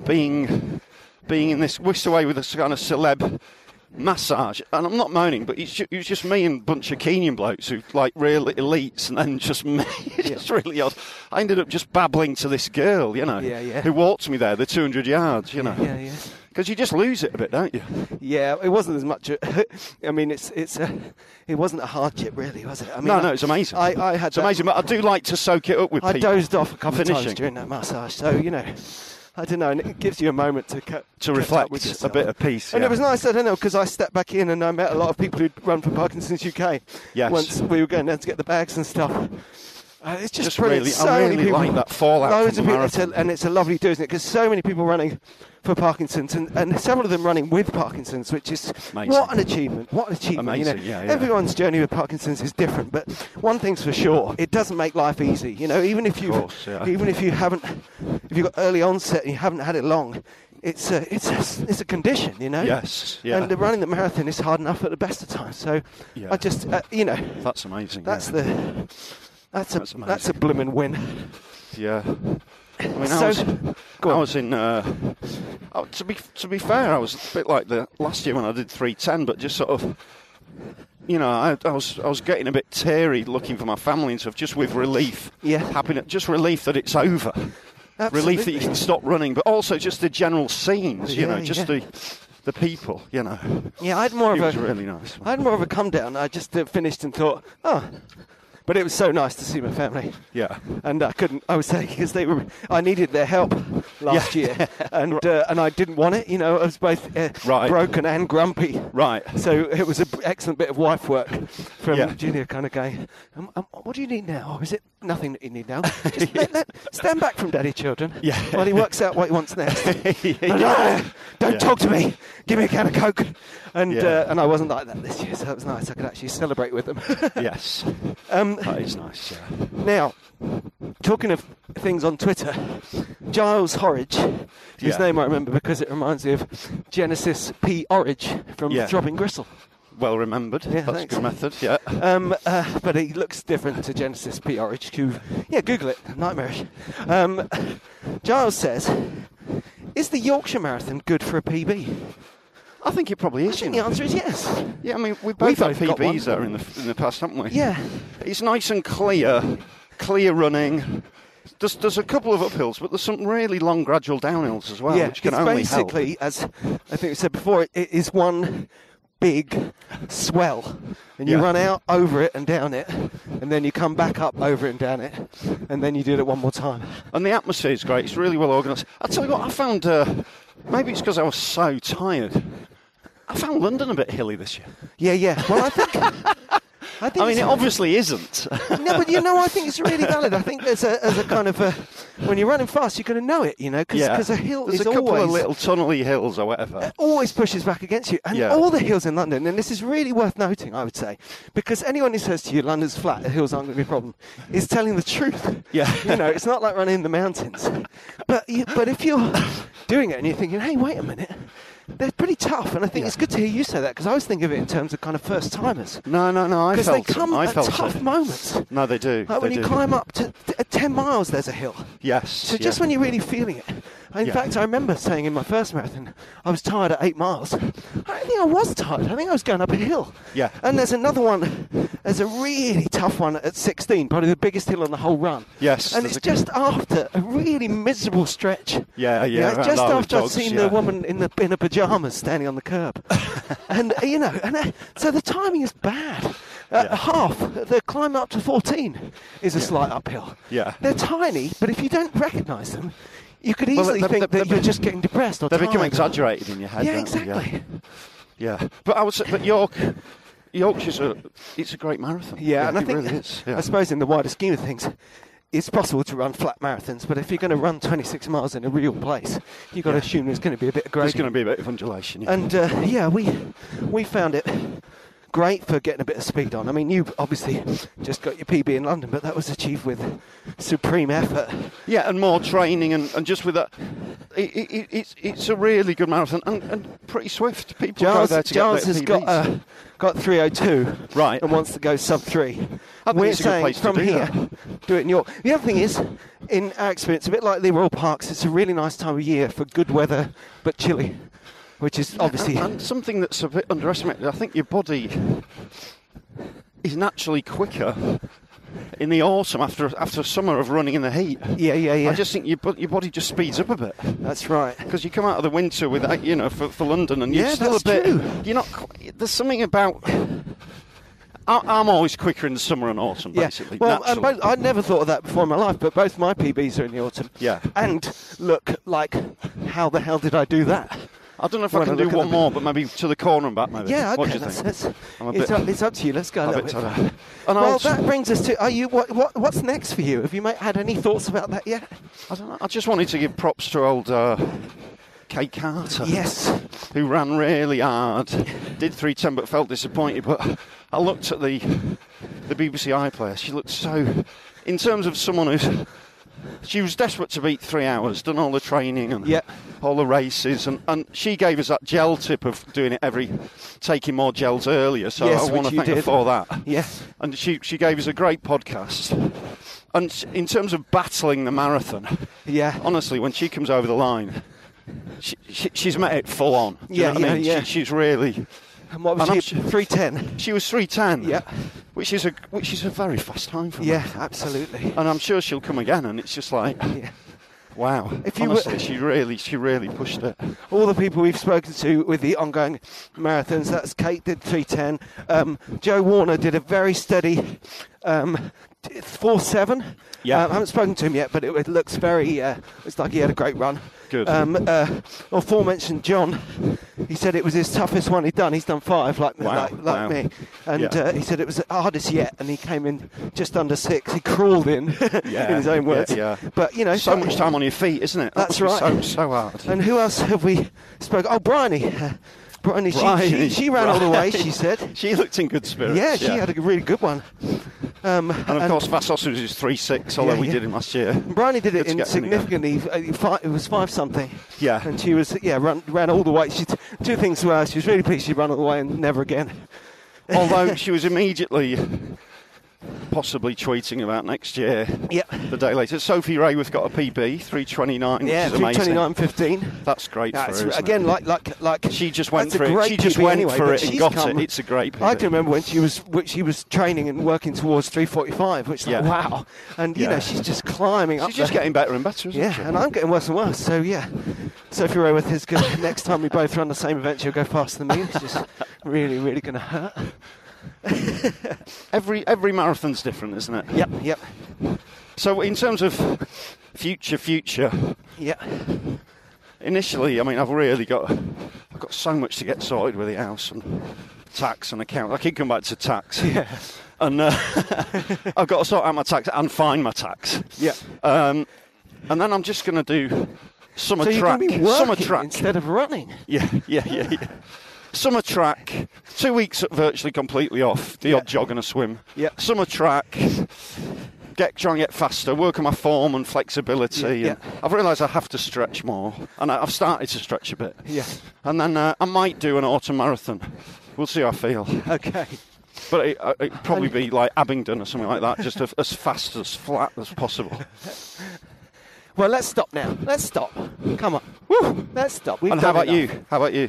[SPEAKER 3] being being in this whisked away with this kind of celeb massage. And I'm not moaning, but it's, ju- it was just me and a bunch of Kenyan blokes who like real elites, and then just me. it's just really odd. I ended up just babbling to this girl, you know,
[SPEAKER 2] Yeah, yeah.
[SPEAKER 3] who walked me there the 200 yards, you know.
[SPEAKER 2] Yeah, yeah.
[SPEAKER 3] Because you just lose it a bit, don't you?
[SPEAKER 2] Yeah, it wasn't as much. A, I mean, it's it's a, it wasn't a hardship really, was it? I mean,
[SPEAKER 3] no,
[SPEAKER 2] I-
[SPEAKER 3] no, it's amazing.
[SPEAKER 2] I, I had
[SPEAKER 3] it's
[SPEAKER 2] that-
[SPEAKER 3] amazing, but I do like to soak it up with
[SPEAKER 2] I
[SPEAKER 3] people.
[SPEAKER 2] dozed off a couple of
[SPEAKER 3] Finishing.
[SPEAKER 2] times during that massage, so you know, I don't know, and it gives you a moment to ca- catch
[SPEAKER 3] To
[SPEAKER 2] up
[SPEAKER 3] reflect
[SPEAKER 2] with
[SPEAKER 3] a
[SPEAKER 2] yourself.
[SPEAKER 3] bit of peace.
[SPEAKER 2] And
[SPEAKER 3] yeah.
[SPEAKER 2] it was nice, I don't know, because I stepped back in and I met a lot of people who'd run for Parkinson's UK.
[SPEAKER 3] Yes.
[SPEAKER 2] Once we were going down to get the bags and stuff. Uh, it's just,
[SPEAKER 3] Just
[SPEAKER 2] brilliant.
[SPEAKER 3] really- I
[SPEAKER 2] so many
[SPEAKER 3] really
[SPEAKER 2] people-
[SPEAKER 3] like that fallout
[SPEAKER 2] Loads
[SPEAKER 3] from the
[SPEAKER 2] of people, it's a, and it's a lovely do, isn't it? Because so many people running for Parkinson's, and, and several of them running with Parkinson's, which is
[SPEAKER 3] Amazing.
[SPEAKER 2] what an achievement! What an achievement! you know?
[SPEAKER 3] Amazing, yeah, yeah.
[SPEAKER 2] Everyone's journey with Parkinson's is different, but one thing's for sure: it doesn't make life easy. You know, even if you,
[SPEAKER 3] course, yeah.
[SPEAKER 2] even if you haven't, if you've got early onset and you haven't had it long, it's a, it's a, it's a condition. You know.
[SPEAKER 3] Yes, yeah.
[SPEAKER 2] And the running the marathon is hard enough at the best of times. So
[SPEAKER 3] Yeah.
[SPEAKER 2] I just, uh, you know,
[SPEAKER 3] That's amazing.
[SPEAKER 2] that's
[SPEAKER 3] yeah.
[SPEAKER 2] the. That's a
[SPEAKER 3] That's
[SPEAKER 2] that's,
[SPEAKER 3] amazing.
[SPEAKER 2] a blooming win.
[SPEAKER 3] Yeah. I mean, I
[SPEAKER 2] So-
[SPEAKER 3] was,
[SPEAKER 2] go
[SPEAKER 3] I
[SPEAKER 2] on.
[SPEAKER 3] was in. Uh, oh, to be to be fair, I was a bit like the last year when I did three ten, but just sort of, you know, I, I was I was getting a bit teary looking for my family and stuff, just with relief,
[SPEAKER 2] Yeah.
[SPEAKER 3] happiness, just relief that it's over, relief that you
[SPEAKER 2] Absolutely.
[SPEAKER 3] can stop running, but also just the general scenes, you
[SPEAKER 2] Yeah,
[SPEAKER 3] know, just
[SPEAKER 2] yeah.
[SPEAKER 3] the the people, you know.
[SPEAKER 2] Yeah, I had more
[SPEAKER 3] It
[SPEAKER 2] of
[SPEAKER 3] was
[SPEAKER 2] a
[SPEAKER 3] really nice.
[SPEAKER 2] I had more of a come down. I just uh, finished and thought, oh, but it was so nice to see my family.
[SPEAKER 3] Yeah.
[SPEAKER 2] and I couldn't. I was saying because they were, I needed their help last
[SPEAKER 3] Yeah.
[SPEAKER 2] year, and uh, and I didn't want it. You know, I was both uh,
[SPEAKER 3] Right.
[SPEAKER 2] broken and grumpy.
[SPEAKER 3] Right.
[SPEAKER 2] So it was an excellent bit of wife work from
[SPEAKER 3] Yeah.
[SPEAKER 2] Julia, kind of going, um, um, "What do you need now? Or is it nothing that you need now? Just let, let- stand back from Daddy, children,
[SPEAKER 3] Yeah.
[SPEAKER 2] while he works out what he wants next. "No, Don't
[SPEAKER 3] Yeah.
[SPEAKER 2] talk to me. Give me a can of Coke." And
[SPEAKER 3] Yeah.
[SPEAKER 2] uh, and I wasn't like that this year, so that was nice. I could actually celebrate with them.
[SPEAKER 3] Yes.
[SPEAKER 2] um,
[SPEAKER 3] That is nice. Yeah.
[SPEAKER 2] now, talking of things on Twitter, Giles Horridge,
[SPEAKER 3] Yeah.
[SPEAKER 2] whose name I remember because it reminds me of Genesis P. Orridge from
[SPEAKER 3] Yeah.
[SPEAKER 2] Throbbing Gristle.
[SPEAKER 3] Well remembered.
[SPEAKER 2] Yeah,
[SPEAKER 3] That's
[SPEAKER 2] thanks.
[SPEAKER 3] a good method. Yeah.
[SPEAKER 2] Um, uh, but he looks different to Genesis P. Orridge. Who, yeah, Google it. Nightmarish. Um, Giles says, "Is the Yorkshire Marathon good for a PB?"
[SPEAKER 3] I think it probably
[SPEAKER 2] I
[SPEAKER 3] is.
[SPEAKER 2] think
[SPEAKER 3] you
[SPEAKER 2] the
[SPEAKER 3] know.
[SPEAKER 2] answer is yes.
[SPEAKER 3] Yeah, I mean, we've
[SPEAKER 2] We
[SPEAKER 3] both had
[SPEAKER 2] both got one.
[SPEAKER 3] PBs there in the, in the past, haven't we?
[SPEAKER 2] Yeah.
[SPEAKER 3] It's nice and clear, clear running. There's, there's a couple of uphills, but there's some really long, gradual downhills as well,
[SPEAKER 2] yeah,
[SPEAKER 3] which can
[SPEAKER 2] it's
[SPEAKER 3] only help.
[SPEAKER 2] basically, as I think we said before, it, it is one big swell, and you
[SPEAKER 3] Yeah.
[SPEAKER 2] run out over it and down it, and then you come back up over it and down it, and then you do it one more time.
[SPEAKER 3] And the atmosphere is great. It's really well organised. I tell you what, I found uh, maybe it's because I was so tired. I found London a bit hilly this year.
[SPEAKER 2] Yeah, yeah. Well, I think. I, think
[SPEAKER 3] I mean,
[SPEAKER 2] it's-
[SPEAKER 3] it obviously isn't.
[SPEAKER 2] no, but you know, I think it's really valid. I think there's a, as a kind of a, when you're running fast, you're going to know it, you know, because
[SPEAKER 3] yeah,
[SPEAKER 2] a hill
[SPEAKER 3] There's
[SPEAKER 2] is
[SPEAKER 3] a couple
[SPEAKER 2] always Uh,
[SPEAKER 3] of little tunnely hills or whatever.
[SPEAKER 2] always pushes back against you. And
[SPEAKER 3] Yeah.
[SPEAKER 2] all the hills in London, and this is really worth noting, I would say, because anyone who says to you London's flat, the hills aren't going to be a problem, is telling the truth.
[SPEAKER 3] Yeah.
[SPEAKER 2] you know, it's not like running in the mountains. But you, but if you're doing it and you're thinking, hey, wait a minute. They're pretty tough, and I think it's good to hear you say that because I was thinking of it in terms of kind of first timers.
[SPEAKER 3] No, no, no. I
[SPEAKER 2] Because they
[SPEAKER 3] felt
[SPEAKER 2] come
[SPEAKER 3] it. I
[SPEAKER 2] at
[SPEAKER 3] felt
[SPEAKER 2] tough
[SPEAKER 3] it.
[SPEAKER 2] moments.
[SPEAKER 3] No, they do.
[SPEAKER 2] Like when
[SPEAKER 3] They
[SPEAKER 2] you
[SPEAKER 3] do.
[SPEAKER 2] climb up to t- at 10 miles, there's a hill.
[SPEAKER 3] Yes.
[SPEAKER 2] So just
[SPEAKER 3] yeah.
[SPEAKER 2] when you're really feeling it. In
[SPEAKER 3] Yeah.
[SPEAKER 2] fact, I remember saying in my first marathon, I was tired at eight miles. I don't think I was tired. I think I was going up a hill.
[SPEAKER 3] Yeah.
[SPEAKER 2] And there's another one There's a really tough one at 16, probably the biggest hill on the whole run.
[SPEAKER 3] Yes,
[SPEAKER 2] And
[SPEAKER 3] there's
[SPEAKER 2] it's
[SPEAKER 3] a-
[SPEAKER 2] just after a really miserable stretch.
[SPEAKER 3] Yeah,
[SPEAKER 2] You
[SPEAKER 3] yeah,
[SPEAKER 2] know,
[SPEAKER 3] around
[SPEAKER 2] just
[SPEAKER 3] Isle of
[SPEAKER 2] after I'd
[SPEAKER 3] Dogs,
[SPEAKER 2] seen
[SPEAKER 3] yeah.
[SPEAKER 2] the woman in the in her pajamas standing on the curb, and uh, you know, and uh, so the timing is bad. Uh, Half the climb up to 14 is a slight uphill.
[SPEAKER 3] Yeah.
[SPEAKER 2] they're tiny, but if you don't recognise them, you could
[SPEAKER 3] Well,
[SPEAKER 2] easily
[SPEAKER 3] they're-
[SPEAKER 2] think
[SPEAKER 3] they're-
[SPEAKER 2] that you're just getting depressed or
[SPEAKER 3] They become
[SPEAKER 2] tired.
[SPEAKER 3] exaggerated in your head.
[SPEAKER 2] Yeah,
[SPEAKER 3] don't they?
[SPEAKER 2] exactly.
[SPEAKER 3] Yeah. yeah. But I would say, but York, Yorkshire's a, it's a great marathon.
[SPEAKER 2] Yeah, and I
[SPEAKER 3] it
[SPEAKER 2] think
[SPEAKER 3] really is.
[SPEAKER 2] I
[SPEAKER 3] Yeah.
[SPEAKER 2] suppose in the wider scheme of things, it's possible to run flat marathons, but if you're going to run 26 miles in a real place, you've got to assume there's going to be a bit of
[SPEAKER 3] There's
[SPEAKER 2] gradient.
[SPEAKER 3] going to be a bit of undulation. Yeah.
[SPEAKER 2] And uh, yeah, we we found it great for getting a bit of speed on. I mean, you obviously just got your PB in London, but that was achieved with supreme effort.
[SPEAKER 3] Yeah, and more training, and, and just with that, it, it, it, it's it's a really good marathon and, and pretty swift. People go
[SPEAKER 2] Giles,
[SPEAKER 3] there to
[SPEAKER 2] Giles
[SPEAKER 3] get
[SPEAKER 2] has
[SPEAKER 3] their
[SPEAKER 2] got
[SPEAKER 3] PBs.
[SPEAKER 2] uh, got 302
[SPEAKER 3] Right.
[SPEAKER 2] and wants to go sub three.
[SPEAKER 3] I think
[SPEAKER 2] We're
[SPEAKER 3] it's a good
[SPEAKER 2] saying
[SPEAKER 3] place to
[SPEAKER 2] from
[SPEAKER 3] do
[SPEAKER 2] here,
[SPEAKER 3] that.
[SPEAKER 2] do it in York. The other thing is, in our experience, a bit like the Royal Parks, it's a really nice time of year for good weather but chilly, which is obviously
[SPEAKER 3] And, and something that's a bit underestimated, I think your body is naturally quicker in the autumn after after a summer of running in the heat.
[SPEAKER 2] yeah, yeah, yeah.
[SPEAKER 3] I just think your, bo- your body just speeds up a bit.
[SPEAKER 2] that's right.
[SPEAKER 3] Because you come out of the winter with, that, you know, for, for London, and you're
[SPEAKER 2] Yeah,
[SPEAKER 3] still
[SPEAKER 2] that's
[SPEAKER 3] a bit.
[SPEAKER 2] true.
[SPEAKER 3] You're not. qu- There's something about. I, I'm always quicker in summer and autumn,
[SPEAKER 2] Yeah.
[SPEAKER 3] basically.
[SPEAKER 2] Well, and
[SPEAKER 3] naturally.
[SPEAKER 2] both, I'd never thought of that before in my life, but both my PBs are in the autumn.
[SPEAKER 3] Yeah.
[SPEAKER 2] And look, like, how the hell did I do that?
[SPEAKER 3] I don't know if I
[SPEAKER 2] when
[SPEAKER 3] can
[SPEAKER 2] uh, I
[SPEAKER 3] do
[SPEAKER 2] look at
[SPEAKER 3] one
[SPEAKER 2] the-
[SPEAKER 3] more, but maybe to the corner and back, maybe.
[SPEAKER 2] Yeah, okay.
[SPEAKER 3] What do you
[SPEAKER 2] that's,
[SPEAKER 3] think?
[SPEAKER 2] that's-
[SPEAKER 3] I'm a
[SPEAKER 2] it's,
[SPEAKER 3] bit-
[SPEAKER 2] up, it's up to you. Let's go.
[SPEAKER 3] I'm
[SPEAKER 2] a
[SPEAKER 3] a
[SPEAKER 2] little
[SPEAKER 3] bit
[SPEAKER 2] bit
[SPEAKER 3] tired.
[SPEAKER 2] further.
[SPEAKER 3] And
[SPEAKER 2] well,
[SPEAKER 3] I'll-
[SPEAKER 2] that brings us to. Are you? What, what? What's next for you? Have you made, had any thoughts about that yet?
[SPEAKER 3] I don't know. I just wanted to give props to old uh, Kate Carter.
[SPEAKER 2] Yes.
[SPEAKER 3] Who ran really hard, did 310 but felt disappointed. But I looked at the the BBC iPlayer. She looked so, in terms of someone who's, she was desperate to beat three hours, done all the training and
[SPEAKER 2] Yeah.
[SPEAKER 3] all the races. And, and she gave us that gel tip of doing it every, taking more gels earlier. So
[SPEAKER 2] Yes,
[SPEAKER 3] I want
[SPEAKER 2] which
[SPEAKER 3] to
[SPEAKER 2] you
[SPEAKER 3] thank her
[SPEAKER 2] did.
[SPEAKER 3] for that
[SPEAKER 2] Yes.
[SPEAKER 3] and she, she gave us a great podcast. And s- in terms of battling the marathon,
[SPEAKER 2] Yeah.
[SPEAKER 3] honestly, when she comes over the line, she, she, she's met it full on. Do you
[SPEAKER 2] Yeah,
[SPEAKER 3] know what I
[SPEAKER 2] yeah,
[SPEAKER 3] mean?
[SPEAKER 2] yeah.
[SPEAKER 3] She, she's really.
[SPEAKER 2] And what was
[SPEAKER 3] And I'm
[SPEAKER 2] she?
[SPEAKER 3] su-
[SPEAKER 2] Three ten.
[SPEAKER 3] She was three ten.
[SPEAKER 2] Yeah.
[SPEAKER 3] which is a which is a very fast time for a
[SPEAKER 2] Yeah,
[SPEAKER 3] marathon.
[SPEAKER 2] absolutely.
[SPEAKER 3] And I'm sure she'll come again. And it's just like,
[SPEAKER 2] Yeah.
[SPEAKER 3] wow.
[SPEAKER 2] If you were-
[SPEAKER 3] honestly, she really she really pushed it.
[SPEAKER 2] All the people we've spoken to with the ongoing marathons. That's Kate did three ten. Um, Joe Warner did a very steady um, four seven.
[SPEAKER 3] Yeah.
[SPEAKER 2] Um, I haven't spoken to him yet, but it, it looks very. Uh, it's like he had a great run.
[SPEAKER 3] Good.
[SPEAKER 2] Um, uh, aforementioned John, he said it was his toughest one he'd done. He's done five, like
[SPEAKER 3] Wow,
[SPEAKER 2] like, like
[SPEAKER 3] wow.
[SPEAKER 2] me, and
[SPEAKER 3] Yeah.
[SPEAKER 2] uh, he said it was the hardest yet, and he came in just under six. He crawled in, in his own
[SPEAKER 3] yeah,
[SPEAKER 2] words.
[SPEAKER 3] yeah.
[SPEAKER 2] But you know,
[SPEAKER 3] So much time on your feet, isn't it? That
[SPEAKER 2] That's
[SPEAKER 3] must be
[SPEAKER 2] right.
[SPEAKER 3] So so hard.
[SPEAKER 2] and who else have we spoke? Oh, Bryony. Uh, Bryony, she,
[SPEAKER 3] Bryony.
[SPEAKER 2] she, she ran all the way, she said.
[SPEAKER 3] she looked in good spirits.
[SPEAKER 2] Yeah, she had a really good one. Um,
[SPEAKER 3] And of course, Fast Sausage is 3 6, although
[SPEAKER 2] Yeah,
[SPEAKER 3] we
[SPEAKER 2] yeah.
[SPEAKER 3] did him last year.
[SPEAKER 2] Bryony did
[SPEAKER 3] Good
[SPEAKER 2] it
[SPEAKER 3] to
[SPEAKER 2] in
[SPEAKER 3] get him again.
[SPEAKER 2] significantly. uh, Five, it was five something.
[SPEAKER 3] Yeah.
[SPEAKER 2] And she was yeah ran, ran all the way. She two things were she was really pleased she ran all the way and never again.
[SPEAKER 3] Although she was immediately possibly tweeting about next year.
[SPEAKER 2] Yep.
[SPEAKER 3] The day later. Sophie Rayworth got a PB, 329,
[SPEAKER 2] Yeah,
[SPEAKER 3] which is amazing.
[SPEAKER 2] 329.15.
[SPEAKER 3] That's great
[SPEAKER 2] Yeah,
[SPEAKER 3] for
[SPEAKER 2] it's-
[SPEAKER 3] her. isn't
[SPEAKER 2] again,
[SPEAKER 3] it?
[SPEAKER 2] like like like
[SPEAKER 3] She just went
[SPEAKER 2] that's a
[SPEAKER 3] for it.
[SPEAKER 2] great
[SPEAKER 3] She just
[SPEAKER 2] PB
[SPEAKER 3] went
[SPEAKER 2] anyway,
[SPEAKER 3] for
[SPEAKER 2] but
[SPEAKER 3] it and
[SPEAKER 2] she's
[SPEAKER 3] got it.
[SPEAKER 2] come-
[SPEAKER 3] It's a great
[SPEAKER 2] I
[SPEAKER 3] PB.
[SPEAKER 2] can remember when she was when she was training and working towards 3:45, which like
[SPEAKER 3] Yeah.
[SPEAKER 2] wow, and you
[SPEAKER 3] Yeah.
[SPEAKER 2] know she's just climbing up.
[SPEAKER 3] She's just
[SPEAKER 2] there.
[SPEAKER 3] getting better and better, isn't
[SPEAKER 2] yeah,
[SPEAKER 3] she?
[SPEAKER 2] and I'm getting worse and worse. So yeah, Sophie Roweth is going. to next time we both run the same event, she'll go faster than me. It's just really really going to hurt.
[SPEAKER 3] Every, every marathon's different, isn't it?
[SPEAKER 2] Yep, yep,
[SPEAKER 3] So, in terms of future, future,
[SPEAKER 2] yep.
[SPEAKER 3] initially, I mean, I've really got, I've got so much to get sorted with the house and tax and account. I keep coming back to tax. Yeah. And uh, I've got to sort out my tax and find my tax.
[SPEAKER 2] Yeah.
[SPEAKER 3] Um, and then I'm just going to do summer
[SPEAKER 2] So you're
[SPEAKER 3] track.
[SPEAKER 2] going to be
[SPEAKER 3] summer
[SPEAKER 2] working
[SPEAKER 3] track.
[SPEAKER 2] instead of running.
[SPEAKER 3] Yeah, yeah, yeah, yeah. Summer track, two weeks virtually completely off, the odd jog and a swim.
[SPEAKER 2] Yeah.
[SPEAKER 3] Summer track, get try and get faster, work on my form and flexibility.
[SPEAKER 2] Yeah,
[SPEAKER 3] and
[SPEAKER 2] yeah.
[SPEAKER 3] I've realised I have to stretch more, and I, I've started to stretch a bit.
[SPEAKER 2] Yeah.
[SPEAKER 3] And then uh, I might do an autumn marathon. We'll see how I feel.
[SPEAKER 2] Okay.
[SPEAKER 3] But it, uh, it'd probably be like Abingdon or something like that, just as- as fast as flat as possible.
[SPEAKER 2] Well, let's stop now. Let's stop. Come on. Woo. Let's stop. We've
[SPEAKER 3] and how
[SPEAKER 2] done
[SPEAKER 3] about
[SPEAKER 2] enough.
[SPEAKER 3] you? How about you?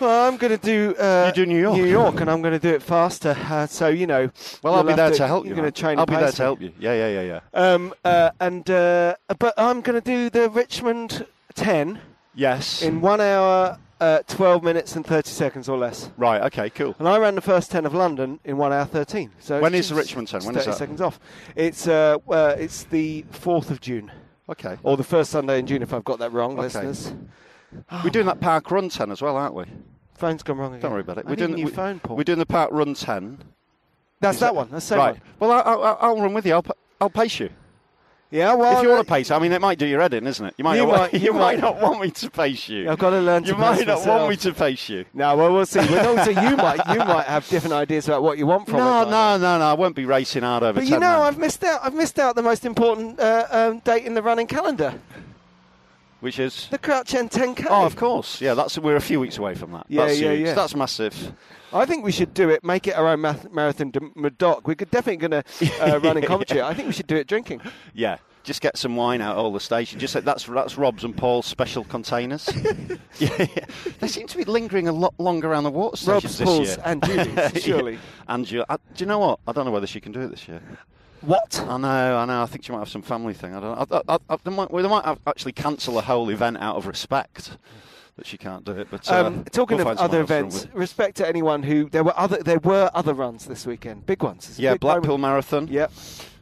[SPEAKER 2] Well, I'm going to do. Uh,
[SPEAKER 3] You do New York.
[SPEAKER 2] New York, and I'm going to do it faster. Uh, so you know.
[SPEAKER 3] Well, I'll
[SPEAKER 2] you'll
[SPEAKER 3] be
[SPEAKER 2] have
[SPEAKER 3] there to help you.
[SPEAKER 2] You're going
[SPEAKER 3] man.
[SPEAKER 2] to train.
[SPEAKER 3] I'll
[SPEAKER 2] and
[SPEAKER 3] be there
[SPEAKER 2] pace
[SPEAKER 3] to
[SPEAKER 2] me.
[SPEAKER 3] help you. Yeah, yeah, yeah, yeah.
[SPEAKER 2] Um, uh, and uh, but I'm going to do the Richmond 10
[SPEAKER 3] Yes.
[SPEAKER 2] in one hour, uh, 12 minutes and 30 seconds or less.
[SPEAKER 3] right. Okay. Cool.
[SPEAKER 2] And I ran the first 10 of London in one hour 13. So
[SPEAKER 3] When
[SPEAKER 2] it's
[SPEAKER 3] is the
[SPEAKER 2] just-
[SPEAKER 3] Richmond 10?
[SPEAKER 2] it's
[SPEAKER 3] When is
[SPEAKER 2] 30
[SPEAKER 3] that?
[SPEAKER 2] seconds off. It's uh, uh, it's the 4th of June
[SPEAKER 3] Okay.
[SPEAKER 2] or the first Sunday in June if I've got that wrong,
[SPEAKER 3] Okay.
[SPEAKER 2] listeners.
[SPEAKER 3] We're doing that park run ten as well, aren't we?
[SPEAKER 2] Phone's gone wrong again.
[SPEAKER 3] Don't worry about it.
[SPEAKER 2] Oh. I
[SPEAKER 3] we're
[SPEAKER 2] need a
[SPEAKER 3] doing
[SPEAKER 2] new
[SPEAKER 3] we-
[SPEAKER 2] phone, Paul.
[SPEAKER 3] We're doing the park run ten.
[SPEAKER 2] That's
[SPEAKER 3] Is
[SPEAKER 2] that
[SPEAKER 3] it-
[SPEAKER 2] one. That's the same
[SPEAKER 3] Right.
[SPEAKER 2] one.
[SPEAKER 3] Well, I- I'll, I'll, I'll run with you. I'll, p- I'll pace you.
[SPEAKER 2] Yeah. Well,
[SPEAKER 3] if you want to pace, I mean, it might do your head in, isn't it? You might.
[SPEAKER 2] Oh, You
[SPEAKER 3] not, wa-
[SPEAKER 2] might-
[SPEAKER 3] you
[SPEAKER 2] you
[SPEAKER 3] might
[SPEAKER 2] might.
[SPEAKER 3] not want me to pace you.
[SPEAKER 2] I've got to learn.
[SPEAKER 3] You
[SPEAKER 2] to pace
[SPEAKER 3] might not
[SPEAKER 2] myself.
[SPEAKER 3] want me to pace you.
[SPEAKER 2] No, well, we'll see. But also, you might you might have different ideas about what you want from it.
[SPEAKER 3] No,
[SPEAKER 2] by then.
[SPEAKER 3] no, no, no. I won't be racing hard over.
[SPEAKER 2] But
[SPEAKER 3] 10
[SPEAKER 2] you
[SPEAKER 3] then,
[SPEAKER 2] know, I've missed out. I've missed out the most important uh, um, date in the running calendar:
[SPEAKER 3] which is.
[SPEAKER 2] the Crouch End 10K.
[SPEAKER 3] Oh, of course. Yeah, that's we're a few weeks away from that.
[SPEAKER 2] Yeah,
[SPEAKER 3] that's
[SPEAKER 2] yeah,
[SPEAKER 3] huge.
[SPEAKER 2] yeah.
[SPEAKER 3] That's massive.
[SPEAKER 2] I think we should do it. Make it our own math- marathon d- doc. We're definitely going to uh, run in commentary. I think we should do it drinking.
[SPEAKER 3] Yeah. Just get some wine out of all the stations. Just say, that's that's Rob's and Paul's special containers. yeah, they seem to be lingering a lot longer around the water stations
[SPEAKER 2] Rob's,
[SPEAKER 3] this
[SPEAKER 2] Paul's,
[SPEAKER 3] year.
[SPEAKER 2] and Julie's, surely.
[SPEAKER 3] Yeah. And Julie, I, do you know what? I don't know whether she can do it this year.
[SPEAKER 2] What?
[SPEAKER 3] I know, I know. I think she might have some family thing. I don't. know. I, I, I, they might, well, they might have actually cancel a whole event out of respect that she can't do it. But uh,
[SPEAKER 2] Um, talking
[SPEAKER 3] we'll find
[SPEAKER 2] of
[SPEAKER 3] someone
[SPEAKER 2] other
[SPEAKER 3] else to run
[SPEAKER 2] events,
[SPEAKER 3] with.
[SPEAKER 2] respect to anyone who there were other there were other runs this weekend, big ones. It's a
[SPEAKER 3] yeah,
[SPEAKER 2] big moment.
[SPEAKER 3] Blackpool Marathon.
[SPEAKER 2] Yep.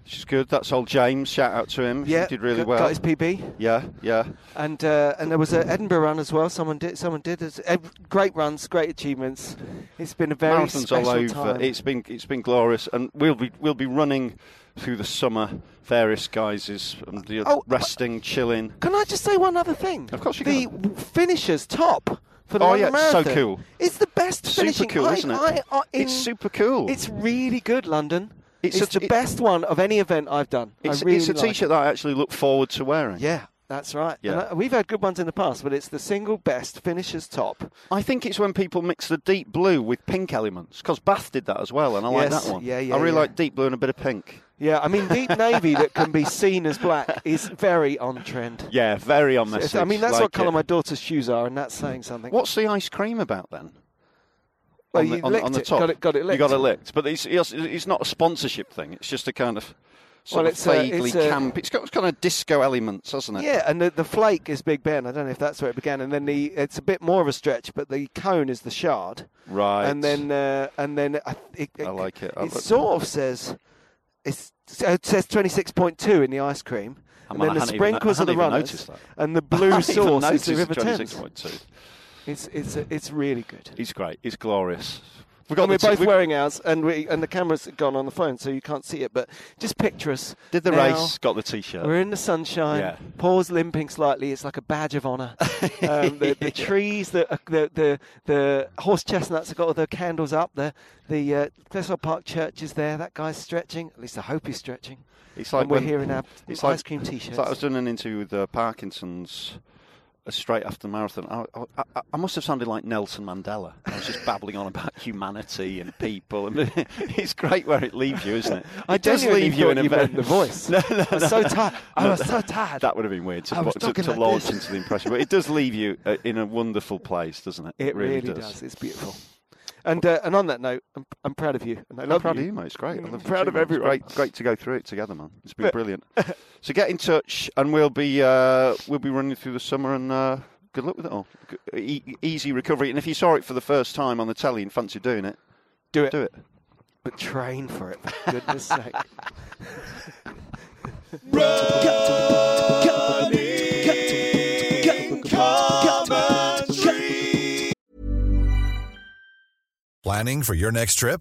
[SPEAKER 3] she's good. That's old James. Shout out to him.
[SPEAKER 2] Yeah,
[SPEAKER 3] he did really
[SPEAKER 2] got-
[SPEAKER 3] well.
[SPEAKER 2] Got his PB,
[SPEAKER 3] yeah, yeah.
[SPEAKER 2] and uh, and there was an Edinburgh run as well. Someone did, someone did. It's, eh, great runs, great achievements. It's been a very
[SPEAKER 3] marathons
[SPEAKER 2] special
[SPEAKER 3] all over.
[SPEAKER 2] time.
[SPEAKER 3] It's been it's been glorious, and we'll be we'll be running through the summer, various guises, and the
[SPEAKER 2] Oh,
[SPEAKER 3] resting, chilling.
[SPEAKER 2] Can I just say one other thing?
[SPEAKER 3] Of course you
[SPEAKER 2] the
[SPEAKER 3] can.
[SPEAKER 2] w- finisher's top for the
[SPEAKER 3] Oh,
[SPEAKER 2] London
[SPEAKER 3] yeah, it's so
[SPEAKER 2] Marathon.
[SPEAKER 3] cool.
[SPEAKER 2] It's the best
[SPEAKER 3] Super
[SPEAKER 2] finishing.
[SPEAKER 3] cool,
[SPEAKER 2] I-
[SPEAKER 3] isn't it?
[SPEAKER 2] I- I- in-
[SPEAKER 3] It's super cool.
[SPEAKER 2] It's really good, London.
[SPEAKER 3] It's
[SPEAKER 2] It's,
[SPEAKER 3] such a-
[SPEAKER 2] the best one of any event I've done.
[SPEAKER 3] It's,
[SPEAKER 2] I really
[SPEAKER 3] it's a
[SPEAKER 2] like
[SPEAKER 3] t-shirt that I actually look forward to wearing.
[SPEAKER 2] It. Yeah, that's right.
[SPEAKER 3] Yeah.
[SPEAKER 2] And I- we've had good ones in the past, but it's the single best finisher's top.
[SPEAKER 3] I think it's when people mix the deep blue with pink elements because Bath did that as well, and I like
[SPEAKER 2] Yes,
[SPEAKER 3] that one.
[SPEAKER 2] yeah, yeah,
[SPEAKER 3] I really
[SPEAKER 2] yeah.
[SPEAKER 3] like deep blue and a bit of pink.
[SPEAKER 2] Yeah, I mean deep navy that can be seen as black is very on trend.
[SPEAKER 3] Yeah, very on
[SPEAKER 2] It's-
[SPEAKER 3] message.
[SPEAKER 2] I mean that's
[SPEAKER 3] like
[SPEAKER 2] what colour
[SPEAKER 3] it.
[SPEAKER 2] my daughter's shoes are, and that's saying something.
[SPEAKER 3] What's the ice cream about then?
[SPEAKER 2] Well,
[SPEAKER 3] on
[SPEAKER 2] you
[SPEAKER 3] the, on,
[SPEAKER 2] licked
[SPEAKER 3] on the
[SPEAKER 2] it,
[SPEAKER 3] top.
[SPEAKER 2] got it, got it
[SPEAKER 3] You
[SPEAKER 2] licked.
[SPEAKER 3] got it licked. But it's, it's, it's not a sponsorship thing. It's just a kind of sort
[SPEAKER 2] Well,
[SPEAKER 3] of
[SPEAKER 2] it's a-
[SPEAKER 3] vaguely
[SPEAKER 2] it's a-
[SPEAKER 3] camp. It's got kind of disco elements, hasn't it?
[SPEAKER 2] Yeah, and the, the flake is Big Ben. I don't know if that's where it began, and then the it's a bit more of a stretch, but the cone is the shard,
[SPEAKER 3] Right.
[SPEAKER 2] and then uh, and then I, th- it, it,
[SPEAKER 3] I like it. I
[SPEAKER 2] it
[SPEAKER 3] like-
[SPEAKER 2] sort of says it's, uh, it says twenty six point two in the ice cream,
[SPEAKER 3] I
[SPEAKER 2] and
[SPEAKER 3] mean,
[SPEAKER 2] then
[SPEAKER 3] I
[SPEAKER 2] the
[SPEAKER 3] hadn't even- I
[SPEAKER 2] sprinkles are
[SPEAKER 3] hadn't
[SPEAKER 2] the
[SPEAKER 3] even
[SPEAKER 2] runners,
[SPEAKER 3] noticed that.
[SPEAKER 2] and the
[SPEAKER 3] I
[SPEAKER 2] blue
[SPEAKER 3] haven't even
[SPEAKER 2] sauce is
[SPEAKER 3] noticed
[SPEAKER 2] the River Thames.
[SPEAKER 3] 26.2.
[SPEAKER 2] It's it's uh, it's really good.
[SPEAKER 3] It's great. It's glorious. We've
[SPEAKER 2] And we're
[SPEAKER 3] the t-
[SPEAKER 2] both
[SPEAKER 3] we-
[SPEAKER 2] wearing ours, and we and the camera's gone on the phone, so you can't see it. But just picture us.
[SPEAKER 3] Did the
[SPEAKER 2] now.
[SPEAKER 3] race, got the t-shirt.
[SPEAKER 2] We're in the sunshine.
[SPEAKER 3] Yeah.
[SPEAKER 2] Paul's limping slightly. It's like a badge of honour. Um, the, the trees, the, uh, the the the horse chestnuts have got all their candles up. The the uh, Clissold Park Church is there. That guy's stretching. At least I hope he's stretching.
[SPEAKER 3] It's like
[SPEAKER 2] and we're
[SPEAKER 3] when-
[SPEAKER 2] here in our
[SPEAKER 3] it's
[SPEAKER 2] ice
[SPEAKER 3] like-
[SPEAKER 2] cream t-shirts.
[SPEAKER 3] It's like I was doing an interview with uh, Parkinson's uh, straight after the marathon. I, I- I, I must have sounded like Nelson Mandela. I was just babbling on about humanity and people. And it's great where it leaves you, isn't it?
[SPEAKER 2] I
[SPEAKER 3] it does
[SPEAKER 2] genuinely
[SPEAKER 3] leave you
[SPEAKER 2] thought
[SPEAKER 3] in a
[SPEAKER 2] you
[SPEAKER 3] very-
[SPEAKER 2] meant the voice.
[SPEAKER 3] No, no,
[SPEAKER 2] I was
[SPEAKER 3] no.
[SPEAKER 2] so tired. I
[SPEAKER 3] No,
[SPEAKER 2] was
[SPEAKER 3] that-
[SPEAKER 2] so tired.
[SPEAKER 3] That would have been weird to,
[SPEAKER 2] I was
[SPEAKER 3] to-
[SPEAKER 2] talking
[SPEAKER 3] to
[SPEAKER 2] like
[SPEAKER 3] launch
[SPEAKER 2] this.
[SPEAKER 3] into the impression. But it does leave you uh, in a wonderful place, doesn't it?
[SPEAKER 2] It really, does. It's beautiful. And uh, and on that note, I'm, I'm proud of you. And I
[SPEAKER 3] I'm
[SPEAKER 2] love
[SPEAKER 3] proud of you, mate. It's great. I
[SPEAKER 2] I'm
[SPEAKER 3] love you
[SPEAKER 2] proud
[SPEAKER 3] too,
[SPEAKER 2] of
[SPEAKER 3] man. It's
[SPEAKER 2] everyone.
[SPEAKER 3] Great, great to go through it together, man. It's been brilliant. so get in touch, and we'll be uh, we'll be running through the summer, and uh, good luck with it all. G- E- easy recovery, and if you saw it for the first time on the telly and fancy doing it,
[SPEAKER 2] Do it.
[SPEAKER 3] do it.
[SPEAKER 2] But train for it, for goodness sake.
[SPEAKER 5] Planning for your next trip?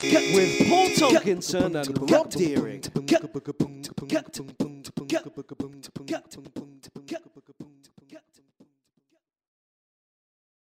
[SPEAKER 1] With Paul Tompkinson and Rob Deering.